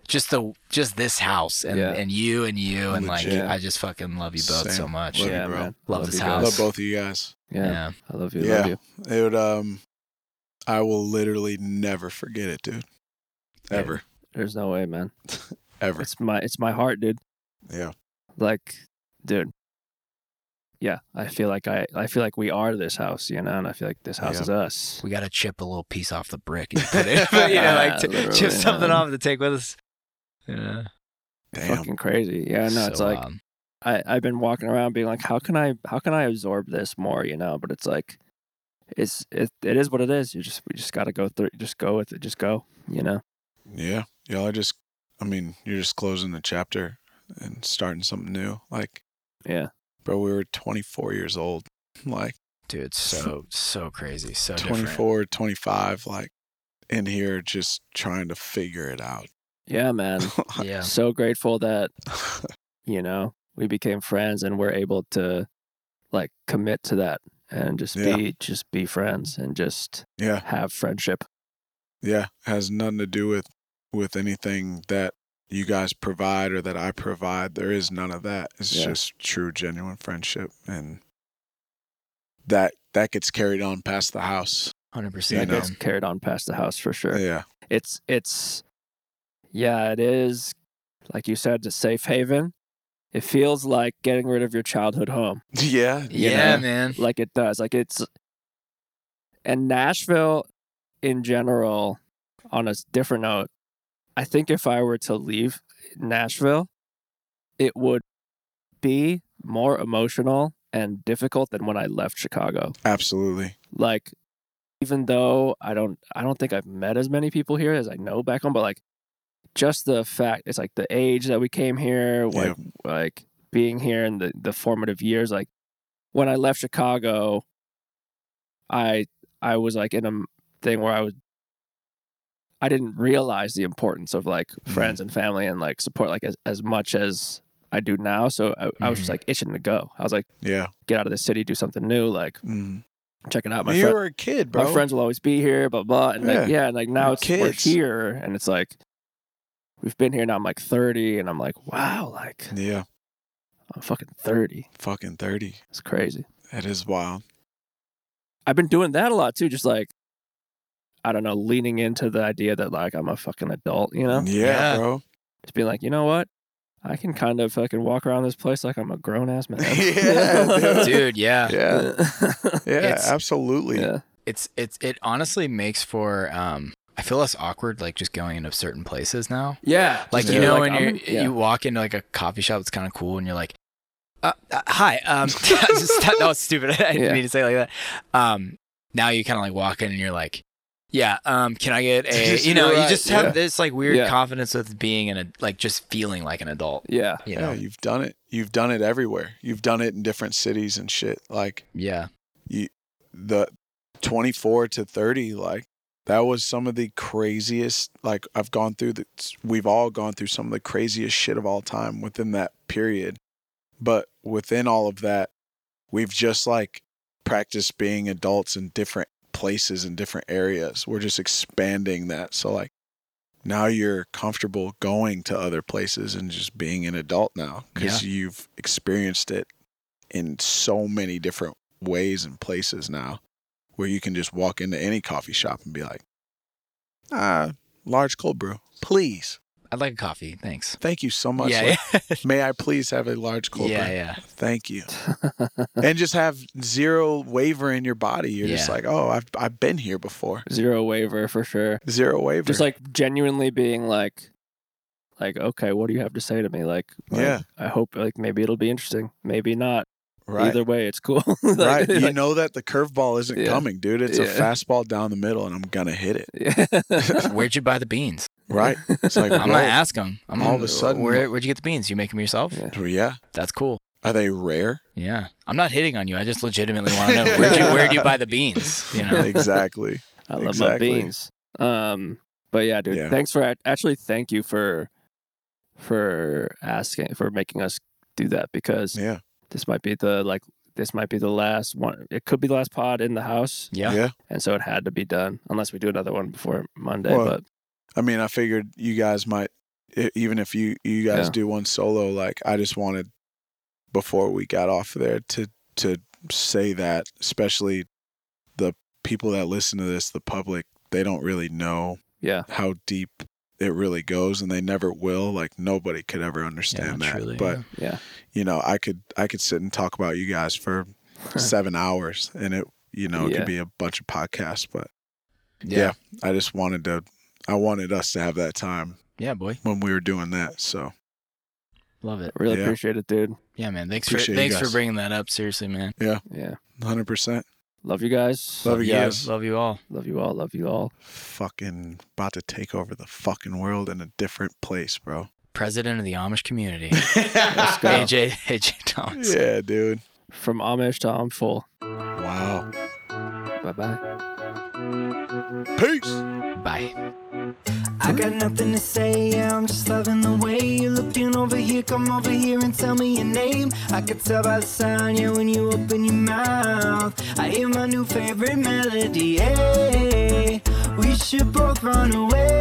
Speaker 3: just the just this house and
Speaker 2: Yeah.
Speaker 3: and you and you and like
Speaker 4: Legit.
Speaker 3: I just fucking love you both
Speaker 4: Same.
Speaker 3: so much
Speaker 4: Love you,
Speaker 2: yeah,
Speaker 4: bro.
Speaker 2: man.
Speaker 3: Love this
Speaker 2: you guys.
Speaker 3: house.
Speaker 4: Love both of you guys.
Speaker 2: Yeah.
Speaker 3: yeah.
Speaker 2: I love you.
Speaker 4: Yeah.
Speaker 2: Love you.
Speaker 4: It would um I will literally never forget it, dude. Ever.
Speaker 2: There's no way, man.
Speaker 4: Ever.
Speaker 2: It's my it's my heart, dude.
Speaker 4: Yeah.
Speaker 2: Like, dude. Yeah, I feel like I I feel like we are this house, you know, and I feel like this house
Speaker 4: Yeah.
Speaker 2: is us.
Speaker 3: we got to chip a little piece off the brick and put it,
Speaker 2: [laughs]
Speaker 3: [laughs] you know, like to,
Speaker 2: Literally,
Speaker 3: chip something
Speaker 2: man.
Speaker 3: off to take with us. Yeah,
Speaker 4: Damn.
Speaker 2: Fucking crazy. Yeah, no, it's
Speaker 3: um,
Speaker 2: like I I've been walking around being like, how can I how can I absorb this more, you know? But it's like, it's it it is what it is. You just we just got to go through. Just go with it. Just go. You know.
Speaker 4: Yeah. Y'all are just I mean, you're just closing the chapter and starting something new. Like
Speaker 2: Yeah.
Speaker 4: bro, we were twenty four years old. Like
Speaker 3: dude, it's so so crazy, so different.
Speaker 4: 24, 25, like in here just trying
Speaker 2: [laughs]
Speaker 4: to figure it out. [laughs]
Speaker 2: Yeah, man.
Speaker 3: Yeah,
Speaker 2: So grateful that you know we became friends and we're able to like commit to that and just
Speaker 4: Yeah.
Speaker 2: be just be friends and just
Speaker 4: Yeah.
Speaker 2: have friendship.
Speaker 4: Yeah, has nothing to do with with anything that you guys provide or that I provide. There is none of that. It's
Speaker 2: Yeah.
Speaker 4: just true, genuine friendship, and that that gets carried on past the house.
Speaker 3: Hundred
Speaker 4: Yeah,
Speaker 3: percent.
Speaker 2: That
Speaker 4: no.
Speaker 2: gets carried on past the house for sure.
Speaker 4: Yeah, [laughs]
Speaker 2: It's it's yeah, it is like you said, the safe haven. It feels like getting rid of your childhood home.
Speaker 4: yeah,
Speaker 2: you
Speaker 3: Yeah,
Speaker 2: know?
Speaker 3: man.
Speaker 2: like it does like it's and nashville in general on a s- different note i think if i were to leave nashville it would be more emotional and difficult than when i left chicago
Speaker 4: absolutely.
Speaker 2: like even though i don't i don't think i've met as many people here as i know back home but like just the fact it's like the age that we came here like like being here in the the formative years like when i left chicago i i was like in a m- thing where i was i didn't realize the importance of like friends and family and like support like as, as much as i do now so I, I was just
Speaker 3: Mhm.
Speaker 2: like itching to go i was like
Speaker 4: Yeah,
Speaker 2: get out of the city do something new like
Speaker 4: mm.
Speaker 2: check it out Uh, my
Speaker 4: you
Speaker 2: friend
Speaker 4: were a kid, bro.
Speaker 2: my friends will always be here, blah blah. And
Speaker 4: Yeah.
Speaker 2: like, yeah, and like now
Speaker 4: We're
Speaker 2: it's we're
Speaker 4: kids.
Speaker 2: here, and it's like we've been here now. I'm like 30, and I'm like, wow, like
Speaker 4: Yeah,
Speaker 2: I'm fucking 30.
Speaker 4: fucking thirty.
Speaker 2: It's crazy.
Speaker 4: That is wild.
Speaker 2: I've been doing that a lot too, just like I don't know, leaning into the idea that like I'm a fucking adult, you know,
Speaker 4: Yeah,
Speaker 3: Yeah.
Speaker 4: bro.
Speaker 2: just being like, you know what, I can kind of fucking walk around this place like I'm a grown ass man.
Speaker 4: Yeah,
Speaker 3: Dude,
Speaker 2: [laughs]
Speaker 3: yeah.
Speaker 4: [laughs] Yeah, yeah,
Speaker 3: It's-
Speaker 4: absolutely.
Speaker 2: yeah,
Speaker 3: It's it's it honestly makes for um I feel less awkward like just going into certain places now.
Speaker 2: yeah.
Speaker 3: Like
Speaker 2: Just
Speaker 3: you
Speaker 2: be
Speaker 3: know
Speaker 2: like,
Speaker 3: when
Speaker 2: I'm-
Speaker 3: you
Speaker 2: yeah.
Speaker 3: you walk into like a coffee shop it's kind of cool and you're like uh, uh, hi
Speaker 2: [laughs]
Speaker 3: um [laughs] just- that was stupid. [laughs] I didn't
Speaker 2: Yeah.
Speaker 3: mean to say it like that. Um now you kind of like walk in and you're like yeah, um can I get a
Speaker 2: [laughs]
Speaker 4: Just-
Speaker 3: you know,
Speaker 4: you're
Speaker 3: you
Speaker 4: right,
Speaker 3: just have
Speaker 4: yeah.
Speaker 3: this like weird
Speaker 2: Yeah.
Speaker 3: confidence with being in a like just feeling like an adult,
Speaker 2: yeah.
Speaker 3: you
Speaker 4: yeah,
Speaker 3: know.
Speaker 4: you've done it. You've done it everywhere. You've done it in different cities and shit. Like
Speaker 3: yeah.
Speaker 4: the 24 to 30 like that was some of the craziest like i've gone through the we've all gone through some of the craziest shit of all time within that period but within all of that we've just like practiced being adults in different places and different areas we're just expanding that so like now you're comfortable going to other places and just being an adult now because you've experienced it in so many different ways and places now where you can just walk into any coffee shop and be like, ah, large cold brew, please.
Speaker 3: I'd like a coffee. Thanks.
Speaker 4: Thank you so much.
Speaker 3: yeah,
Speaker 4: Like, May I please have a large
Speaker 3: yeah,
Speaker 4: cold
Speaker 3: yeah,
Speaker 4: brew?
Speaker 3: yeah.
Speaker 2: [laughs]
Speaker 4: Thank
Speaker 3: [laughs]
Speaker 4: you. and just have zero waver in your body. You're just
Speaker 3: Yeah.
Speaker 4: like, oh, I've, I've been here before.
Speaker 2: Zero waiver for sure.
Speaker 4: Zero waver.
Speaker 2: just like genuinely being like like okay what do you have to say to me like, like,
Speaker 4: Yeah.
Speaker 2: i hope like maybe it'll be interesting maybe not
Speaker 4: right.
Speaker 3: [laughs]
Speaker 2: either way it's cool [laughs] Like-
Speaker 4: right. You
Speaker 2: like-
Speaker 4: know that the curveball isn't
Speaker 2: Yeah.
Speaker 4: coming, dude. It's a
Speaker 2: Yeah.
Speaker 4: fastball down the middle and I'm going to hit
Speaker 3: [laughs]
Speaker 4: it.
Speaker 2: yeah.
Speaker 3: Where'd you buy the beans?
Speaker 4: [laughs] Right. It's like,
Speaker 3: I'm
Speaker 4: bro,
Speaker 3: gonna ask them. I'm
Speaker 4: all
Speaker 3: gonna-
Speaker 4: of a sudden-
Speaker 3: where, where'd you get the beans? You make them yourself?
Speaker 2: Yeah.
Speaker 4: yeah.
Speaker 3: That's cool.
Speaker 4: Are they
Speaker 3: [laughs]
Speaker 4: rare?
Speaker 3: Yeah, I'm not hitting on you. I just legitimately
Speaker 4: [laughs]
Speaker 3: want to know where'd you where'd you buy the beans? You know,
Speaker 4: exactly.
Speaker 2: [laughs] i love
Speaker 4: Exactly.
Speaker 2: my beans um but yeah dude
Speaker 4: Yeah.
Speaker 2: thanks for actually thank you for for asking for making us do that because
Speaker 4: Yeah.
Speaker 2: this might be the like this might be the last one it could be the last pod in the house
Speaker 3: yeah,
Speaker 4: yeah.
Speaker 2: and so it had to be done unless we do another one before monday
Speaker 4: Well,
Speaker 2: but
Speaker 4: I mean, I figured you guys might, e- even if you you guys
Speaker 2: Yeah.
Speaker 4: do one solo, like I just wanted before we got off there to to say that, especially the people that listen to this, the public, they don't really know
Speaker 2: yeah
Speaker 4: how deep it really goes, and they never will. Like nobody could ever understand that.
Speaker 3: truly,
Speaker 4: but
Speaker 2: yeah.
Speaker 4: you know, I could I could sit and talk about you guys
Speaker 2: [laughs]
Speaker 4: for seven hours, and it you know it
Speaker 2: Yeah.
Speaker 4: could be a bunch of podcasts, but
Speaker 3: yeah, yeah,
Speaker 4: yeah. I just wanted to I wanted us to have that time
Speaker 3: boy,
Speaker 4: when we were doing that. So
Speaker 3: love it.
Speaker 2: really
Speaker 4: Yeah.
Speaker 2: appreciate it dude
Speaker 3: Yeah, man. Thanks
Speaker 4: Appreciate
Speaker 3: for
Speaker 4: you
Speaker 3: thanks for
Speaker 4: guys.
Speaker 3: bringing that up. Seriously, man.
Speaker 2: yeah
Speaker 4: 100%.
Speaker 2: Love you guys.
Speaker 4: Love you guys.
Speaker 3: Love you all.
Speaker 2: Love you all. Love you all.
Speaker 4: Fucking about to take over the fucking world in a different place, bro.
Speaker 3: President of the
Speaker 4: [laughs]
Speaker 3: Amish community,
Speaker 2: Let's go.
Speaker 3: AJ AJ Thomas.
Speaker 4: Yeah, dude.
Speaker 2: From Amish to I'm full.
Speaker 4: Wow.
Speaker 2: Bye bye.
Speaker 4: Peace.
Speaker 3: Bye.
Speaker 1: I got nothing to say, yeah, I'm just loving the way you're looking over here. Come over here and tell me your name. I could tell by the sound, yeah, when you open your mouth. I hear my new favorite melody, hey. We should both run away.